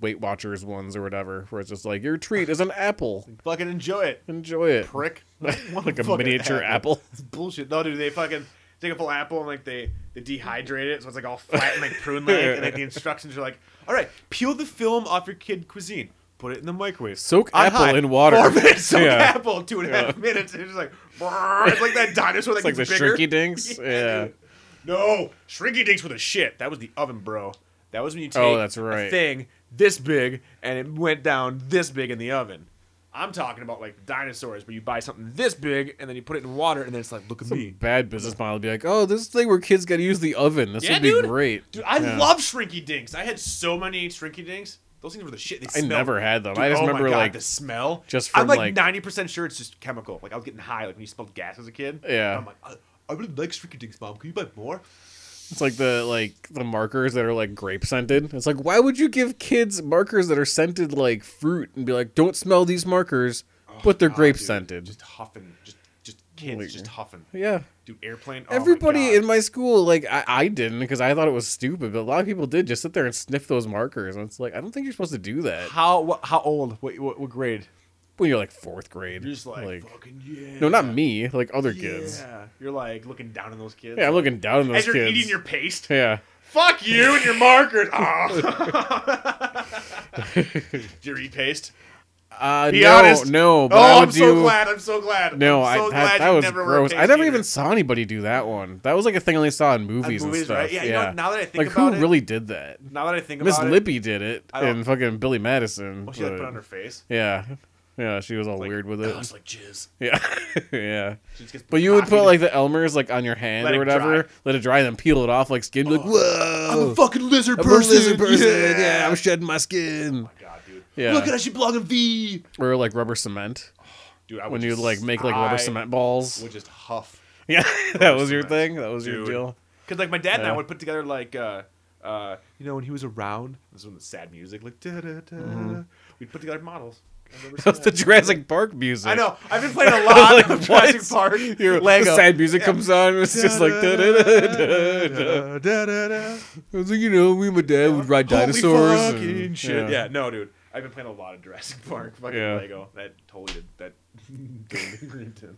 Speaker 6: Weight Watchers ones or whatever, where it's just like your treat is an apple.
Speaker 5: fucking enjoy it,
Speaker 6: Enjoy it,
Speaker 5: prick.
Speaker 6: like a
Speaker 5: Fucking
Speaker 6: miniature apple.
Speaker 5: It's bullshit. No, dude, they fucking take a full apple and like they they dehydrate it, so it's like all flat and like prune like, and like the instructions are like, all right, peel the film off your kid cuisine, put it in the microwave,
Speaker 6: Soak
Speaker 5: on
Speaker 6: apple
Speaker 5: high,
Speaker 6: in water.
Speaker 5: four minutes, soak
Speaker 6: Yeah.
Speaker 5: apple two and a half minutes, and it's just like brrr, it's like that dinosaur that
Speaker 6: It's like
Speaker 5: gets
Speaker 6: the
Speaker 5: bigger.
Speaker 6: shrinky dinks. Yeah.
Speaker 5: dude. No, shrinky dinks were the shit. That was the oven, bro. That was when you take
Speaker 6: Oh, that's right.
Speaker 5: a thing this big and it went down this big in the oven. I'm talking about like dinosaurs, where you buy something this big and then you put it in water and then it's like, look at me.
Speaker 6: Bad business model. Be like, oh, this thing where kids got to use the oven. This
Speaker 5: Yeah,
Speaker 6: would be
Speaker 5: dude.
Speaker 6: great.
Speaker 5: Dude, I
Speaker 6: Yeah.
Speaker 5: love shrinky dinks. I had so many shrinky dinks. Those things were the shit. They
Speaker 6: I
Speaker 5: smelled-
Speaker 6: never had them.
Speaker 5: Dude,
Speaker 6: I just
Speaker 5: oh
Speaker 6: remember
Speaker 5: my God,
Speaker 6: like
Speaker 5: the smell.
Speaker 6: just
Speaker 5: I'm
Speaker 6: from,
Speaker 5: like
Speaker 6: like-
Speaker 5: ninety percent sure it's just chemical. Like I was getting high, like when you smelled gas as a kid.
Speaker 6: Yeah.
Speaker 5: I'm like, I, I really like shrinky dinks, mom. Can you buy more?
Speaker 6: it's like the like the markers that are like grape scented. It's like why would you give kids markers that are scented like fruit and be like, don't smell these markers, but they're
Speaker 5: God,
Speaker 6: grape
Speaker 5: Oh, dude.
Speaker 6: scented.
Speaker 5: Just Oh huffing, just just kids,
Speaker 6: Like-
Speaker 5: just huffing.
Speaker 6: Yeah.
Speaker 5: Dude, airplane.
Speaker 6: Everybody
Speaker 5: oh
Speaker 6: in my school, like I, I didn't because I thought it was stupid, but a lot of people did just sit there and sniff those markers, and it's like I don't think you're supposed to do that
Speaker 5: how what, how old? What, what what grade?
Speaker 6: when you're like fourth grade.
Speaker 5: You're just like, fucking yeah.
Speaker 6: no, not me, like other
Speaker 5: yeah.
Speaker 6: kids.
Speaker 5: You're like looking down on those kids.
Speaker 6: Yeah, I'm looking down on those
Speaker 5: As you're
Speaker 6: kids.
Speaker 5: eating your paste,
Speaker 6: yeah,
Speaker 5: fuck you and your Ah. markers. Do you eat paste?
Speaker 6: uh,
Speaker 5: Be
Speaker 6: no,
Speaker 5: honest.
Speaker 6: no, but
Speaker 5: oh,
Speaker 6: I
Speaker 5: am
Speaker 6: would do.
Speaker 5: so glad. I'm so glad.
Speaker 6: No,
Speaker 5: I'm so
Speaker 6: I
Speaker 5: glad
Speaker 6: that, that
Speaker 5: you
Speaker 6: was
Speaker 5: never were a
Speaker 6: gross. I
Speaker 5: paste
Speaker 6: never
Speaker 5: eater.
Speaker 6: even saw anybody do that one. That was like a thing I only saw in movies,
Speaker 5: movies,
Speaker 6: and stuff.
Speaker 5: right? Yeah, you know, now that I think
Speaker 6: like
Speaker 5: about
Speaker 6: who
Speaker 5: it-
Speaker 6: really did that?
Speaker 5: Now that I think
Speaker 6: Miss
Speaker 5: about it,
Speaker 6: Lippy did it,
Speaker 5: I don't-
Speaker 6: and fucking Billy Madison.
Speaker 5: well, she like
Speaker 6: but-
Speaker 5: put it on her face.
Speaker 6: Yeah, yeah, she was all
Speaker 5: Like,
Speaker 6: weird with
Speaker 5: "Oh,
Speaker 6: it.
Speaker 5: It's like jizz.
Speaker 6: Yeah, yeah.
Speaker 5: She just gets Oh
Speaker 6: But you would
Speaker 5: cocky.
Speaker 6: put like the Elmer's like on your hand
Speaker 5: Let
Speaker 6: or
Speaker 5: it dry. Oh.
Speaker 6: whatever, let it dry, then peel it off like skin. Be like, whoa,
Speaker 5: I'm a fucking lizard
Speaker 6: I'm a
Speaker 5: person.
Speaker 6: lizard person. Yeah.
Speaker 5: Yeah.
Speaker 6: I'm shedding my skin.
Speaker 5: God, dude.
Speaker 6: Yeah,
Speaker 5: Look at I should belong in V.
Speaker 6: or like rubber cement
Speaker 5: Dude, I
Speaker 6: when
Speaker 5: would
Speaker 6: you
Speaker 5: just-
Speaker 6: like make like rubber
Speaker 5: I
Speaker 6: cement balls.
Speaker 5: Would just huff.
Speaker 6: yeah, that was your
Speaker 5: cement.
Speaker 6: thing. That was your
Speaker 5: Dude.
Speaker 6: deal.
Speaker 5: Because like my dad and I
Speaker 6: Yeah.
Speaker 5: would put together like uh uh you know when he was around this is when the sad music like da da da
Speaker 6: Mm-hmm.
Speaker 5: we'd put together models. I remember
Speaker 6: That was the
Speaker 5: seeing that.
Speaker 6: Jurassic Park music.
Speaker 5: I know. I've been playing a lot
Speaker 6: Like,
Speaker 5: of Jurassic
Speaker 6: what?
Speaker 5: Park.
Speaker 6: Your
Speaker 5: Lego.
Speaker 6: sad music comes on. It's just like,
Speaker 5: Da,
Speaker 6: da-da-da-da-da.
Speaker 5: da, da, da.
Speaker 6: I was like, you know, me and my dad would ride dinosaurs.
Speaker 5: Holy
Speaker 6: and-
Speaker 5: fucking shit. Yeah. no, dude. I've been playing a lot of Jurassic Park, fucking
Speaker 6: Yeah.
Speaker 5: Lego. That totally did that. deleted.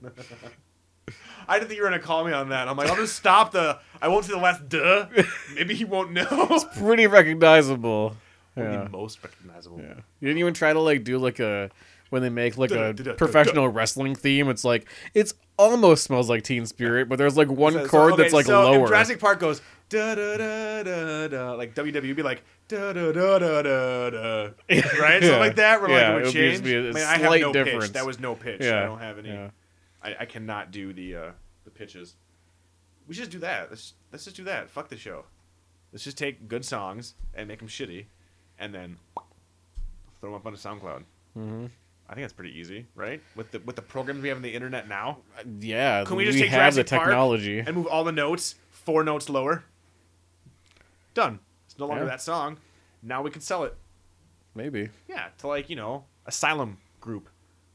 Speaker 5: I didn't think you were gonna call me on that. I'm like, I'll just stop the. I won't say the last duh. Maybe he won't know.
Speaker 6: pretty recognizable. Yeah.
Speaker 5: The most recognizable.
Speaker 6: Yeah. You didn't even try to like do like a when they make like a
Speaker 5: Da-da-da-da-da-da.
Speaker 6: professional wrestling theme. It's like it's almost smells like Teen Spirit, but there's like
Speaker 5: So-
Speaker 6: one
Speaker 5: so,
Speaker 6: chord
Speaker 5: okay,
Speaker 6: that's like
Speaker 5: so
Speaker 6: lower.
Speaker 5: If Jurassic Park goes da da da da da, like WWE be like da da da da da da, right? Something
Speaker 6: Yeah.
Speaker 5: like that. Where like it
Speaker 6: Yeah, it
Speaker 5: would
Speaker 6: would just
Speaker 5: change.
Speaker 6: be a
Speaker 5: Man, I have
Speaker 6: slight
Speaker 5: no
Speaker 6: difference.
Speaker 5: pitch. That was no pitch.
Speaker 6: Yeah,
Speaker 5: I don't have any.
Speaker 6: yeah.
Speaker 5: I, I cannot do the uh, the pitches. We should just do that. Let's let's just do that. Fuck the show. Let's just take good songs and make them shitty, and then throw them up onto SoundCloud. Mm-hmm. I think that's pretty easy, right? With the with the programs we have on the internet now
Speaker 6: Uh, yeah,
Speaker 5: Can we just take
Speaker 6: have
Speaker 5: Jurassic
Speaker 6: the
Speaker 5: Park
Speaker 6: technology?
Speaker 5: and move all the notes four notes lower. Done. It's no longer
Speaker 6: Yeah.
Speaker 5: that song. Now we can sell it.
Speaker 6: Maybe.
Speaker 5: Yeah, to like you know Asylum Group,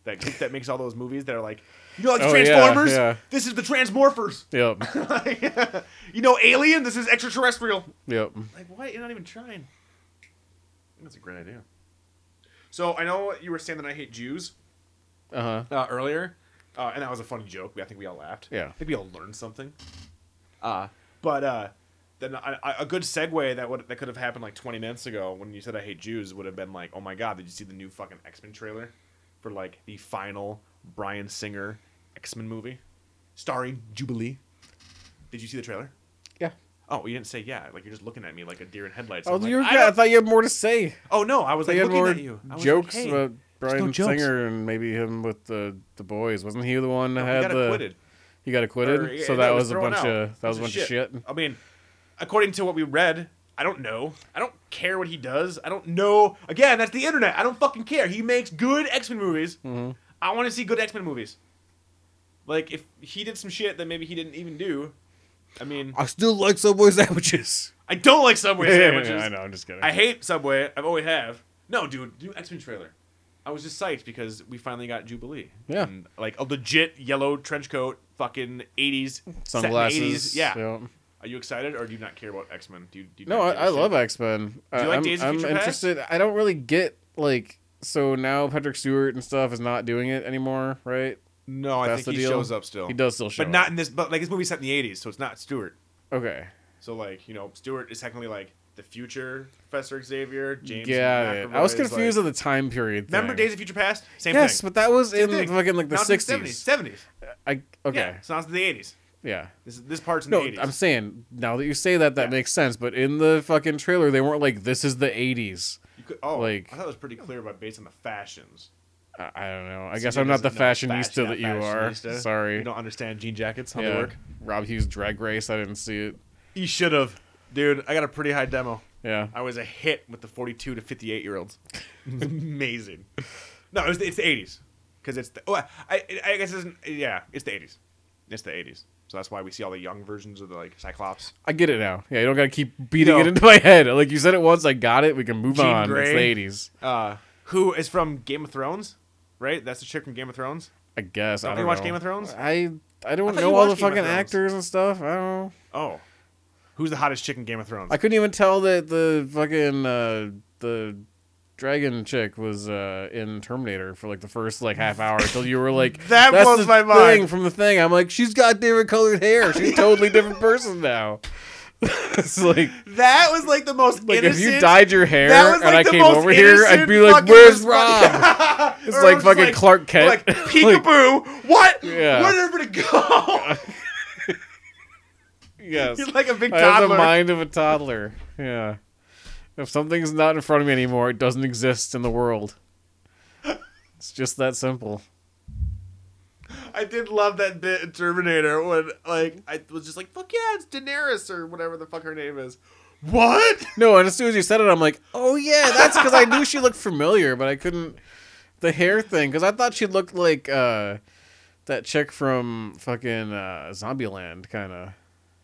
Speaker 5: that group that makes all those movies that are like, you know, like the
Speaker 6: Oh, yeah,
Speaker 5: Transformers.
Speaker 6: yeah.
Speaker 5: This is the Transmorphers.
Speaker 6: Yep.
Speaker 5: you know, Alien. This is extraterrestrial.
Speaker 6: yep.
Speaker 5: Like, why? You're not even trying. That's a great idea. So I know you were saying that I hate Jews
Speaker 6: Uh huh.
Speaker 5: uh, earlier, uh, and that was a funny joke. I think we all laughed.
Speaker 6: Yeah.
Speaker 5: I think we all learned something. Uh, but uh, then I, I, a good segue that would that could have happened like 20 minutes ago when you said I hate Jews would have been like, oh my god, did you see the new fucking X Men trailer for like the final Brian Singer X Men movie starring Jubilee? Did you see the trailer?
Speaker 6: Yeah.
Speaker 5: Oh, you didn't say yeah. Like you're just looking at me like a deer in headlights.
Speaker 6: Oh,
Speaker 5: I'm like,
Speaker 6: you're,
Speaker 5: I
Speaker 6: I,
Speaker 5: don't-
Speaker 6: thought you had more to say.
Speaker 5: oh no, I was
Speaker 6: They
Speaker 5: like
Speaker 6: had
Speaker 5: looking
Speaker 6: more
Speaker 5: at you. I was like,
Speaker 6: jokes
Speaker 5: hey,
Speaker 6: about
Speaker 5: there's no
Speaker 6: Brian
Speaker 5: jokes.
Speaker 6: Singer and maybe him with the the boys. Wasn't he the one that
Speaker 5: he
Speaker 6: had
Speaker 5: got
Speaker 6: the
Speaker 5: acquitted.
Speaker 6: he got acquitted?
Speaker 5: Or-
Speaker 6: so
Speaker 5: yeah,
Speaker 6: that
Speaker 5: it
Speaker 6: was a
Speaker 5: thrown
Speaker 6: bunch
Speaker 5: out.
Speaker 6: of that was a
Speaker 5: Piece
Speaker 6: bunch of shit.
Speaker 5: I mean, according to what we read, I don't know. I don't care what he does. I don't know. Again, that's the internet. I don't fucking care. He makes good X Men movies.
Speaker 6: Mm-hmm.
Speaker 5: I want to see good X Men movies. Like if he did some shit that maybe he didn't even do. I mean,
Speaker 6: I still like Subway sandwiches.
Speaker 5: I don't like Subway sandwiches.
Speaker 6: I know. I'm just kidding.
Speaker 5: I hate Subway. I've always have. No, dude, new X Men trailer. I was just psyched because we finally got Jubilee.
Speaker 6: Yeah.
Speaker 5: And, like a legit yellow trench coat, fucking eighties
Speaker 6: sunglasses.
Speaker 5: Yeah.
Speaker 6: yeah.
Speaker 5: Are you excited, or do you not care about X Men? Do you? Do you
Speaker 6: No,
Speaker 5: not
Speaker 6: I,
Speaker 5: give a
Speaker 6: I
Speaker 5: shit?
Speaker 6: love X Men.
Speaker 5: you like
Speaker 6: I'm,
Speaker 5: Days of
Speaker 6: I'm
Speaker 5: Future Past?
Speaker 6: interested. I don't really get like so now Patrick Stewart and stuff is not doing it anymore, right?
Speaker 5: No, I
Speaker 6: That's
Speaker 5: think
Speaker 6: the
Speaker 5: he
Speaker 6: deal?
Speaker 5: shows up still.
Speaker 6: He does still show
Speaker 5: but not
Speaker 6: up.
Speaker 5: in this. But like this movie's set in the '80s, so it's not Stewart.
Speaker 6: Okay.
Speaker 5: So like you know, Stewart is technically like the future Professor Xavier. James.
Speaker 6: yeah, yeah.
Speaker 5: McAvoy
Speaker 6: I was
Speaker 5: is,
Speaker 6: confused
Speaker 5: like-
Speaker 6: at the time period. Thing.
Speaker 5: remember Days of Future Past? Same
Speaker 6: Yes,
Speaker 5: thing.
Speaker 6: but that was in
Speaker 5: Same thing.
Speaker 6: fucking like the
Speaker 5: Now it's in
Speaker 6: 60s.
Speaker 5: 70s. 70s.
Speaker 6: I okay.
Speaker 5: Yeah, so now it's in the 80s.
Speaker 6: yeah.
Speaker 5: This this part's in
Speaker 6: No,
Speaker 5: the 80s.
Speaker 6: I'm saying now that you say that, that makes sense. But in the fucking trailer, they weren't like, "This is the '80s."
Speaker 5: You could- oh,
Speaker 6: like-
Speaker 5: I thought it was pretty clear about based on the fashions.
Speaker 6: I, I don't know. I
Speaker 5: So
Speaker 6: guess
Speaker 5: you
Speaker 6: I'm not the
Speaker 5: doesn't know
Speaker 6: fashionista
Speaker 5: fashion-
Speaker 6: that you
Speaker 5: fashionista.
Speaker 6: are. Sorry.
Speaker 5: you don't understand jean jackets how
Speaker 6: yeah.
Speaker 5: they work.
Speaker 6: Rob Hughes Drag Race. I didn't see it.
Speaker 5: You should have, dude. I got a pretty high demo.
Speaker 6: Yeah.
Speaker 5: I was a hit with the 42 to 58 year olds. Amazing. No, it was, it's the 80s because it's the. Oh, I, I guess it's yeah, it's the 80s. It's the 80s. So that's why we see all the young versions of the like Cyclops.
Speaker 6: I get it now. Yeah, you don't gotta keep beating it
Speaker 5: No.
Speaker 6: into my head. Like you said it once, I got it. We can move
Speaker 5: Jean
Speaker 6: on. It's
Speaker 5: Grey.
Speaker 6: the eighties.
Speaker 5: Uh, who is from Game of Thrones? Right, that's the chick from Game of Thrones.
Speaker 6: I guess. I
Speaker 5: Don't
Speaker 6: don't
Speaker 5: you watch
Speaker 6: know.
Speaker 5: Game of Thrones?
Speaker 6: I I don't
Speaker 5: I thought you
Speaker 6: know all
Speaker 5: watched
Speaker 6: the
Speaker 5: Game of
Speaker 6: fucking
Speaker 5: Thrones.
Speaker 6: actors and stuff. I don't know.
Speaker 5: Oh, who's the hottest chick in Game of Thrones?
Speaker 6: I couldn't even tell that the fucking uh the dragon chick was uh in Terminator for like the first like half hour until you were like
Speaker 5: That
Speaker 6: That's
Speaker 5: blows
Speaker 6: the
Speaker 5: my mind."
Speaker 6: thing from the thing. I'm like, she's got different colored hair. She's a totally different person now. it's like
Speaker 5: that was like the most
Speaker 6: like if you
Speaker 5: innocent-
Speaker 6: dyed your hair
Speaker 5: That was, like,
Speaker 6: and I
Speaker 5: the
Speaker 6: came
Speaker 5: most
Speaker 6: over here, I'd
Speaker 5: innocent
Speaker 6: be like,
Speaker 5: fucking
Speaker 6: "Where's
Speaker 5: response."
Speaker 6: Rob?" It's
Speaker 5: Or
Speaker 6: like
Speaker 5: just
Speaker 6: fucking Clark Kent.
Speaker 5: Like peekaboo. what?
Speaker 6: Yeah.
Speaker 5: Where did everybody go?
Speaker 6: yes,
Speaker 5: He's like a big
Speaker 6: I have the
Speaker 5: toddler.
Speaker 6: mind of a toddler. Yeah, if something's not in front of me anymore, it doesn't exist in the world. It's just that simple.
Speaker 5: I did love that bit in Terminator when like I was just like, fuck yeah, it's Daenerys or whatever the fuck her name is. What?
Speaker 6: No, and as soon as you said it, I'm like, "Oh yeah, that's because I knew she looked familiar, but I couldn't." The hair thing, because I thought she looked like uh, that chick from fucking uh, Zombieland, kind of.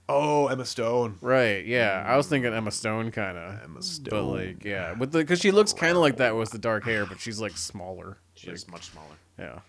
Speaker 5: Oh, Emma Stone.
Speaker 6: Right. Yeah, I was thinking Emma Stone kind of. Emma Stone. But like, yeah, with the because she looks kind of like that with the dark hair, but she's like smaller.
Speaker 5: She is much smaller.
Speaker 6: Yeah,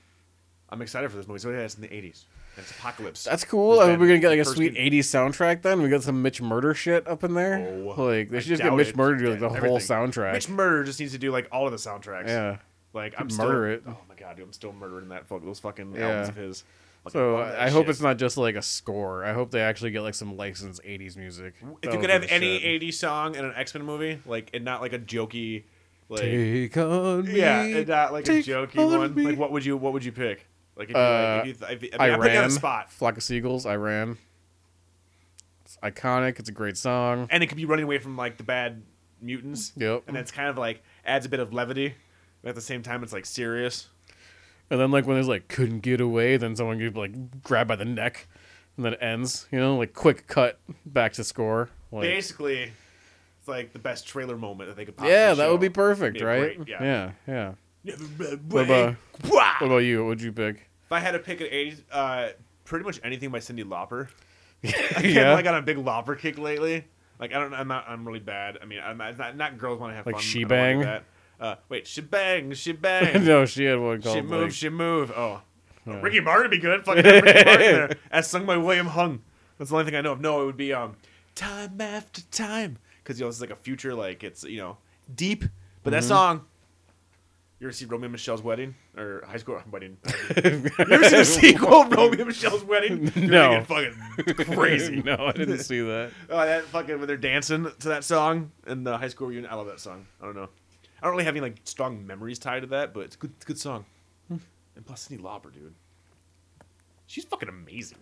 Speaker 5: I'm excited for this movie. So yeah, it's in the '80s. It's apocalypse.
Speaker 6: that's cool.
Speaker 5: Is
Speaker 6: Are we
Speaker 5: that
Speaker 6: gonna get like a
Speaker 5: first
Speaker 6: sweet
Speaker 5: good-
Speaker 6: '80s soundtrack then? We got some Mitch Murder shit up in there.
Speaker 5: Oh,
Speaker 6: like they
Speaker 5: I
Speaker 6: should just get
Speaker 5: doubt
Speaker 6: Mitch
Speaker 5: it.
Speaker 6: Murder to do like the
Speaker 5: Yeah,
Speaker 6: whole
Speaker 5: everything.
Speaker 6: soundtrack.
Speaker 5: Mitch Murder just needs to do like all of the soundtracks.
Speaker 6: yeah.
Speaker 5: Like
Speaker 6: Could
Speaker 5: I'm
Speaker 6: murder it.
Speaker 5: still, Oh my god, dude, I'm still murdering that fuck those fucking
Speaker 6: Yeah.
Speaker 5: albums of his. Fucking
Speaker 6: So
Speaker 5: love that
Speaker 6: I hope
Speaker 5: shit.
Speaker 6: it's not just like a score. I hope they actually get like some licensed '80s music.
Speaker 5: If you could have any '80s song in an X Men movie, like and not like a jokey, like
Speaker 6: take on me,
Speaker 5: yeah, and not like a
Speaker 6: take
Speaker 5: jokey
Speaker 6: on
Speaker 5: one.
Speaker 6: me.
Speaker 5: Like what would you what would you pick? Like if you, like,
Speaker 6: Uh,
Speaker 5: if you th- if, you- I mean, I'm putting you on
Speaker 6: Iran,
Speaker 5: the spot,
Speaker 6: flock of seagulls, Iran. It's iconic. It's a great song.
Speaker 5: and it could be running away from like the bad mutants.
Speaker 6: Yep.
Speaker 5: and that's kind of like adds a bit of levity, but at the same time it's like serious.
Speaker 6: And then like when there's like couldn't get away, then someone gets like grabbed by the neck, and then it ends. You know, like quick cut back to score. Like,
Speaker 5: Basically, it's like the best trailer moment that they could. possibly
Speaker 6: yeah, that
Speaker 5: show.
Speaker 6: would be perfect,
Speaker 5: Yeah,
Speaker 6: right?
Speaker 5: great, yeah.
Speaker 6: yeah,
Speaker 5: What
Speaker 6: yeah. about- What
Speaker 5: If
Speaker 6: about you? What would you pick?
Speaker 5: I had to pick an '80s, uh, pretty much anything by Cindy Lauper. yeah.
Speaker 6: yeah,
Speaker 5: I got on a big lopper kick lately. Like I don't, I'm not, I'm really bad. I mean, I'm not, not, not girls want to have
Speaker 6: Like
Speaker 5: fun.
Speaker 6: she
Speaker 5: I don't wanna do
Speaker 6: bang?
Speaker 5: That. Uh, wait, she bang, she bang.
Speaker 6: no, she had one called.
Speaker 5: she move,
Speaker 6: like-
Speaker 5: she move. Oh,
Speaker 6: Yeah.
Speaker 5: Ricky Martin would be good. Fucking have Ricky Martin there, as sung by William Hung. That's the only thing I know of. No, it would be um, time after time, because you know it's like a future, like it's you know deep. But
Speaker 6: Mm-hmm.
Speaker 5: that song, you ever see Romeo and Michelle's wedding or high school wedding? you ever see the sequel of Romeo and Michelle's wedding? You're
Speaker 6: No.
Speaker 5: gonna get fucking crazy.
Speaker 6: no, I didn't see that.
Speaker 5: Oh, that fucking when they're dancing to that song in the high school reunion. I love that song. I don't know. I don't really have any like strong memories tied to that, but it's a good, it's a good song. and plus, Cindy Lauper, dude, she's fucking amazing.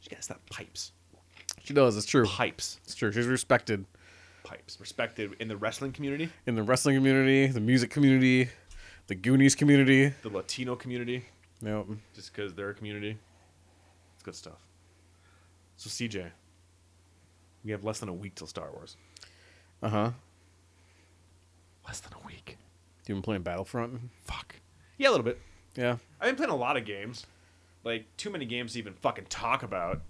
Speaker 5: She got that pipes,
Speaker 6: She does. It's true.
Speaker 5: pipes,
Speaker 6: It's true. She's respected
Speaker 5: pipes. Respected in the wrestling community,
Speaker 6: in the wrestling community, the music community, the Goonies community.
Speaker 5: the Latino community,
Speaker 6: Yep.
Speaker 5: just because they're a community. It's good stuff. So CJ, we have less than a week till Star Wars.
Speaker 6: Uh huh.
Speaker 5: Less than a week.
Speaker 6: You been playing Battlefront?
Speaker 5: Fuck. Yeah, a little bit.
Speaker 6: Yeah.
Speaker 5: I've been playing a lot of games. Like too many games to even fucking talk about.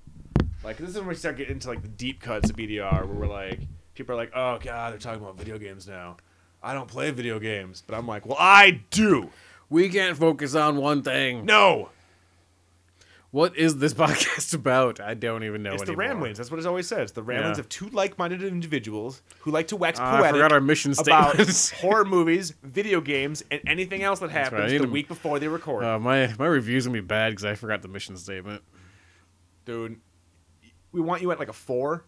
Speaker 5: Like this is when we start getting into like the deep cuts of BDR, where we're like, people are like, "Oh god, they're talking about video games now." I don't play video games, but I'm like, "Well, I do."
Speaker 6: We can't focus on one thing.
Speaker 5: No,
Speaker 6: What is this podcast about? I don't even know.
Speaker 5: It's the
Speaker 6: anymore.
Speaker 5: Ramblings. That's what it always says. The Ramblings
Speaker 6: Yeah.
Speaker 5: of two like-minded individuals who like to wax
Speaker 6: Ah, I
Speaker 5: poetic
Speaker 6: forgot our mission
Speaker 5: about
Speaker 6: statements.
Speaker 5: horror movies, video games, and anything else that
Speaker 6: right. I
Speaker 5: happens
Speaker 6: need
Speaker 5: the
Speaker 6: to-
Speaker 5: week before they record.
Speaker 6: Uh, my my review's gonna be bad because I forgot the mission statement.
Speaker 5: Dude, we want you at like a four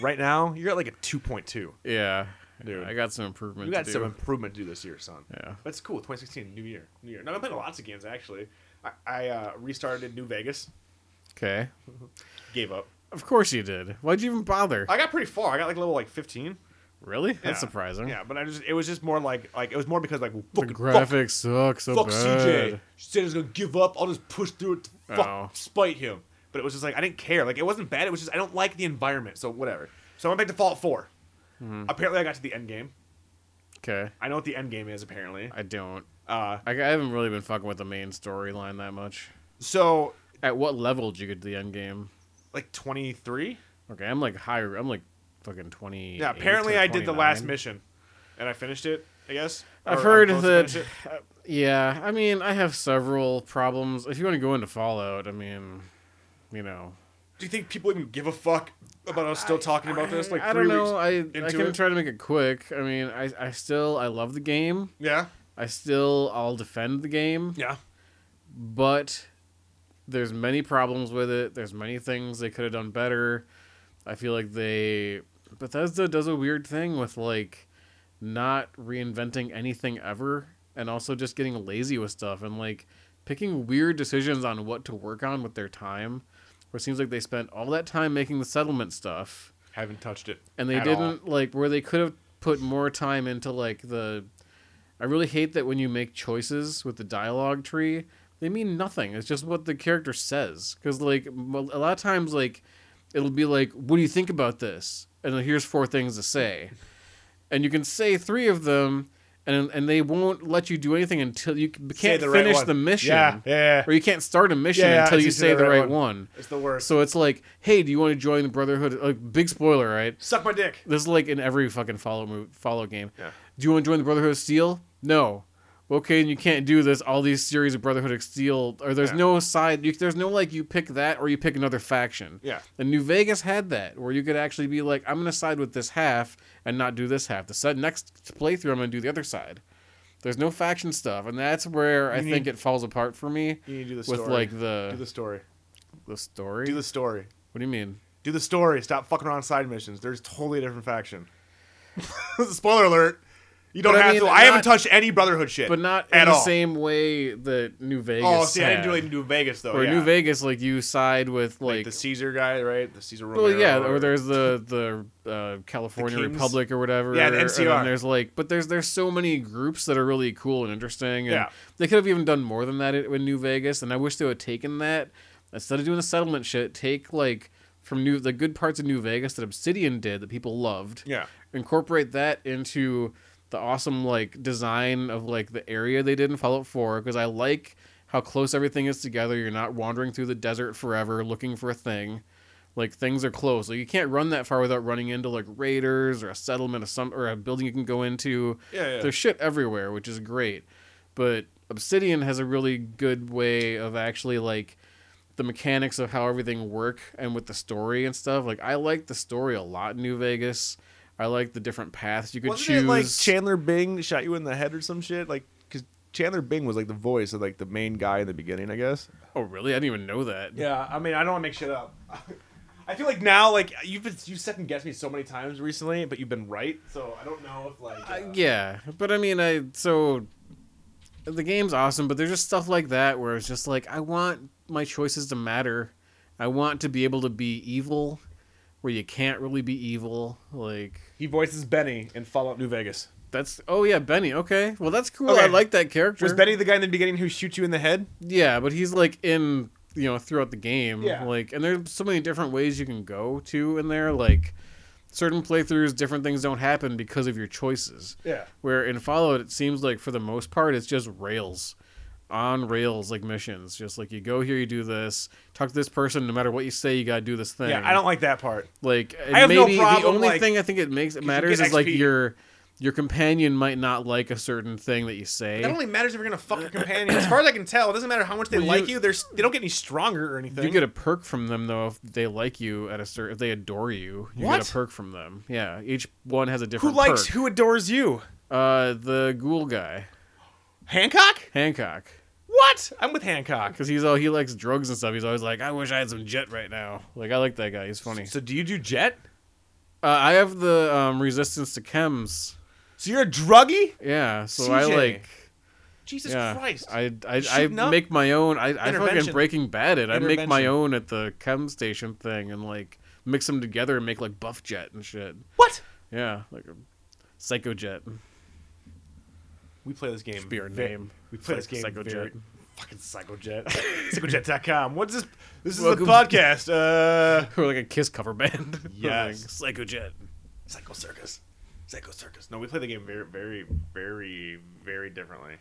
Speaker 5: right now. You're at like a two point two.
Speaker 6: Yeah,
Speaker 5: Dude.
Speaker 6: I got some improvement.
Speaker 5: You got
Speaker 6: to
Speaker 5: some
Speaker 6: do.
Speaker 5: improvement to do this year, son.
Speaker 6: Yeah.
Speaker 5: But it's cool. 2016, new year, new year. Now I'm playing lots of games actually. I, I uh, restarted New Vegas.
Speaker 6: Okay,
Speaker 5: Gave up.
Speaker 6: of course you did. Why'd you even bother?
Speaker 5: I got pretty far. I got like level like 15.
Speaker 6: Really? That's
Speaker 5: Yeah.
Speaker 6: surprising.
Speaker 5: Yeah, but I just it was just more like like it was more because like well,
Speaker 6: The
Speaker 5: fucking fuck
Speaker 6: graphics suck so
Speaker 5: fuck
Speaker 6: bad.
Speaker 5: CJ. She said I was gonna give up. I'll just push through it to fuck
Speaker 6: Oh.
Speaker 5: spite him. But it was just like I didn't care. Like it wasn't bad. It was just I don't like the environment. So whatever. So I went back to Fallout 4.
Speaker 6: Mm-hmm.
Speaker 5: Apparently I got to the end game.
Speaker 6: Okay,
Speaker 5: I know what the end game is apparently.
Speaker 6: I don't.
Speaker 5: Uh,
Speaker 6: I, I haven't really been fucking with the main storyline that much.
Speaker 5: so
Speaker 6: At what level did you get to the end game?
Speaker 5: like 23.
Speaker 6: Okay, I'm like higher. I'm like fucking twenty.
Speaker 5: Yeah. Apparently I did the last mission, and I finished it. I guess.
Speaker 6: I've
Speaker 5: Or I'm
Speaker 6: heard
Speaker 5: close to
Speaker 6: that-
Speaker 5: finish it.
Speaker 6: Yeah, I mean, I have several problems. If you want to go into Fallout, I mean, you know,
Speaker 5: Do you think people even give a fuck about us still talking about this? Like
Speaker 6: I
Speaker 5: three
Speaker 6: don't know.
Speaker 5: Weeks?
Speaker 6: I I
Speaker 5: into
Speaker 6: can
Speaker 5: it?
Speaker 6: try to make it quick. I mean, I I still I love the game.
Speaker 5: Yeah.
Speaker 6: I still I'll defend the game,
Speaker 5: Yeah.
Speaker 6: but there's many problems with it. There's many things they could have done better. I feel like they Bethesda does a weird thing with like not reinventing anything ever and also just getting lazy with stuff and like picking weird decisions on what to work on with their time. Where it seems like they spent all that time making the settlement stuff
Speaker 5: Haven't touched it.
Speaker 6: and they
Speaker 5: at all.
Speaker 6: didn't like where they could have put more time into like the I really hate that when you make choices with the dialogue tree, they mean nothing. It's just what the character says cuz like m- a lot of times like it'll be like what do you think about this? And then here's four things to say. And you can say three of them and and they won't let you do anything until you c-
Speaker 5: Say
Speaker 6: can't
Speaker 5: the right
Speaker 6: finish
Speaker 5: one.
Speaker 6: the mission.
Speaker 5: Yeah. Yeah.
Speaker 6: Or you can't start a mission
Speaker 5: Yeah, yeah,
Speaker 6: until
Speaker 5: it's
Speaker 6: you
Speaker 5: usually
Speaker 6: say
Speaker 5: the
Speaker 6: the
Speaker 5: right
Speaker 6: right one.
Speaker 5: It's the worst.
Speaker 6: So it's like, hey, do you want to join the Brotherhood? Like, big spoiler, right?
Speaker 5: Suck my dick.
Speaker 6: This is like in every fucking follow move, follow game.
Speaker 5: Yeah.
Speaker 6: Do you want to join the Brotherhood of Steel? No. Okay, and you can't do this. All these series of Brotherhood of Steel, or there's
Speaker 5: Yeah.
Speaker 6: no side. You, there's no like you pick that or you pick another faction.
Speaker 5: Yeah.
Speaker 6: And New Vegas had that where you could actually be like, I'm gonna side with this half and not do this half. The se- next playthrough, I'm gonna do the other side. There's no faction stuff, and that's where I
Speaker 5: You
Speaker 6: think
Speaker 5: need-
Speaker 6: it falls apart for me
Speaker 5: You need to do the
Speaker 6: with
Speaker 5: story.
Speaker 6: like
Speaker 5: do
Speaker 6: the
Speaker 5: the story.
Speaker 6: the story.
Speaker 5: Do the story.
Speaker 6: what do you mean?
Speaker 5: Do the story. Stop fucking around side missions. There's totally a different faction. Spoiler alert. You don't
Speaker 6: But I
Speaker 5: have
Speaker 6: mean,
Speaker 5: to. I haven't
Speaker 6: not-
Speaker 5: touched any Brotherhood shit.
Speaker 6: But not in
Speaker 5: at
Speaker 6: the
Speaker 5: all.
Speaker 6: same way that New Vegas.
Speaker 5: oh, see, I
Speaker 6: had.
Speaker 5: didn't do it in New Vegas though.
Speaker 6: Or
Speaker 5: yeah.
Speaker 6: New Vegas, like you side with
Speaker 5: Like,
Speaker 6: like,
Speaker 5: the Caesar guy, right? The Caesar Romero.
Speaker 6: well, yeah, or there's the the uh, California
Speaker 5: The Kings?
Speaker 6: Republic or whatever.
Speaker 5: Yeah, the
Speaker 6: and
Speaker 5: NCR.
Speaker 6: then there's like, but there's there's so many groups that are really cool and interesting. And
Speaker 5: Yeah.
Speaker 6: they could have even done more than that at- with New Vegas, and I wish they would have taken that instead of doing the settlement shit. Take like from new the good parts of New Vegas that Obsidian did that people loved
Speaker 5: yeah.
Speaker 6: incorporate that into the awesome like design of like the area they did in Fallout 4 because I like how close everything is together. You're not wandering through the desert forever looking for a thing. Like things are close. Like you can't run that far without running into like raiders or a settlement or some or a building you can go into.
Speaker 5: Yeah, yeah.
Speaker 6: There's shit everywhere, which is great. But Obsidian has a really good way of actually like the mechanics of how everything work and with the story and stuff. Like I like the story a lot in New Vegas. I like the different paths you could
Speaker 5: Wasn't
Speaker 6: choose.
Speaker 5: it like Chandler Bing shot you in the head or some shit? Like, because Chandler Bing was like the voice of like the main guy in the beginning, I guess.
Speaker 6: oh really? I didn't even know that.
Speaker 5: Yeah, I mean, I don't want to make shit up. I feel like now, like you've been, you second guessed me so many times recently, but you've been right. So I don't know if like uh,
Speaker 6: I- yeah, but I mean, I so the game's awesome, but there's just stuff like that where it's just like I want my choices to matter. I want to be able to be evil, where you can't really be evil. Like
Speaker 5: he voices Benny in Fallout New Vegas.
Speaker 6: that's oh yeah, Benny. Okay, well that's cool.
Speaker 5: Okay.
Speaker 6: I like that character.
Speaker 5: Was Benny the guy in the beginning who shoots you in the head?
Speaker 6: Yeah, but he's like in you know throughout the game.
Speaker 5: Yeah.
Speaker 6: Like, and there's so many different ways you can go to in there. Like, certain playthroughs, different things don't happen because of your choices.
Speaker 5: Yeah.
Speaker 6: Where in Fallout, it seems like for the most part, it's just rails, on rails like missions. Just like you go here, you do this, talk to this person. No matter what you say, you gotta do this thing.
Speaker 5: Yeah, I don't like that part.
Speaker 6: Like
Speaker 5: have no
Speaker 6: maybe the
Speaker 5: problem,
Speaker 6: only
Speaker 5: like-
Speaker 6: thing I think it makes it matters
Speaker 5: get
Speaker 6: is like
Speaker 5: XP.
Speaker 6: your your companion might not like a certain thing that you say.
Speaker 5: That only matters if you're gonna fuck your companion. As far as I can tell, it doesn't matter how much they
Speaker 6: Well,
Speaker 5: like
Speaker 6: you-
Speaker 5: you. They're s- they don't get any stronger or anything.
Speaker 6: You get a perk from them though if they like you at a certain if they adore you. You
Speaker 5: What?
Speaker 6: get a perk from them. Yeah, each one has a
Speaker 5: who
Speaker 6: different.
Speaker 5: likes
Speaker 6: perk.
Speaker 5: who adores you?
Speaker 6: Uh, the ghoul guy
Speaker 5: Hancock?
Speaker 6: Hancock,
Speaker 5: What? I'm with Hancock.
Speaker 6: because he's all he likes drugs and stuff. He's always like, I wish I had some jet right now. Like I like that guy. He's funny.
Speaker 5: So do you do jet?
Speaker 6: Uh, I have the um, resistance to chems.
Speaker 5: So you're a druggie?
Speaker 6: Yeah, so I
Speaker 5: CJ.
Speaker 6: like.
Speaker 5: Jesus
Speaker 6: yeah,
Speaker 5: Christ!
Speaker 6: I I, I
Speaker 5: Shooting up?
Speaker 6: make my own. I, I
Speaker 5: Intervention.
Speaker 6: fucking Breaking Bad it. I make my
Speaker 5: Intervention.
Speaker 6: own at the chem station thing and like mix them together and make like buff jet and shit.
Speaker 5: what?
Speaker 6: Yeah, like a psycho jet.
Speaker 5: We play this game.
Speaker 6: Should be our
Speaker 5: ve-
Speaker 6: name.
Speaker 5: We play this
Speaker 6: Psych-
Speaker 5: game.
Speaker 6: Psychojet.
Speaker 5: very- Fucking psychojet. Psychojet.com. What's this? This is
Speaker 6: Welcome-
Speaker 5: the podcast. Uh,
Speaker 6: Or like a Kiss cover band.
Speaker 5: Yes.
Speaker 6: Like, psycho jet.
Speaker 5: Psycho Circus. Psycho Circus. No, we play the game very, very, very, very differently.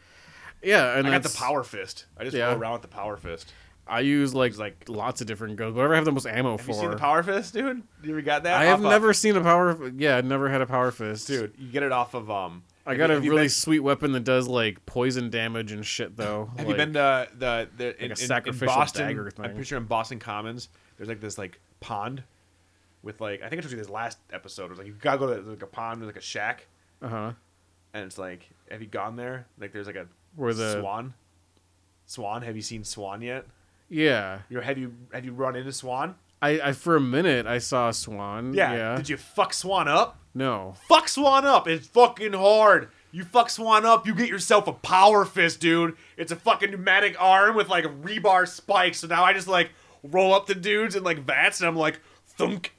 Speaker 6: Yeah, and
Speaker 5: I got the
Speaker 6: that's-
Speaker 5: power fist. I just
Speaker 6: Yeah.
Speaker 5: roll around with the power fist.
Speaker 6: I use like
Speaker 5: It's like-
Speaker 6: like lots of different guns. Whatever I have the most ammo
Speaker 5: Have
Speaker 6: for.
Speaker 5: you seen the power fist, dude? You ever got that?
Speaker 6: I have
Speaker 5: Off of-
Speaker 6: never seen a power. Yeah, I've never had a power fist,
Speaker 5: dude. You get it off of um.
Speaker 6: I
Speaker 5: have
Speaker 6: got
Speaker 5: you-
Speaker 6: a
Speaker 5: have you
Speaker 6: really
Speaker 5: been-
Speaker 6: sweet weapon that does like poison damage and shit though.
Speaker 5: Have
Speaker 6: Like,
Speaker 5: you been to the the in, in- in
Speaker 6: sacrificial
Speaker 5: Boston?
Speaker 6: dagger
Speaker 5: I'm
Speaker 6: thing.
Speaker 5: pretty sure in Boston Commons, there's like this like pond with like I think I told you this last episode. It was like you gotta go to like a pond with like a shack,
Speaker 6: Uh huh.
Speaker 5: and it's like, have you gone there? Like there's like a
Speaker 6: Where the-
Speaker 5: swan. Swan, have you seen Swan yet?
Speaker 6: Yeah.
Speaker 5: You know, have you have you run into Swan?
Speaker 6: I, I for a minute I saw a swan. Yeah.
Speaker 5: Did you fuck Swan up?
Speaker 6: No.
Speaker 5: Fuck Swan up. It's fucking hard. You fuck Swan up, you get yourself a power fist, dude. It's a fucking pneumatic arm with like rebar spikes. So now I just like roll up to dudes and like vats, and I'm like thunk,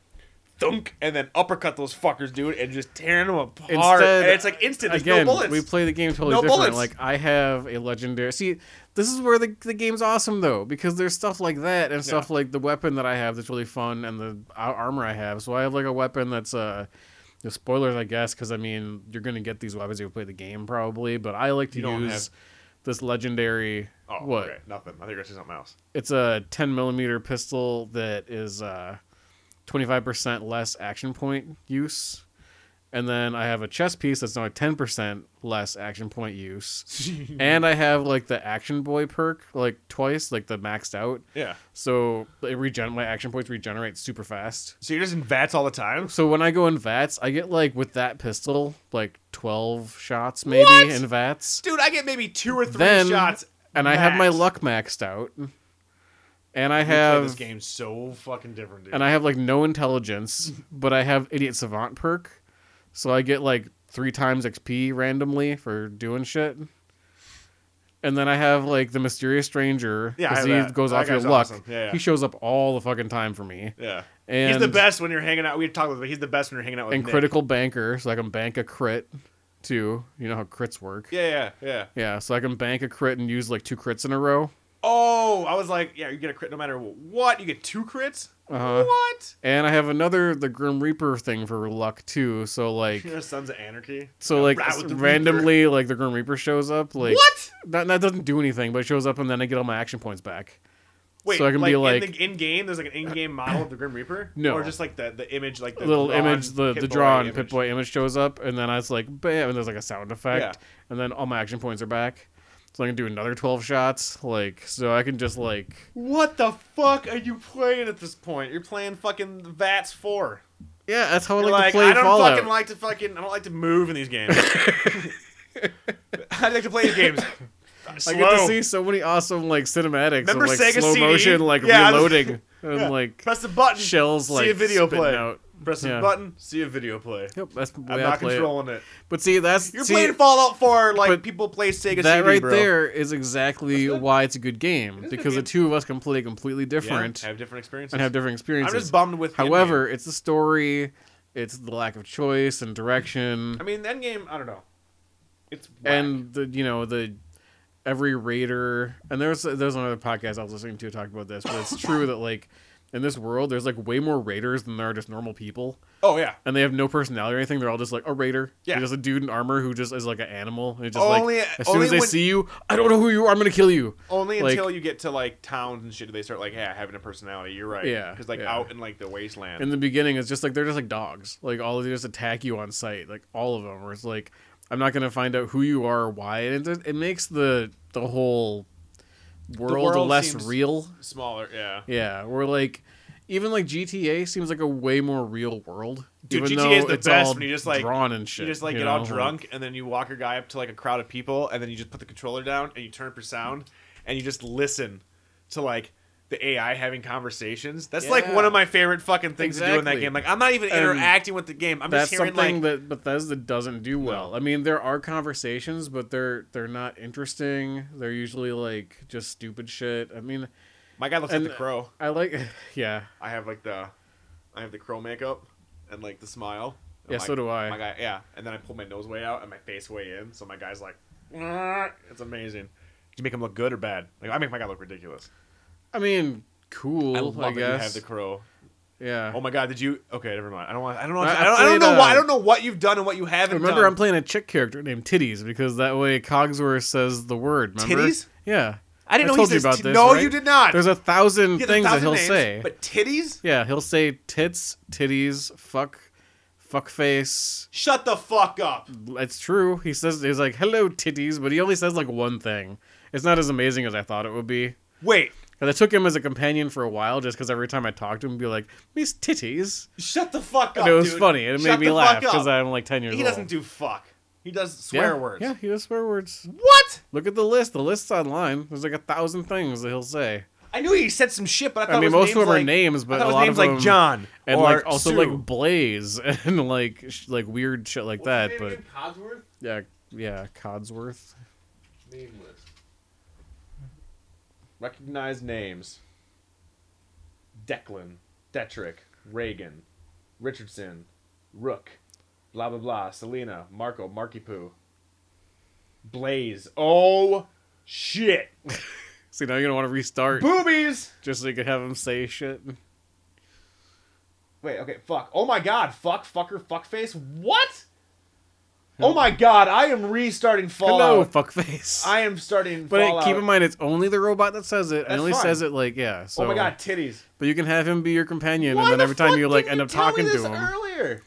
Speaker 5: thunk, and then uppercut those fuckers, dude, and just tearing them apart. and it's like instant. There's
Speaker 6: again,
Speaker 5: no bullets.
Speaker 6: we play the game totally
Speaker 5: No
Speaker 6: different.
Speaker 5: bullets.
Speaker 6: Like I have a legendary. See, this is where the the game's awesome though, because there's stuff like that and stuff like the weapon that I have that's really fun and the a- armor I have. So I have like a weapon that's uh, the spoilers I guess, because I mean you're gonna get these weapons if you play the game probably, but I like to
Speaker 5: You don't
Speaker 6: use this legendary.
Speaker 5: oh,
Speaker 6: what?
Speaker 5: okay, Nothing. I think you're gonna say something else.
Speaker 6: It's a 10 millimeter pistol that is uh, 25% less action point use. And then I have a chest piece that's now 10% less action point use. and I have like the action boy perk like twice, like the maxed out.
Speaker 5: Yeah.
Speaker 6: So it regen my action points regenerate super fast.
Speaker 5: So you're just in vats all the time.
Speaker 6: So when I go in VATS, I get like with that pistol, like 12 shots maybe
Speaker 5: What?
Speaker 6: in VATS
Speaker 5: Dude, I get maybe two or three
Speaker 6: then
Speaker 5: shots.
Speaker 6: and I have my
Speaker 5: max.
Speaker 6: luck maxed out, and I
Speaker 5: We play
Speaker 6: have
Speaker 5: this game so fucking different, dude.
Speaker 6: and I have like no intelligence, but I have idiot savant perk, so I get like three times XP randomly for doing shit. And then I have like the mysterious stranger.
Speaker 5: Yeah, I
Speaker 6: 'cause
Speaker 5: have
Speaker 6: he
Speaker 5: that.
Speaker 6: goes
Speaker 5: That
Speaker 6: off your
Speaker 5: guy's
Speaker 6: luck.
Speaker 5: awesome. Yeah, yeah.
Speaker 6: He shows up all the fucking time for me.
Speaker 5: yeah.
Speaker 6: And
Speaker 5: he's the best when you're hanging out. We talked about it. He's the best when you're hanging out with
Speaker 6: and
Speaker 5: Nick.
Speaker 6: critical banker, so I can bank a crit too. You know how crits work.
Speaker 5: Yeah, yeah, yeah.
Speaker 6: Yeah, so I can bank a crit and use like two crits in a row.
Speaker 5: Oh, I was like, yeah, you get a crit no matter what. You get two crits.
Speaker 6: Uh-huh.
Speaker 5: What?
Speaker 6: And I have another the Grim Reaper thing for luck too. So like
Speaker 5: You know, Sons of Anarchy.
Speaker 6: so like
Speaker 5: Rat with the
Speaker 6: randomly like the Grim Reaper shows up like
Speaker 5: What?
Speaker 6: That, that doesn't do anything, but it shows up and then I get all my action points back.
Speaker 5: Wait,
Speaker 6: so I can
Speaker 5: like,
Speaker 6: be
Speaker 5: in,
Speaker 6: like-
Speaker 5: the, in game. There's like an in-game model of the Grim Reaper.
Speaker 6: No.
Speaker 5: or just like the, the image, like the
Speaker 6: The little
Speaker 5: drawn
Speaker 6: image, the the
Speaker 5: Pip-Boy
Speaker 6: drawn
Speaker 5: image.
Speaker 6: Pip Boy image shows up, and then I was like bam, and there's like a sound effect,
Speaker 5: Yeah.
Speaker 6: and then all my action points are back. So I can do another twelve shots, like so I can just like
Speaker 5: What the fuck are you playing at this point? You're playing fucking Vats Four.
Speaker 6: yeah, that's how I
Speaker 5: You're
Speaker 6: like,
Speaker 5: like,
Speaker 6: to play
Speaker 5: I don't
Speaker 6: Fallout.
Speaker 5: fucking like to fucking. I don't like to move in these games. I like to play these games.
Speaker 6: I
Speaker 5: Slow.
Speaker 6: get to see so many awesome like cinematics
Speaker 5: Remember
Speaker 6: of like
Speaker 5: Sega
Speaker 6: slow
Speaker 5: CD?
Speaker 6: motion, like
Speaker 5: Yeah, I was-
Speaker 6: reloading, and
Speaker 5: Yeah.
Speaker 6: like
Speaker 5: press the button.
Speaker 6: shells
Speaker 5: see
Speaker 6: like
Speaker 5: a video
Speaker 6: spitting
Speaker 5: play.
Speaker 6: out.
Speaker 5: Press the
Speaker 6: Yeah.
Speaker 5: button. See a video play.
Speaker 6: Yep, that's the way
Speaker 5: I'm
Speaker 6: I
Speaker 5: not
Speaker 6: play it.
Speaker 5: controlling it.
Speaker 6: But see, that's
Speaker 5: You're
Speaker 6: see,
Speaker 5: playing Fallout 4 like
Speaker 6: but
Speaker 5: people play Sega
Speaker 6: that
Speaker 5: CD,
Speaker 6: right
Speaker 5: bro.
Speaker 6: there is exactly why it's a good game because the two of us can play completely
Speaker 5: Yeah,
Speaker 6: different
Speaker 5: have different experiences.
Speaker 6: and have different
Speaker 5: I'm
Speaker 6: experiences.
Speaker 5: just bummed with. the end
Speaker 6: However, it's the story, it's the lack of choice and direction,
Speaker 5: game. I mean, the end game. I don't know. It's whack.
Speaker 6: and the you know the every raider. And there's there's another podcast I was listening to talk about this, but it's true that like in this world, there's like way more raiders than there are just normal people,
Speaker 5: Oh yeah.
Speaker 6: and they have no personality or anything. They're all just like a raider.
Speaker 5: Yeah.
Speaker 6: They're just a dude in armor who just is like an animal. And it's just
Speaker 5: Only-
Speaker 6: like as soon
Speaker 5: only
Speaker 6: as they
Speaker 5: when-
Speaker 6: see you, I don't know who you are. I'm gonna kill you.
Speaker 5: Only
Speaker 6: Like-
Speaker 5: until you get to like towns and shit do they start like, yeah, having a personality. You're right.
Speaker 6: Yeah,
Speaker 5: Because like
Speaker 6: yeah.
Speaker 5: out in like the wasteland.
Speaker 6: in the beginning it's just like they're just like dogs like all of they just attack you on sight like all of them where it's like i'm not gonna find out who you are or why and it, it makes the the whole world,
Speaker 5: world
Speaker 6: less
Speaker 5: seems-
Speaker 6: real
Speaker 5: Smaller. Yeah.
Speaker 6: yeah we're like even like gta seems like a way more real world
Speaker 5: Dude,
Speaker 6: even
Speaker 5: GTA is
Speaker 6: though
Speaker 5: the
Speaker 6: it's
Speaker 5: best
Speaker 6: all
Speaker 5: when you just, like-
Speaker 6: drawn and shit
Speaker 5: You just like
Speaker 6: you
Speaker 5: get
Speaker 6: know?
Speaker 5: all drunk and then you walk your guy up to like a crowd of people and then you just put the controller down and you turn up your sound and you just listen to like the AI having conversations. That's like
Speaker 6: Yeah.
Speaker 5: one of my favorite fucking things to do in that
Speaker 6: Exactly.
Speaker 5: game. Like I'm not even
Speaker 6: And
Speaker 5: interacting with the game. I'm just
Speaker 6: that's
Speaker 5: hearing
Speaker 6: something
Speaker 5: like
Speaker 6: that Bethesda doesn't do well. I mean, there are conversations, but they're they're not interesting. They're usually like just stupid shit. I mean,
Speaker 5: my guy looks
Speaker 6: and-
Speaker 5: like the crow.
Speaker 6: I like yeah.
Speaker 5: I have like the I have the crow makeup and like the smile. And,
Speaker 6: Yeah,
Speaker 5: like,
Speaker 6: so do I.
Speaker 5: My guy, yeah, and then I pull my nose way out and my face way in, so my guy's like, "Nah." it's amazing. Do you make him look good or bad? Like I make my guy look ridiculous.
Speaker 6: I mean, cool.
Speaker 5: I
Speaker 6: I,
Speaker 5: love that you
Speaker 6: guess.
Speaker 5: have the crow.
Speaker 6: yeah.
Speaker 5: Oh my god, did you? Okay, never mind. I don't want. I don't know.
Speaker 6: I-
Speaker 5: I,
Speaker 6: I
Speaker 5: don't, I don't
Speaker 6: played,
Speaker 5: know why. I
Speaker 6: uh,
Speaker 5: don't know what you've done and what you haven't.
Speaker 6: remember, I'm
Speaker 5: done.
Speaker 6: playing a chick character named Titties because that way Cogsworth says the word. Remember?
Speaker 5: Titties?
Speaker 6: Yeah.
Speaker 5: I didn't know he
Speaker 6: told you
Speaker 5: says
Speaker 6: about
Speaker 5: ti-
Speaker 6: this.
Speaker 5: No,
Speaker 6: right?
Speaker 5: you did not.
Speaker 6: There's a thousand
Speaker 5: He has a
Speaker 6: things that
Speaker 5: thousand
Speaker 6: he'll
Speaker 5: names,
Speaker 6: say.
Speaker 5: But titties?
Speaker 6: yeah, he'll say tits, titties, fuck, fuck face.
Speaker 5: Shut the fuck up.
Speaker 6: It's true. He says he's like hello titties, but he only says like one thing. It's not as amazing as I thought it would be.
Speaker 5: Wait.
Speaker 6: Because I took him as a companion for a while, just because every time I talked to him, he'd be like Miss Titties,
Speaker 5: Shut the fuck up.
Speaker 6: and it was
Speaker 5: Oh, dude.
Speaker 6: funny. and It
Speaker 5: Shut
Speaker 6: made me
Speaker 5: the
Speaker 6: laugh
Speaker 5: fuck
Speaker 6: because
Speaker 5: up.
Speaker 6: I'm like ten years
Speaker 5: He
Speaker 6: old.
Speaker 5: doesn't do fuck. He does swear
Speaker 6: yeah.
Speaker 5: words.
Speaker 6: Yeah, he does swear words.
Speaker 5: What?
Speaker 6: Look at the list. The list's online. There's like a thousand things that he'll say.
Speaker 5: I knew he said some shit, but I thought
Speaker 6: I
Speaker 5: it was
Speaker 6: mean, most of
Speaker 5: names
Speaker 6: them are
Speaker 5: like-
Speaker 6: names,
Speaker 5: I
Speaker 6: but
Speaker 5: thought
Speaker 6: a
Speaker 5: it was
Speaker 6: lot
Speaker 5: names
Speaker 6: of
Speaker 5: like
Speaker 6: them
Speaker 5: John
Speaker 6: and
Speaker 5: or
Speaker 6: like also
Speaker 5: Sue.
Speaker 6: like Blaze and like sh- like weird shit like that. But yeah, yeah, Codsworth.
Speaker 5: Recognized names: Declan, Detrick, Reagan, Richardson, Rook, blah blah blah, Selena, Marco, Marky Poo, Blaze. Oh shit!
Speaker 6: See, now you're gonna want to restart
Speaker 5: Boobies.
Speaker 6: just so you could have him say shit.
Speaker 5: Wait, okay, fuck. Oh my god, fuck, fucker, fuckface. What? Oh my god, I am restarting Fallout.
Speaker 6: Hello, fuckface.
Speaker 5: I am starting.
Speaker 6: but
Speaker 5: Fallout.
Speaker 6: it, keep in mind, it's only the robot that says it.
Speaker 5: That's
Speaker 6: and it only
Speaker 5: fine.
Speaker 6: says it like yeah. So,
Speaker 5: oh my god, titties.
Speaker 6: But you can have him be your companion,
Speaker 5: Why
Speaker 6: and then
Speaker 5: the
Speaker 6: every time
Speaker 5: fuck
Speaker 6: you like
Speaker 5: didn't
Speaker 6: end
Speaker 5: you
Speaker 6: up
Speaker 5: tell me
Speaker 6: talking to
Speaker 5: this
Speaker 6: him,
Speaker 5: earlier,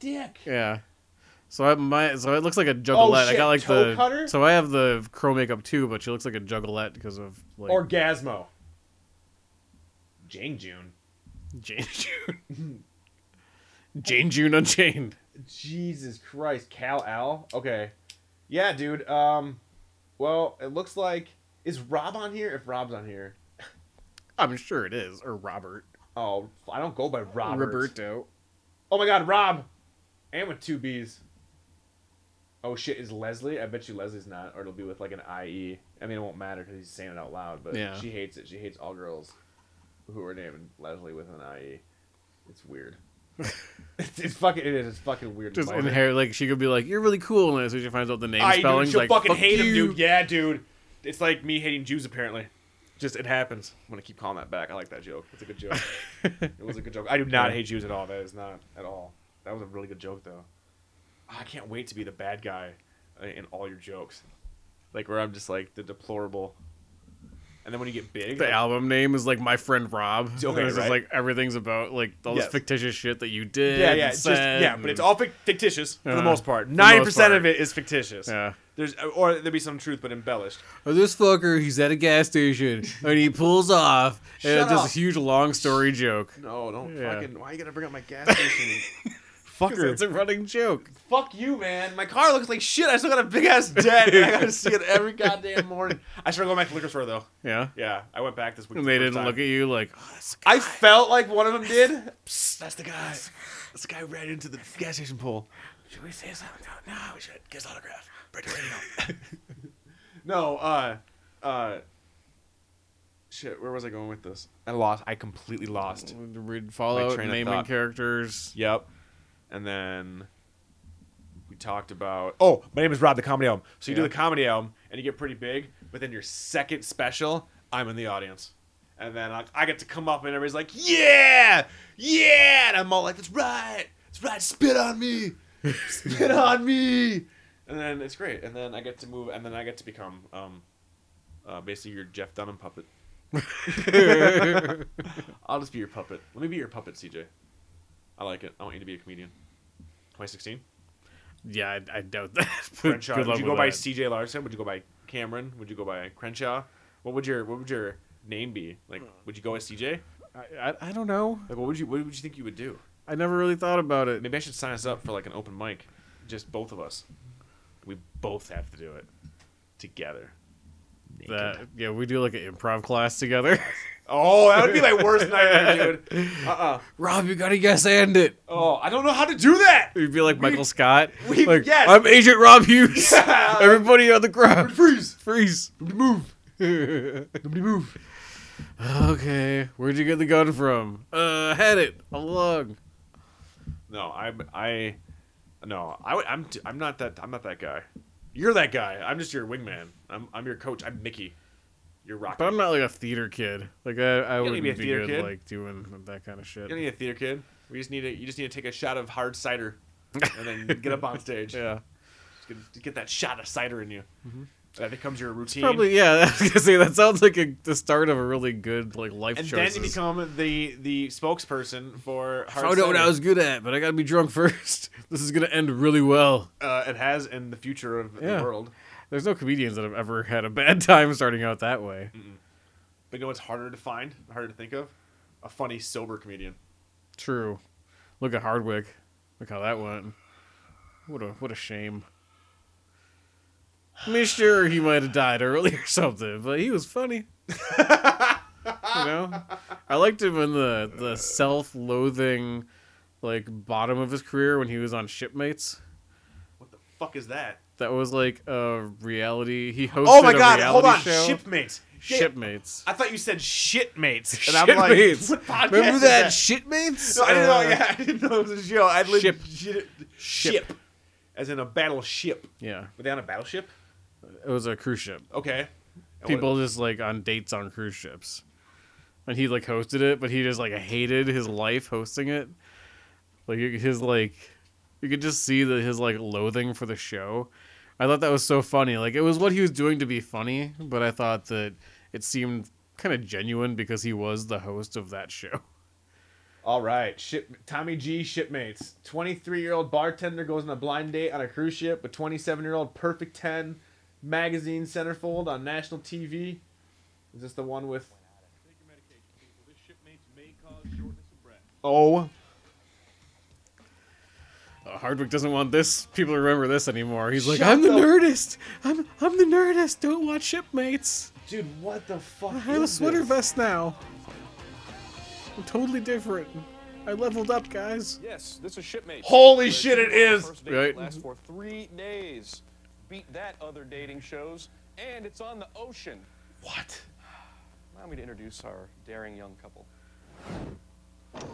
Speaker 5: dick.
Speaker 6: Yeah. So I my so it looks like a juggalette. I
Speaker 5: Oh, shit,
Speaker 6: got like
Speaker 5: toe
Speaker 6: the
Speaker 5: cutter?
Speaker 6: so I have the crow makeup too, but she looks like a juggalette because of like
Speaker 5: Orgasmo. Jane June.
Speaker 6: Jane June. Jane June Unchained.
Speaker 5: Jesus Christ, Cal Al. Okay, yeah, dude. Um, well, it looks like is Rob on here? If Rob's on here,
Speaker 6: I'm sure it is or Robert
Speaker 5: oh, I don't go by Robert.
Speaker 6: Roberto.
Speaker 5: Oh my God, Rob, and with two B's. Oh shit, is Leslie? I bet you Leslie's not, or it'll be with like an IE. I mean, it won't matter because he's saying it out loud, but
Speaker 6: Yeah.
Speaker 5: she hates it. She hates all girls who are named Leslie with an IE. It's weird. it's, it's fucking. It is. It's fucking weird.
Speaker 6: Just
Speaker 5: Boner.
Speaker 6: inherit like she could be like you're really cool, and as soon as she finds out the name
Speaker 5: I
Speaker 6: spelling,
Speaker 5: dude,
Speaker 6: she's
Speaker 5: she'll
Speaker 6: like
Speaker 5: fucking
Speaker 6: "Fuck
Speaker 5: hate him,
Speaker 6: you."
Speaker 5: dude. Yeah, dude. It's like me hating Jews apparently. Just it happens. I'm gonna keep calling that back. I like that joke. It's a good joke. it was a good joke. I do not hate Jews at all. That is not at all. That was a really good joke though. Ah, I can't wait to be the bad guy uh, in all your jokes, like where I'm just like the deplorable. And then when you get big,
Speaker 6: The
Speaker 5: like,
Speaker 6: album name is like my friend Rob.
Speaker 5: Okay,
Speaker 6: And it's just
Speaker 5: right.
Speaker 6: like everything's about like all
Speaker 5: Yes.
Speaker 6: this fictitious shit that you did.
Speaker 5: yeah,
Speaker 6: and
Speaker 5: yeah, it's just,
Speaker 6: said
Speaker 5: yeah, but it's
Speaker 6: and-
Speaker 5: all fic- fictitious for the
Speaker 6: Uh,
Speaker 5: most part.
Speaker 6: for the most
Speaker 5: Ninety percent of
Speaker 6: part.
Speaker 5: it is fictitious.
Speaker 6: yeah.
Speaker 5: There's or there'd be some truth, but embellished.
Speaker 6: Oh, this fucker, he's at a gas station and he pulls off and
Speaker 5: Shut
Speaker 6: it's just
Speaker 5: up.
Speaker 6: a huge long story joke.
Speaker 5: No, don't
Speaker 6: Yeah.
Speaker 5: fucking. Why you gotta bring up my gas station?
Speaker 6: 'Cause It's a running joke.
Speaker 5: Fuck you, man. My car looks like shit. I still got a big ass debt. and I gotta see it every goddamn morning. I started going back to liquor store though.
Speaker 6: Yeah.
Speaker 5: Yeah, I went back this week.
Speaker 6: And
Speaker 5: for
Speaker 6: they
Speaker 5: the first
Speaker 6: didn't look
Speaker 5: time.
Speaker 6: at you like, oh, that's a
Speaker 5: I felt like one of them did. Psst, that's the guy. That's the guy ran into the gas station pole. Should we say something? No, we should get his autograph. no, uh, uh, shit. Where was I going with this? I lost. I completely lost.
Speaker 6: good-" Read Fallout,
Speaker 5: train of
Speaker 6: naming
Speaker 5: thought.
Speaker 6: characters.
Speaker 5: Yep. And then we talked about oh, my name is Rob, the comedy album. So you
Speaker 6: Yeah.
Speaker 5: do the comedy album and you get pretty big, but then your second special, I'm in the audience. And then I, I get to come up and everybody's like, yeah, yeah. And I'm all like, that's right. That's right. Spit on me. Spit on me. And then it's great. And then I get to move. And then I get to become um, uh, basically your Jeff Dunham puppet. I'll just be your puppet. Let me be your puppet, CJ. I like it. I want you to be a comedian. 2016.
Speaker 6: yeah, I, I doubt that. but
Speaker 5: Crenshaw.
Speaker 6: good
Speaker 5: would
Speaker 6: luck
Speaker 5: you
Speaker 6: with
Speaker 5: go by
Speaker 6: that.
Speaker 5: CJ Larson? Would you go by Cameron? Would you go by Crenshaw? What would your What would your name be? Like, would you go as CJ?
Speaker 6: I, I, I don't know.
Speaker 5: Like, what would you What would you think you would do?
Speaker 6: I never really thought about it.
Speaker 5: Maybe I should sign us up for like an open mic, just both of us. We both have to do it together.
Speaker 6: That yeah, we do like an improv class together.
Speaker 5: Oh, that would be my worst nightmare, dude. Uh uh
Speaker 6: Rob, you gotta guess and it.
Speaker 5: Oh, I don't know how to do that.
Speaker 6: You'd be like Michael Scott.
Speaker 5: we-
Speaker 6: like,
Speaker 5: yes.
Speaker 6: I'm Agent Rob Hughes.
Speaker 5: Yeah.
Speaker 6: Everybody on the ground.
Speaker 5: Freeze.
Speaker 6: Freeze.
Speaker 5: Move.
Speaker 6: Nobody move. Okay, where'd you get the gun from? Uh, had it along.
Speaker 5: No, I'm I. No, I, would- I'm t- I'm not that I'm not that guy. You're that guy. I'm just your wingman. I'm I'm your coach. I'm Mickey. You're Rocky.
Speaker 6: But I'm not like a theater kid. Like I, I
Speaker 5: don't need to
Speaker 6: wouldn't
Speaker 5: be
Speaker 6: be,
Speaker 5: a theater
Speaker 6: good
Speaker 5: kid.
Speaker 6: like doing that kind
Speaker 5: You
Speaker 6: of shit.
Speaker 5: don't need a theater kid. We just need to, You just need to take a shot of hard cider, and then get up on stage.
Speaker 6: Yeah, Mm-hmm.
Speaker 5: Just get, get that shot of cider in you. That becomes your routine.
Speaker 6: probably. Yeah, I was gonna say that sounds like a, the start of a really good like life
Speaker 5: And
Speaker 6: choices.
Speaker 5: then you become the the spokesperson for hard
Speaker 6: Found out what
Speaker 5: cider.
Speaker 6: I was good at, but I gotta be drunk first. This is gonna end really well.
Speaker 5: Uh, it has in the future of
Speaker 6: Yeah.
Speaker 5: the world.
Speaker 6: There's no comedians that have ever had a bad time starting out that way.
Speaker 5: But you know what's harder to find, harder to think of? A funny sober comedian.
Speaker 6: True. Look at Hardwick. Look how that went. What a what a shame. I mean, sure, he might have died early or something, but he was funny. you know, I liked him in the the self-loathing, like bottom of his career when he was on Shipmates.
Speaker 5: What the fuck is that?
Speaker 6: That was like a reality. He hosted.
Speaker 5: Oh my
Speaker 6: a
Speaker 5: god!
Speaker 6: reality
Speaker 5: Hold on,
Speaker 6: show.
Speaker 5: shipmates. Yeah,
Speaker 6: Shipmates.
Speaker 5: I thought you said shitmates, and I'm like,
Speaker 6: Shipmates.
Speaker 5: what podcast
Speaker 6: Remember
Speaker 5: is
Speaker 6: that,
Speaker 5: that?
Speaker 6: Shipmates?
Speaker 5: No, I didn't know.
Speaker 6: Uh,
Speaker 5: Yeah, I didn't know it was a show. I legit
Speaker 6: Ship.
Speaker 5: ship.
Speaker 6: Ship.
Speaker 5: as in a battleship.
Speaker 6: yeah.
Speaker 5: Were they on a battleship?
Speaker 6: It was a cruise ship.
Speaker 5: Okay. And
Speaker 6: people just like on dates on cruise ships. And he like hosted it, but he just like hated his life hosting it. Like you- his like you could just see that his like loathing for the show. I thought that was so funny. Like it was what he was doing to be funny, but I thought that it seemed kind of genuine because he was the host of that show.
Speaker 5: All right, ship Tommy G shipmates. Twenty-three-year-old bartender goes on a blind date on a cruise ship with twenty-seven-year-old perfect ten magazine centerfold on national TV. Is this the one with? Oh,
Speaker 6: Uh, Hardwick doesn't want this people to remember this anymore. He's like,
Speaker 5: Shut
Speaker 6: I'm the
Speaker 5: up."
Speaker 6: nerdist. I'm I'm the nerdist. Don't watch shipmates.
Speaker 5: dude, what the fuck?
Speaker 6: I have a
Speaker 5: is
Speaker 6: sweater
Speaker 5: this?
Speaker 6: vest now. I'm totally different. I leveled up, guys.
Speaker 7: Yes, this is shipmate.
Speaker 5: Holy shit, it is.
Speaker 7: First date
Speaker 6: Right.
Speaker 7: lasts for three days. Beat that other dating shows, and it's on the ocean.
Speaker 5: What?
Speaker 7: Allow me to introduce our daring young couple.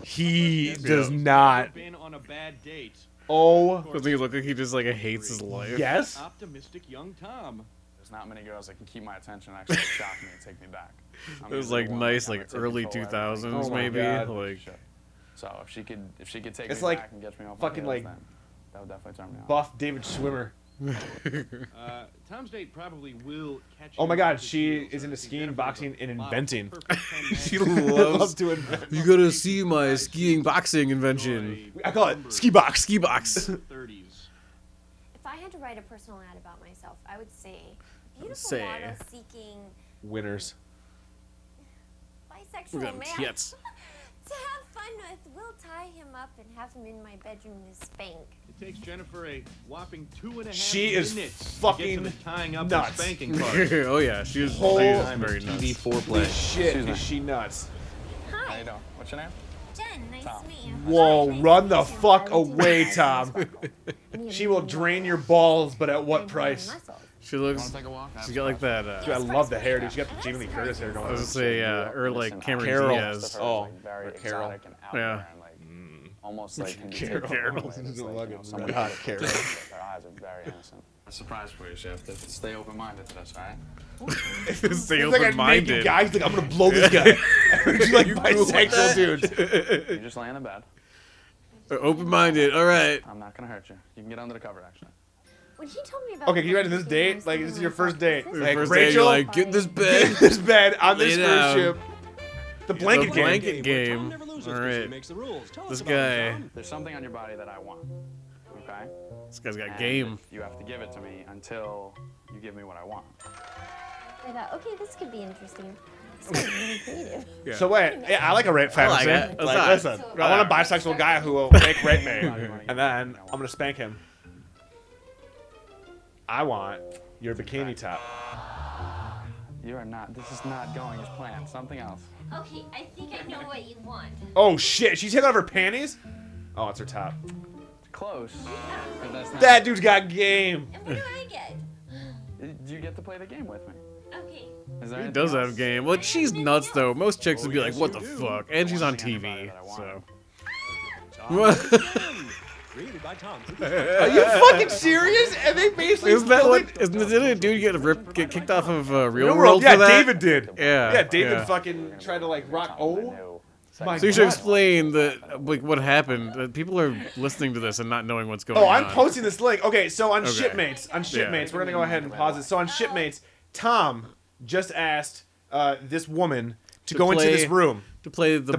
Speaker 5: He does not.
Speaker 8: been on a bad date.
Speaker 5: Oh,
Speaker 6: Doesn't he look like he just like hates his life?
Speaker 5: yes.
Speaker 8: Optimistic young Tom.
Speaker 9: There's not many girls that can keep my attention and actually shock me and take me back. I'm
Speaker 6: It was
Speaker 9: usually
Speaker 6: like
Speaker 9: the one
Speaker 6: nice,
Speaker 9: that kinda
Speaker 6: like
Speaker 9: take
Speaker 6: early
Speaker 9: control of
Speaker 6: 2000s,
Speaker 5: Oh my
Speaker 6: maybe.
Speaker 5: God.
Speaker 6: Like,
Speaker 9: everything. So if she could, if she could take
Speaker 5: It's
Speaker 9: me
Speaker 5: like
Speaker 9: back and get me off
Speaker 5: fucking,
Speaker 9: my heels,
Speaker 5: like,
Speaker 9: then that would definitely turn me off.
Speaker 5: Buff David Swimmer.
Speaker 8: Uh, Tom's date probably will catch.
Speaker 5: Oh
Speaker 8: you
Speaker 5: my God,
Speaker 8: off his
Speaker 5: she
Speaker 8: heels.
Speaker 5: is into
Speaker 8: See,
Speaker 5: skiing,
Speaker 8: Jennifer's
Speaker 5: boxing,
Speaker 8: a
Speaker 5: and
Speaker 8: model,
Speaker 5: inventing.
Speaker 8: perfect ten
Speaker 6: she
Speaker 8: magazine.
Speaker 6: loves.
Speaker 5: to invent.
Speaker 6: you gotta see my skiing boxing invention.
Speaker 5: I call it ski box.
Speaker 6: Ski box.
Speaker 8: 30s.
Speaker 10: If I had to write a personal ad about myself, I would say beautiful
Speaker 6: say-
Speaker 10: model seeking
Speaker 5: Winners.
Speaker 10: bisexual
Speaker 6: Got him
Speaker 10: Oh, man
Speaker 6: tits.
Speaker 10: to have fun with. We'll tie him up and have him in my bedroom to spank.
Speaker 8: It takes Jennifer a whopping two and a half
Speaker 5: She
Speaker 8: minutes
Speaker 5: is
Speaker 8: to get
Speaker 5: fucking
Speaker 8: to the tying up
Speaker 5: nuts.
Speaker 8: and spanking part.
Speaker 6: oh yeah, she was, she
Speaker 5: Whole
Speaker 6: was very nuts.
Speaker 5: Holy shit,
Speaker 9: Excuse me.
Speaker 5: is she nuts?
Speaker 9: How
Speaker 10: Hi,
Speaker 9: you doing? What's your name?
Speaker 10: Jen. Nice
Speaker 9: Tom.
Speaker 10: to meet you.
Speaker 5: Whoa,
Speaker 10: Hi, nice
Speaker 5: run
Speaker 10: to
Speaker 5: the
Speaker 10: meet you.
Speaker 5: fuck
Speaker 10: How do you do?
Speaker 5: away,
Speaker 10: Hi,
Speaker 5: Tom.
Speaker 10: nice to meet you.
Speaker 5: She will drain your balls, but at what price?
Speaker 6: She
Speaker 9: Want
Speaker 6: looks.
Speaker 9: to take a walk?
Speaker 6: She's got like that. Uh,
Speaker 5: Dude, I love the hair, dude. She got the Jamie Lee Curtis hair
Speaker 6: I
Speaker 5: going.
Speaker 6: was
Speaker 5: on.
Speaker 6: gonna say, uh, or like Cameron
Speaker 5: Carol.
Speaker 6: Diaz.
Speaker 5: Oh,
Speaker 9: very
Speaker 5: or Carol.
Speaker 9: exotic and out
Speaker 6: Yeah.
Speaker 9: there and like almost like can be
Speaker 6: Carol.
Speaker 9: taken in a way that's,
Speaker 5: Carol.
Speaker 9: like, you know, someone
Speaker 5: God,
Speaker 9: should-
Speaker 5: Carol.
Speaker 9: Their eyes are very innocent. A surprise for you, Chef. Stay open-minded to this, all right?
Speaker 6: It's
Speaker 5: He's like a naked guy. He's like, I'm gonna blow this guy. He's like bisexual dude.
Speaker 9: You just lay on the bed.
Speaker 6: Open minded. All right.
Speaker 9: I'm not gonna hurt you. You can get under the cover, actually.
Speaker 10: When he told me about
Speaker 5: Okay, can you
Speaker 10: imagine
Speaker 5: imagine this date? Like, this is your first date. Like,
Speaker 6: First day,
Speaker 5: Rachel,
Speaker 6: you're like, get in this bed.
Speaker 5: this bed on this
Speaker 6: Lay
Speaker 5: cruise
Speaker 6: down.
Speaker 5: ship. um, The blanket
Speaker 6: the
Speaker 5: game.
Speaker 6: blanket game. All right. This guy.
Speaker 9: There's something on your body that I want. Okay?
Speaker 6: This guy's got
Speaker 9: And
Speaker 6: game.
Speaker 9: You have to give it to me until you give me what I want.
Speaker 10: I thought, okay, this could be interesting. This is really creative.
Speaker 5: So wait, yeah, I like a rape fantasy.
Speaker 6: like it. That's
Speaker 5: Like,
Speaker 6: all right.
Speaker 5: listen, I want a bisexual guy who will make rape me, and then I'm gonna spank him. I want your bikini top.
Speaker 9: You are not. This is not going as planned. Something else.
Speaker 10: Okay, I think I know what you want.
Speaker 5: Oh shit, she took off her panties. Oh, it's her top.
Speaker 9: Close. But that's not.
Speaker 5: That dude's got game.
Speaker 10: And what do I get?
Speaker 9: You get to play the game with me.
Speaker 10: Okay.
Speaker 9: Is there
Speaker 6: He
Speaker 9: anything
Speaker 6: does
Speaker 9: else?
Speaker 6: have game. Well, she's nuts though. Most chicks would be like, "What the fuck?" And she's on TV, so.
Speaker 5: Are you fucking serious? And they basically
Speaker 6: Isn't that
Speaker 5: built
Speaker 6: what? Isn't didn't a dude get ripped, get kicked off of uh,
Speaker 5: it-
Speaker 6: Real
Speaker 5: Real
Speaker 6: World
Speaker 5: World?
Speaker 6: for
Speaker 5: Yeah,
Speaker 6: that?
Speaker 5: David did.
Speaker 6: Yeah,
Speaker 5: Yeah, David
Speaker 6: yeah.
Speaker 5: fucking tried to like rock. Oh,
Speaker 9: No.
Speaker 5: my
Speaker 6: So you should
Speaker 5: God.
Speaker 6: explain that like what happened. Uh, people are listening to this and not knowing what's going
Speaker 5: Oh,
Speaker 6: on.
Speaker 5: I'm posting this link. Okay, so on
Speaker 6: Okay.
Speaker 5: Shipmates, on Shipmates, we're gonna go ahead and pause it. So on Shipmates, Tom just asked uh, this woman to,
Speaker 6: To
Speaker 5: go into
Speaker 6: play
Speaker 5: this room.
Speaker 6: to play the,
Speaker 5: The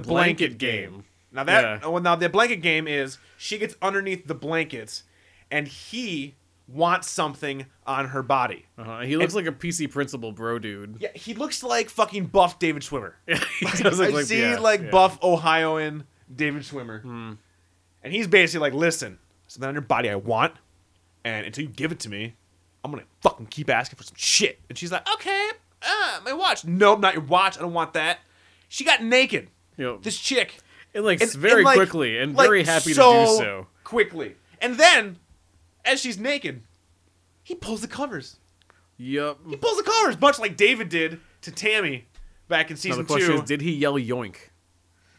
Speaker 5: blanket
Speaker 6: blanket, game.
Speaker 5: Now that
Speaker 6: Yeah.
Speaker 5: well, now the blanket game is she gets underneath the blankets, and he wants something on her body.
Speaker 6: Uh-huh. He looks like a PC principal bro dude.
Speaker 5: Yeah, he looks like fucking buff David Schwimmer.
Speaker 6: he does
Speaker 5: I see like buff Ohioan David Schwimmer.
Speaker 6: Hmm.
Speaker 5: And he's basically like, listen, something on your body I want, and until you give it to me, I'm gonna fucking keep asking for some shit. And she's like, okay, uh, my watch. Nope, not your watch. I don't want that. She got naked.
Speaker 6: Yep.
Speaker 5: This chick.
Speaker 6: It like
Speaker 5: And-
Speaker 6: very
Speaker 5: and, like-
Speaker 6: quickly and
Speaker 5: like,
Speaker 6: very happy to do so.
Speaker 5: Quickly. And then, as she's naked, he pulls the covers.
Speaker 6: Yep.
Speaker 5: He pulls the covers, much like David did to Tammy back in
Speaker 6: Now
Speaker 5: season
Speaker 6: the question
Speaker 5: two.
Speaker 6: is, did he yell yoink?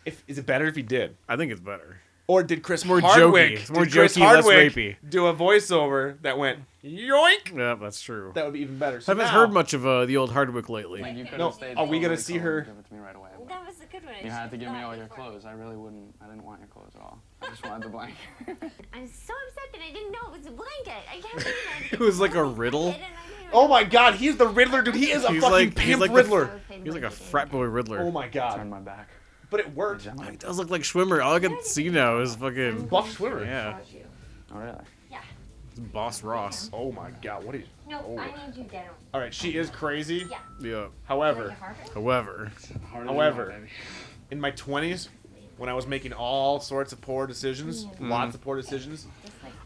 Speaker 5: if, is it better if he did?
Speaker 6: I think it's better.
Speaker 5: Or did Chris
Speaker 6: more
Speaker 5: Hardwick,
Speaker 6: jokey. It's more
Speaker 5: did Chris
Speaker 6: jokey, less
Speaker 5: Hardwick
Speaker 6: rapey.
Speaker 5: do a voiceover that went yoink?
Speaker 6: Yeah, that's true.
Speaker 5: That would be even better.
Speaker 6: I
Speaker 5: So
Speaker 6: haven't
Speaker 5: now-
Speaker 6: heard much of uh, the old Hardwick lately.
Speaker 9: You could've
Speaker 5: No,
Speaker 9: stayed
Speaker 5: are we
Speaker 9: till
Speaker 5: gonna
Speaker 9: the
Speaker 5: see
Speaker 9: call and
Speaker 5: her-
Speaker 9: Give it to me right away. but
Speaker 10: That was a good one. I
Speaker 9: You had to
Speaker 10: should've
Speaker 9: give me
Speaker 10: thought
Speaker 9: all your
Speaker 10: before.
Speaker 9: clothes. I really wouldn't. I didn't want your clothes at all. I just wanted the blanket.
Speaker 10: I'm so upset that I didn't know it was a blanket. I can't believe I
Speaker 6: It was like a riddle.
Speaker 10: did, and I didn't
Speaker 5: Oh my god, he's the Riddler, dude. He is a fucking
Speaker 6: He's like- he's
Speaker 5: pimp
Speaker 6: like the-
Speaker 5: Riddler.
Speaker 10: even-
Speaker 6: He's like a frat boy Riddler.
Speaker 5: oh my
Speaker 9: Turn
Speaker 5: god.
Speaker 9: my back.
Speaker 5: But it worked.
Speaker 9: Gentlemen.
Speaker 6: He does look like Schwimmer. All I can see now is fucking
Speaker 5: Buff Schwimmer.
Speaker 6: yeah,
Speaker 9: Oh really?
Speaker 10: Yeah.
Speaker 6: it's Boss Ross.
Speaker 5: Oh my god, what is.
Speaker 10: No,
Speaker 5: Oh,
Speaker 10: I need you down.
Speaker 5: Alright, she is crazy.
Speaker 10: Yeah.
Speaker 6: Yeah.
Speaker 5: However,
Speaker 6: However,
Speaker 5: however, in my 20s, when I was making all sorts of poor decisions, lots of poor decisions.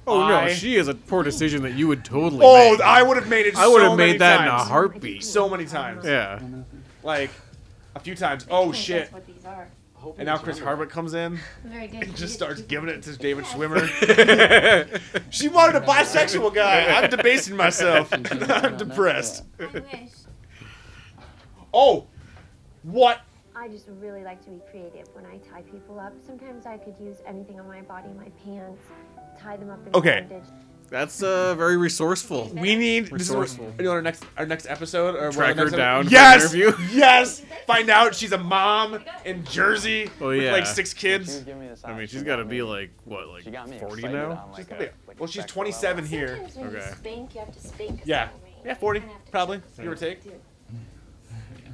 Speaker 6: oh no,
Speaker 5: I-
Speaker 6: she is a poor decision that you would totally.
Speaker 5: Oh,
Speaker 6: make.
Speaker 5: I would have made it
Speaker 6: I
Speaker 5: would have
Speaker 6: made that in a
Speaker 5: heart.
Speaker 6: heartbeat.
Speaker 5: So many times.
Speaker 6: yeah.
Speaker 5: Like, a few times. Oh shit.
Speaker 10: That's what these are.
Speaker 5: And now Chris Hardwick comes in.
Speaker 10: Very good.
Speaker 5: and just starts giving it to David Schwimmer. she wanted a bisexual guy. I'm debasing myself. I'm depressed.
Speaker 10: I wish.
Speaker 5: Oh, what?
Speaker 10: I just really like to be creative when I tie people up. Sometimes I could use anything on my body, my pants, tie them up in
Speaker 5: Okay.
Speaker 10: bondage.
Speaker 6: That's uh, very resourceful.
Speaker 5: We need this is what-
Speaker 6: Resourceful.
Speaker 5: you know, our next our next episode or one
Speaker 6: Track
Speaker 5: of the
Speaker 6: her
Speaker 5: next
Speaker 6: down. for
Speaker 5: Yes,
Speaker 6: an interview.
Speaker 5: yes. Find out she's a mom in Jersey
Speaker 6: Oh,
Speaker 5: with
Speaker 6: yeah.
Speaker 5: like six
Speaker 9: She
Speaker 5: kids.
Speaker 9: was giving me this
Speaker 6: I mean,
Speaker 9: option.
Speaker 6: she's got to be like what, like
Speaker 9: She got me
Speaker 6: forty
Speaker 9: excited
Speaker 6: now?
Speaker 9: on,
Speaker 5: She's
Speaker 9: like,
Speaker 5: gotta
Speaker 9: a-
Speaker 5: be-
Speaker 9: like a
Speaker 5: well, she's
Speaker 9: sexual
Speaker 5: 27 here.
Speaker 10: Sometimes when
Speaker 6: Okay.
Speaker 10: you spank, you have to spank a
Speaker 5: Yeah,
Speaker 10: certain way.
Speaker 5: yeah,
Speaker 10: You
Speaker 5: 40
Speaker 10: kinda have to
Speaker 5: probably give or take.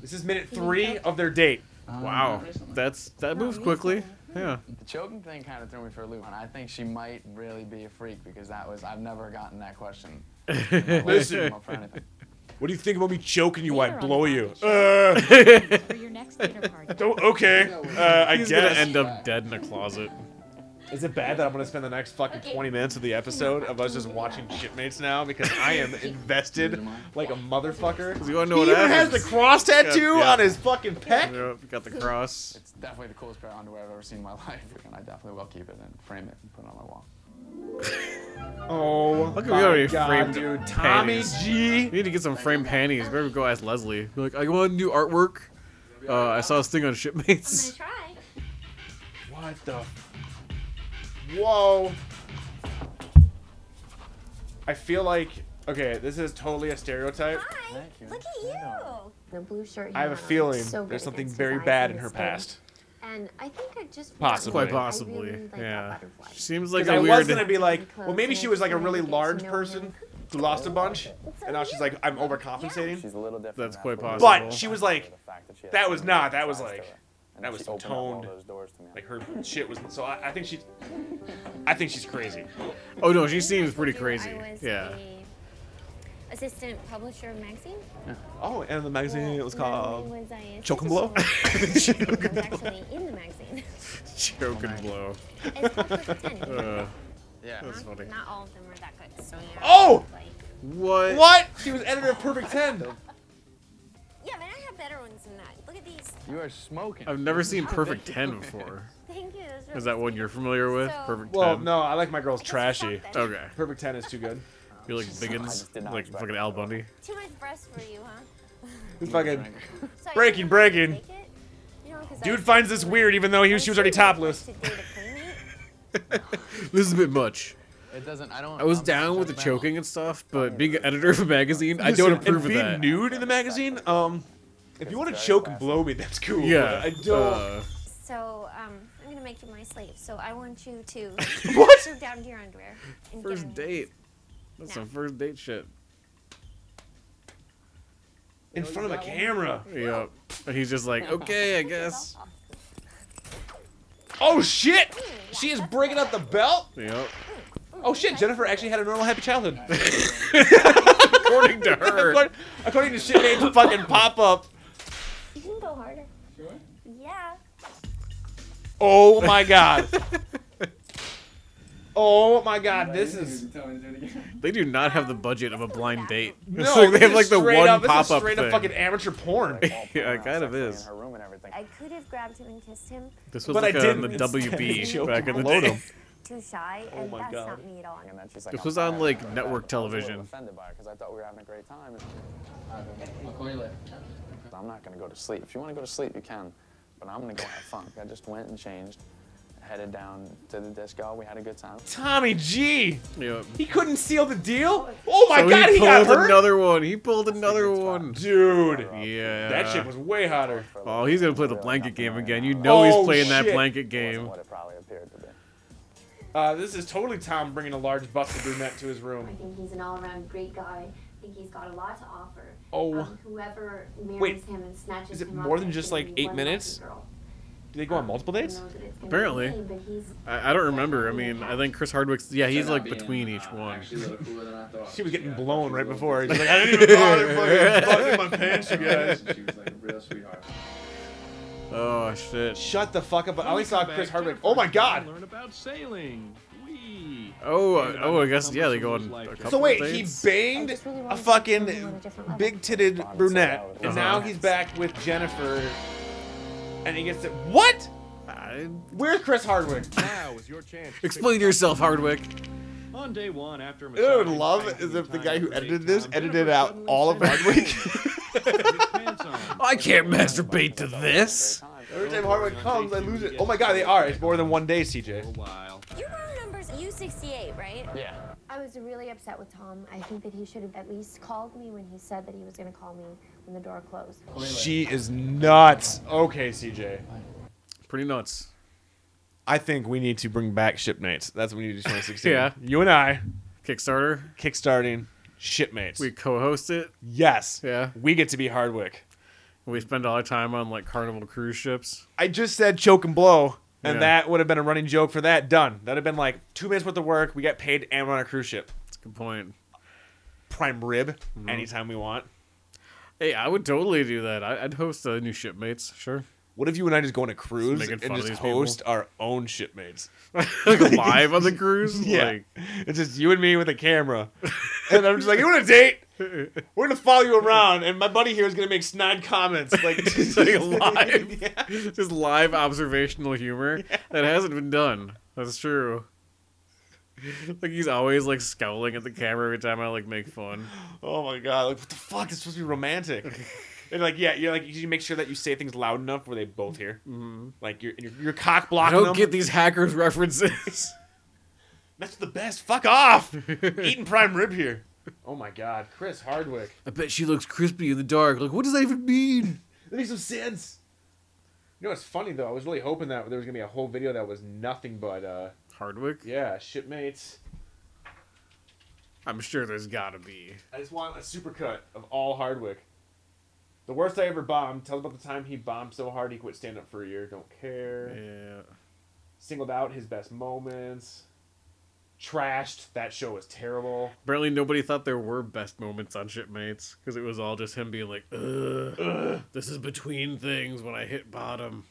Speaker 5: This is minute three of their date.
Speaker 6: Wow, that's that moves quickly. Yeah.
Speaker 9: level. The choking thing kind of threw me for a loop, and I think she might really be a freak because that was I've never gotten that question.
Speaker 5: Listen.
Speaker 9: Up for anything.
Speaker 5: What do you think about me choking you? I
Speaker 11: Later on
Speaker 5: blow
Speaker 11: the
Speaker 5: you.
Speaker 11: package.
Speaker 5: Uh,
Speaker 11: for your next dinner party.
Speaker 5: don't- okay. Uh, I
Speaker 6: He's
Speaker 5: guess.
Speaker 6: gonna end up dead in a closet.
Speaker 5: Is it bad that I'm gonna spend the next fucking 20 minutes of the episode of us just watching Shipmates now because I am invested like a motherfucker?
Speaker 6: You wanna know
Speaker 5: He
Speaker 6: what
Speaker 5: even has
Speaker 6: happens?
Speaker 5: the cross tattoo
Speaker 6: Yeah.
Speaker 5: on his fucking pec.
Speaker 6: Yep, got the cross.
Speaker 9: It's definitely the coolest pair of underwear I've ever seen in my life, and I definitely will keep it and frame it and put it on my wall.
Speaker 5: Oh,
Speaker 6: Look at we
Speaker 5: my
Speaker 6: already
Speaker 5: God,
Speaker 6: framed
Speaker 5: dude. Tommy
Speaker 6: panties.
Speaker 5: G.
Speaker 6: We need to get some framed panties. Maybe go ask Leslie. Be like, I want new artwork. Uh, I saw this thing on
Speaker 10: I'm gonna
Speaker 6: Shipmates.
Speaker 10: try.
Speaker 5: What the? Whoa. I feel like Okay, this is totally a stereotype.
Speaker 10: Look at you. The blue shirt.
Speaker 5: I have a
Speaker 10: he had on was
Speaker 5: feeling
Speaker 10: so good
Speaker 5: there's something
Speaker 10: against his
Speaker 5: very
Speaker 10: eyes
Speaker 5: bad
Speaker 10: and
Speaker 5: in her
Speaker 10: his skin.
Speaker 5: past.
Speaker 10: And I think I just
Speaker 5: Possibly.
Speaker 6: Quite
Speaker 10: I
Speaker 6: possibly.
Speaker 10: really like that
Speaker 6: yeah.
Speaker 10: butterfly.
Speaker 6: Seems like
Speaker 5: 'Cause I
Speaker 6: a
Speaker 5: was
Speaker 6: weird.
Speaker 5: gonna be like, well, maybe she was like a really large person who lost a bunch, and now she's like, I'm overcompensating.
Speaker 9: She's a little different.
Speaker 6: That's quite possible.
Speaker 5: But she was like, that was not. That was like, that was toned. Like her shit was. So I, I think she's. I think she's crazy.
Speaker 6: oh no, she seems pretty
Speaker 12: I
Speaker 6: crazy.
Speaker 12: was
Speaker 6: Yeah.
Speaker 12: a assistant publisher of magazine.
Speaker 5: Oh, and the magazine it was
Speaker 12: Not
Speaker 5: called
Speaker 12: only was I an
Speaker 5: Choke 'em
Speaker 12: assistant
Speaker 5: Blow.
Speaker 12: publisher, I was actually in the magazine.
Speaker 6: Choke and blow.
Speaker 12: It's called Perfect Ten.
Speaker 5: Oh,
Speaker 6: Uh,
Speaker 12: Not-
Speaker 6: That's funny.
Speaker 12: Not all of them are that good. So yeah.
Speaker 5: Oh!
Speaker 12: Like,
Speaker 6: What?
Speaker 5: What? She was editor of Perfect Ten.
Speaker 12: yeah, but I have better ones than that. Look at these.
Speaker 9: You are smoking.
Speaker 6: I've never seen Perfect Ten before.
Speaker 12: Thank you. those are
Speaker 6: Is that one you're familiar with?
Speaker 12: So-
Speaker 6: Perfect
Speaker 5: Well,
Speaker 6: Ten.
Speaker 5: no, I like my girls trashy.
Speaker 6: Okay.
Speaker 5: Perfect Ten is too good.
Speaker 6: You're like Biggins, like fucking Al Bundy.
Speaker 12: Too much breast for you, huh?
Speaker 5: Fucking
Speaker 12: So I couldn't
Speaker 5: breaking, breaking.
Speaker 12: take it, you know, 'cause I
Speaker 5: Dude
Speaker 12: was
Speaker 5: finds this weird, even though he she was already topless.
Speaker 12: to date a playmate.
Speaker 6: This is a bit much.
Speaker 9: It doesn't. I don't.
Speaker 6: I was
Speaker 9: I'm
Speaker 6: down with the
Speaker 9: judgmental.
Speaker 6: choking and stuff, but being an editor of a magazine, I
Speaker 5: Listen,
Speaker 6: don't
Speaker 5: and
Speaker 6: approve of
Speaker 5: being
Speaker 6: that.
Speaker 5: nude in the magazine. Um, if you want to choke and blow me, that's cool. but
Speaker 6: Yeah.
Speaker 5: I don't.
Speaker 6: uh,
Speaker 12: So um, I'm gonna make you my slave. So I want you to
Speaker 5: What?
Speaker 12: strip down to your underwear. And get on
Speaker 6: first
Speaker 12: your-
Speaker 6: date. That's some first date shit.
Speaker 5: in front of a camera.
Speaker 6: Yeah. He's just like, okay, I guess.
Speaker 5: Oh shit! She is breaking up the belt.
Speaker 6: Yep.
Speaker 5: Oh shit! Jennifer actually had a normal happy childhood.
Speaker 6: According to her.
Speaker 5: according, according to shit named fucking pop up.
Speaker 12: You can go harder. Yeah.
Speaker 5: Oh my god. Oh my god, this is
Speaker 6: They do not have the budget of a blind date.
Speaker 5: no.
Speaker 6: It's like they have
Speaker 5: this
Speaker 6: like
Speaker 5: is
Speaker 6: the
Speaker 5: straight
Speaker 6: one
Speaker 5: up, this is
Speaker 6: pop up
Speaker 5: straight
Speaker 6: thing.
Speaker 5: up fucking amateur porn.
Speaker 6: yeah, it kind of
Speaker 9: In
Speaker 6: is.
Speaker 9: her room and everything.
Speaker 12: I could have grabbed him and kissed him.
Speaker 6: This was
Speaker 5: But I
Speaker 6: like on
Speaker 5: didn't
Speaker 6: the
Speaker 5: instead.
Speaker 6: WB
Speaker 5: Joke
Speaker 6: back in the
Speaker 5: below
Speaker 6: day.
Speaker 5: them.
Speaker 12: Too shy,
Speaker 5: Oh
Speaker 12: and
Speaker 5: my
Speaker 12: that's
Speaker 5: God.
Speaker 12: not me at all.
Speaker 9: And then she's like,
Speaker 6: This
Speaker 9: I'm
Speaker 6: was on
Speaker 9: sorry,
Speaker 6: like
Speaker 9: I'm
Speaker 6: network
Speaker 9: really
Speaker 6: television.
Speaker 9: offended by her because I thought we were having a great time. I'm not gonna go to sleep. If you want to go to sleep, you can, but I'm gonna go have fun. I just went and changed, headed down to the disco. We had a good time.
Speaker 5: Tommy G.
Speaker 6: Yep.
Speaker 5: He couldn't seal the deal. Oh my
Speaker 6: So
Speaker 5: god, he,
Speaker 6: he
Speaker 5: got
Speaker 6: pulled
Speaker 5: hurt.
Speaker 6: another one. He pulled another one.
Speaker 5: Dude,
Speaker 6: Yeah.
Speaker 5: that shit was way hotter.
Speaker 6: Oh, he's gonna play the blanket game again. You know
Speaker 5: Oh,
Speaker 6: he's playing that
Speaker 5: shit.
Speaker 6: blanket game.
Speaker 9: What it probably appeared to be.
Speaker 5: Uh, this is totally Tom bringing a large busted brunette to his
Speaker 10: I
Speaker 5: room.
Speaker 10: think he's an all-around great guy. I think he's got a lot to offer.
Speaker 5: Oh.
Speaker 10: Um, whoever marries
Speaker 5: Wait,
Speaker 10: him and snatches
Speaker 5: is it
Speaker 10: him
Speaker 5: more
Speaker 10: up
Speaker 5: than
Speaker 10: is
Speaker 5: just,
Speaker 10: gonna
Speaker 5: like,
Speaker 10: be
Speaker 5: eight
Speaker 10: one
Speaker 5: minutes?
Speaker 10: lucky girl.
Speaker 5: Do they go on multiple
Speaker 10: I know
Speaker 5: dates?
Speaker 10: that it's gonna be
Speaker 6: Apparently.
Speaker 10: insane, but he's
Speaker 6: I, I don't remember. I mean, I think Chris Hardwick's. Yeah, he's like
Speaker 9: uh,
Speaker 6: between each one.
Speaker 5: She was getting blown right before. She's like, I didn't even bother fucking fucking my pants, you guys.
Speaker 6: Oh shit.
Speaker 5: Shut the fuck up. I only saw
Speaker 8: Come
Speaker 5: Chris
Speaker 8: back,
Speaker 5: Hardwick.
Speaker 8: Jennifer,
Speaker 5: Oh my
Speaker 8: and
Speaker 5: god.
Speaker 8: Learn about sailing. Wee.
Speaker 6: Oh, uh, oh, I guess yeah. They go on a couple
Speaker 5: So wait, he
Speaker 6: dates.
Speaker 5: banged
Speaker 10: just really
Speaker 5: a
Speaker 10: wanted to see him on
Speaker 5: fucking
Speaker 10: a different level.
Speaker 5: big-titted brunette, and now he's back with Jennifer, and he gets it. What?
Speaker 6: I-
Speaker 5: Where's Chris Hardwick?
Speaker 8: Now is your chance. to
Speaker 6: Explain yourself, Hardwick.
Speaker 8: pick- On day one after. a
Speaker 5: I would
Speaker 8: massage,
Speaker 5: love
Speaker 8: right
Speaker 5: is
Speaker 8: in
Speaker 5: if the
Speaker 8: time
Speaker 5: guy who
Speaker 8: for
Speaker 5: edited
Speaker 8: daytime,
Speaker 5: this edited
Speaker 8: Jennifer
Speaker 5: out
Speaker 8: suddenly
Speaker 5: all of
Speaker 8: sent
Speaker 5: Hardwick.
Speaker 8: his pants on.
Speaker 6: I can't masturbate to this.
Speaker 5: Every time Hardwick comes, I lose it. Oh my god, they are. It's more than one day, CJ.
Speaker 8: A while.
Speaker 12: Your round number's U68, right?
Speaker 9: Yeah.
Speaker 10: I was really upset with Tom. I think that he should have at least called me when he said that he was going to call me when the door closed.
Speaker 5: She is nuts. Okay, CJ.
Speaker 6: Pretty nuts.
Speaker 5: I think we need to bring back Shipmates. That's what we need to do 2016.
Speaker 6: Yeah.
Speaker 5: You and I
Speaker 6: Kickstarter.
Speaker 5: kickstarting Shipmates.
Speaker 6: We co-host it.
Speaker 5: yes.
Speaker 6: Yeah.
Speaker 5: We get to be Hardwick.
Speaker 6: We spend all our time on like Carnival cruise ships.
Speaker 5: I just said choke and blow, and
Speaker 6: Yeah.
Speaker 5: that would have been a running joke for that. Done. That'd have been like two minutes worth of work. We got paid and we're on a cruise ship.
Speaker 6: That's a good point.
Speaker 5: Prime rib
Speaker 6: Mm-hmm.
Speaker 5: anytime we want.
Speaker 6: Hey, I would totally do that. I, I'd host the new shipmates. Sure.
Speaker 5: What if you and I just go on a cruise
Speaker 6: making fun
Speaker 5: and
Speaker 6: of
Speaker 5: just
Speaker 6: these people.
Speaker 5: host our own shipmates?
Speaker 6: like live on the cruise.
Speaker 5: Yeah.
Speaker 6: Like,
Speaker 5: it's just you and me with a camera. And I'm just like, you want a date? We're gonna follow you around, and my buddy here is gonna make snide comments, like,
Speaker 6: It's like live, just live observational humor that hasn't been done. That's true. Like he's always like scowling at the camera every time I like make fun.
Speaker 5: Oh my god, like what the fuck? It's supposed to be romantic. and like, yeah, you're like, you make sure that you say things loud enough where they both hear. Mm-hmm. Like you're you're, you're cock
Speaker 6: I
Speaker 5: blocking
Speaker 6: don't
Speaker 5: them.
Speaker 6: get these hackers references.
Speaker 5: That's the best. Fuck off. Eating prime rib here. Oh my God, Chris Hardwick.
Speaker 6: I bet she looks crispy in the dark. Like, what does that even mean?
Speaker 5: That makes some sense. You know what's funny though? I was really hoping that there was gonna be a whole video that was nothing but uh
Speaker 6: Hardwick.
Speaker 5: Yeah, shipmates.
Speaker 6: I'm sure there's gotta be.
Speaker 5: I just want a supercut of all Hardwick. The worst I ever bombed. Tell about the time he bombed so hard he quit stand up for a year. Don't care.
Speaker 6: Yeah.
Speaker 5: Singled out his best moments. Trashed. That show was terrible.
Speaker 6: Apparently, nobody thought there were best moments on Shipmates because it was all just him being like, Ugh,
Speaker 5: Ugh.
Speaker 6: this is between things when I hit bottom.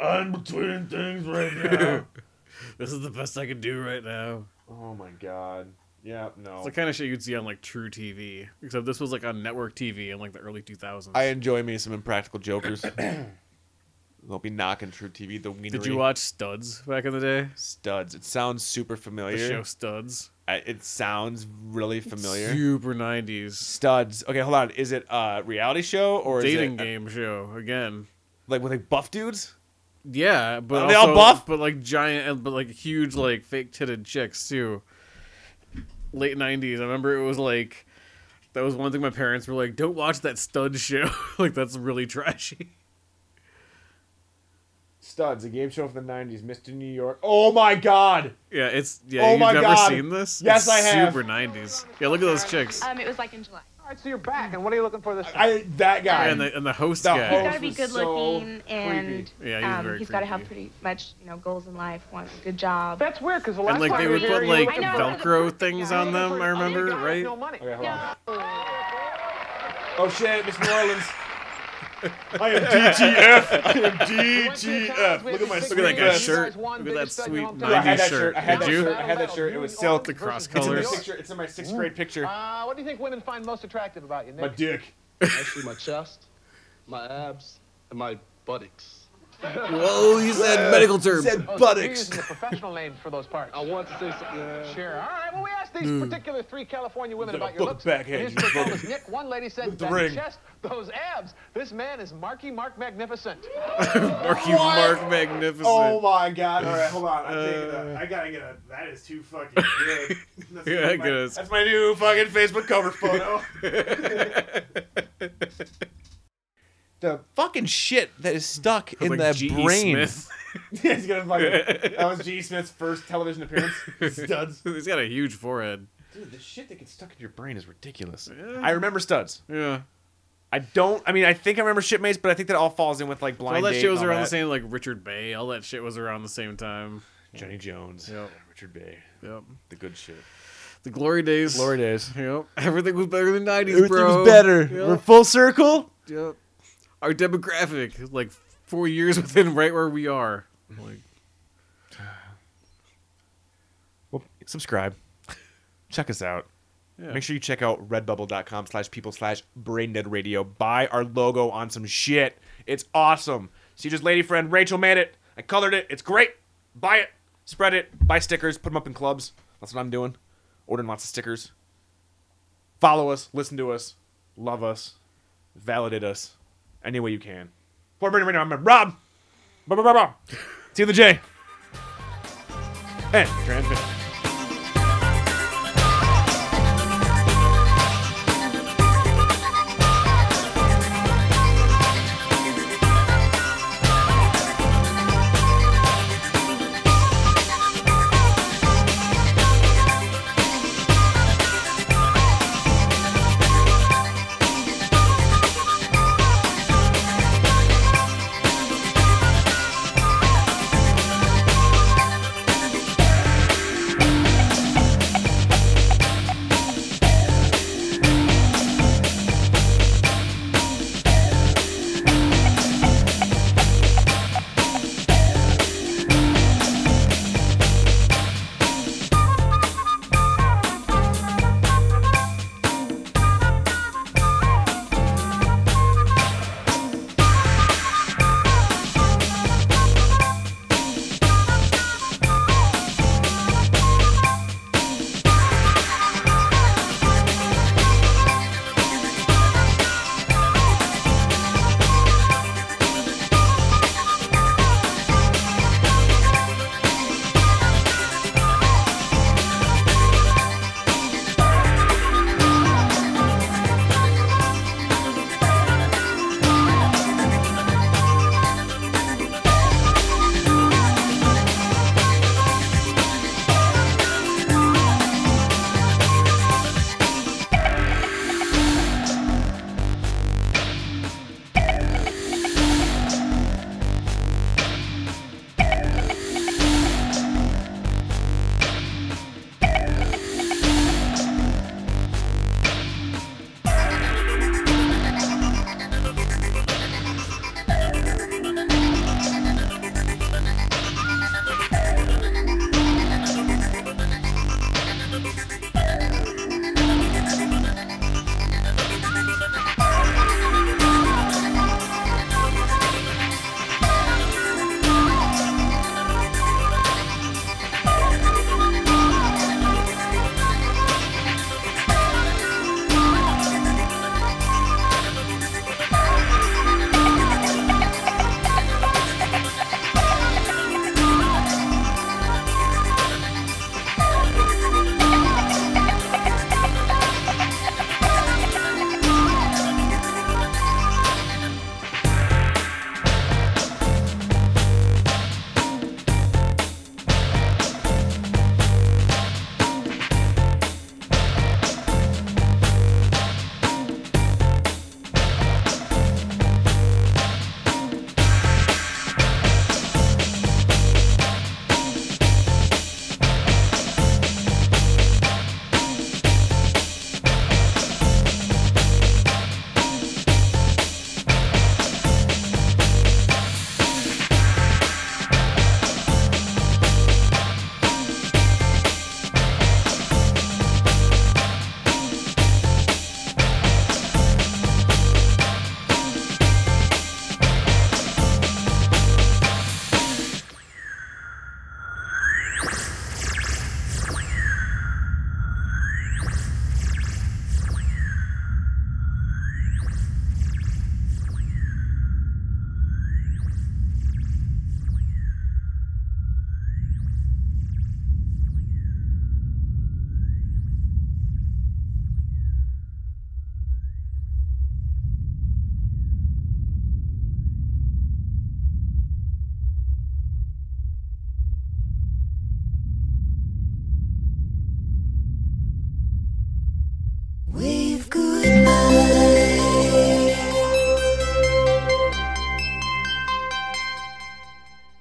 Speaker 5: I'm between things right
Speaker 6: this is the best I can do right now.
Speaker 5: Oh my god. Yeah, no.
Speaker 6: It's
Speaker 13: Oh.
Speaker 6: the kind of shit you'd see on like True TV, except this was like on network TV in like the early 2000s.
Speaker 13: I enjoy me some impractical jokers. They'll be knocking True TV. The wienery.
Speaker 6: Did you watch Studs back in the day?
Speaker 13: Studs? It sounds super familiar.
Speaker 6: The show Studs.
Speaker 13: I, it sounds really familiar.
Speaker 6: Super 90s.
Speaker 13: Studs. Okay, hold on. Is it a reality show or
Speaker 6: Dating
Speaker 13: is it,
Speaker 6: game show again.
Speaker 13: Like with like buff dudes?
Speaker 6: Yeah, but
Speaker 13: Are they all
Speaker 6: also-
Speaker 13: buff?
Speaker 6: but like giant, but like huge, like fake titted chicks too. Late nineties, I remember it was like that was one thing my parents were like, "Don't watch that stud show, like that's really trashy."
Speaker 5: Studs, a game show from the 90s. Mr. New York. Oh my god!
Speaker 6: Yeah, it's yeah.
Speaker 5: Oh
Speaker 6: you've
Speaker 5: my
Speaker 6: never
Speaker 5: God.
Speaker 6: seen this?
Speaker 5: Yes,
Speaker 6: It's
Speaker 5: I have.
Speaker 6: Super nineties. Yeah, look at those chicks.
Speaker 14: Um, it was like in July.
Speaker 15: All right, so you're back, and what are you looking for this time?
Speaker 5: I that guy.
Speaker 6: and the and the host
Speaker 5: The
Speaker 6: guy.
Speaker 14: He's got to be
Speaker 5: was
Speaker 14: good looking,
Speaker 5: so
Speaker 14: and
Speaker 6: creepy. Yeah, he was
Speaker 14: um,
Speaker 6: very
Speaker 14: he's got to have
Speaker 6: creepy.
Speaker 14: pretty much you know goals in life. Wants a good job.
Speaker 15: That's weird, because the last
Speaker 6: And like
Speaker 15: time
Speaker 6: they
Speaker 15: we
Speaker 6: would
Speaker 15: were
Speaker 6: put
Speaker 15: here,
Speaker 6: like
Speaker 15: you were looking for-
Speaker 6: Velcro things on them. I remember,
Speaker 15: You guys,
Speaker 6: right?
Speaker 15: No money.
Speaker 5: Okay, hold on.
Speaker 14: No.
Speaker 5: Oh shit, Miss New Orleans. I am DGF. I am DGF. Look at my
Speaker 6: Look at that
Speaker 5: sweet
Speaker 6: guy's
Speaker 5: vest.
Speaker 15: Uh,
Speaker 6: shirt. Look at that sweet
Speaker 5: Dude, I had that
Speaker 6: 90s
Speaker 5: shirt.
Speaker 6: shirt.
Speaker 5: I had
Speaker 6: Did
Speaker 5: that
Speaker 6: you?
Speaker 5: shirt. I had that shirt. It was silk.
Speaker 6: The cross
Speaker 5: It's in the
Speaker 6: colors.
Speaker 5: picture. It's in my sixth grade picture.
Speaker 15: Uh, what do you think women find most attractive about you, Nick?
Speaker 5: My dick.
Speaker 16: Actually, my chest, my abs, and my buttocks.
Speaker 6: Whoa, you said medical term.
Speaker 15: Oh, so You're using the professional names for those parts.
Speaker 16: I want to say something. Yeah.
Speaker 15: Sure. All right. Well, we asked these
Speaker 16: Mm.
Speaker 15: particular three California women
Speaker 16: Like a
Speaker 15: about your
Speaker 16: fuck
Speaker 15: looks.
Speaker 16: back at
Speaker 15: His
Speaker 16: you, fucker.
Speaker 15: was Nick. One lady said
Speaker 16: With the
Speaker 15: that
Speaker 16: ring.
Speaker 15: chest, those abs. This man is Marky Mark Magnificent.
Speaker 6: Marky
Speaker 5: What?
Speaker 6: Mark Magnificent.
Speaker 5: Oh my god! All right, hold on. I'm taking that. I gotta get a. That is too fucking good. That's,
Speaker 6: Yeah, I
Speaker 5: my,
Speaker 6: guess.
Speaker 5: that's my new fucking Facebook cover photo.
Speaker 13: The fucking shit that is stuck in
Speaker 6: like
Speaker 13: the
Speaker 6: G.E.
Speaker 13: brain.
Speaker 6: Smith.
Speaker 5: He's gonna fucking. That was G. Smith's first television appearance. Studs.
Speaker 6: He's got a huge forehead.
Speaker 5: Dude, the shit that gets stuck in your brain is ridiculous.
Speaker 6: Yeah.
Speaker 5: I remember Studs.
Speaker 6: Yeah.
Speaker 5: I don't. I mean, I think I remember Shipmates, but I think that all falls in with like blind.
Speaker 6: all that
Speaker 5: Date
Speaker 6: shit was
Speaker 5: and all
Speaker 6: around the
Speaker 5: that.
Speaker 6: same, like Richard Bay. All that shit was around the same time.
Speaker 5: Johnny Jones,
Speaker 6: Yep.
Speaker 5: Richard Bay,
Speaker 6: Yep.
Speaker 5: the good shit.
Speaker 6: The glory days.
Speaker 13: Glory days.
Speaker 6: Yep. Everything was better than nineties,
Speaker 13: Everything's
Speaker 6: bro.
Speaker 13: better. We're
Speaker 6: Yep.
Speaker 13: full circle.
Speaker 6: yep. Our demographic, like four years within right where we are. Like
Speaker 13: Well, subscribe. Check us out.
Speaker 6: Yeah.
Speaker 13: Make sure you check out redbubble.com slash people slash braindead radio. Buy our logo on some shit. It's awesome. Cedra's lady friend Rachel made it. I colored it. It's great. Buy it. Spread it. Buy stickers. Put them up in clubs. That's what I'm doing. Ordering lots of stickers. Follow us. Listen to us. Love us. Validate us. Any way you can. For Braindead Radio, I'm Rob. Rob, Rob, Rob, Rob. See you the J. And transmit.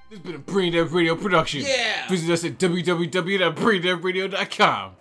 Speaker 6: This has been a Brain Dead Radio production.
Speaker 17: Yeah.
Speaker 6: Visit us at www.braindeadradio.com.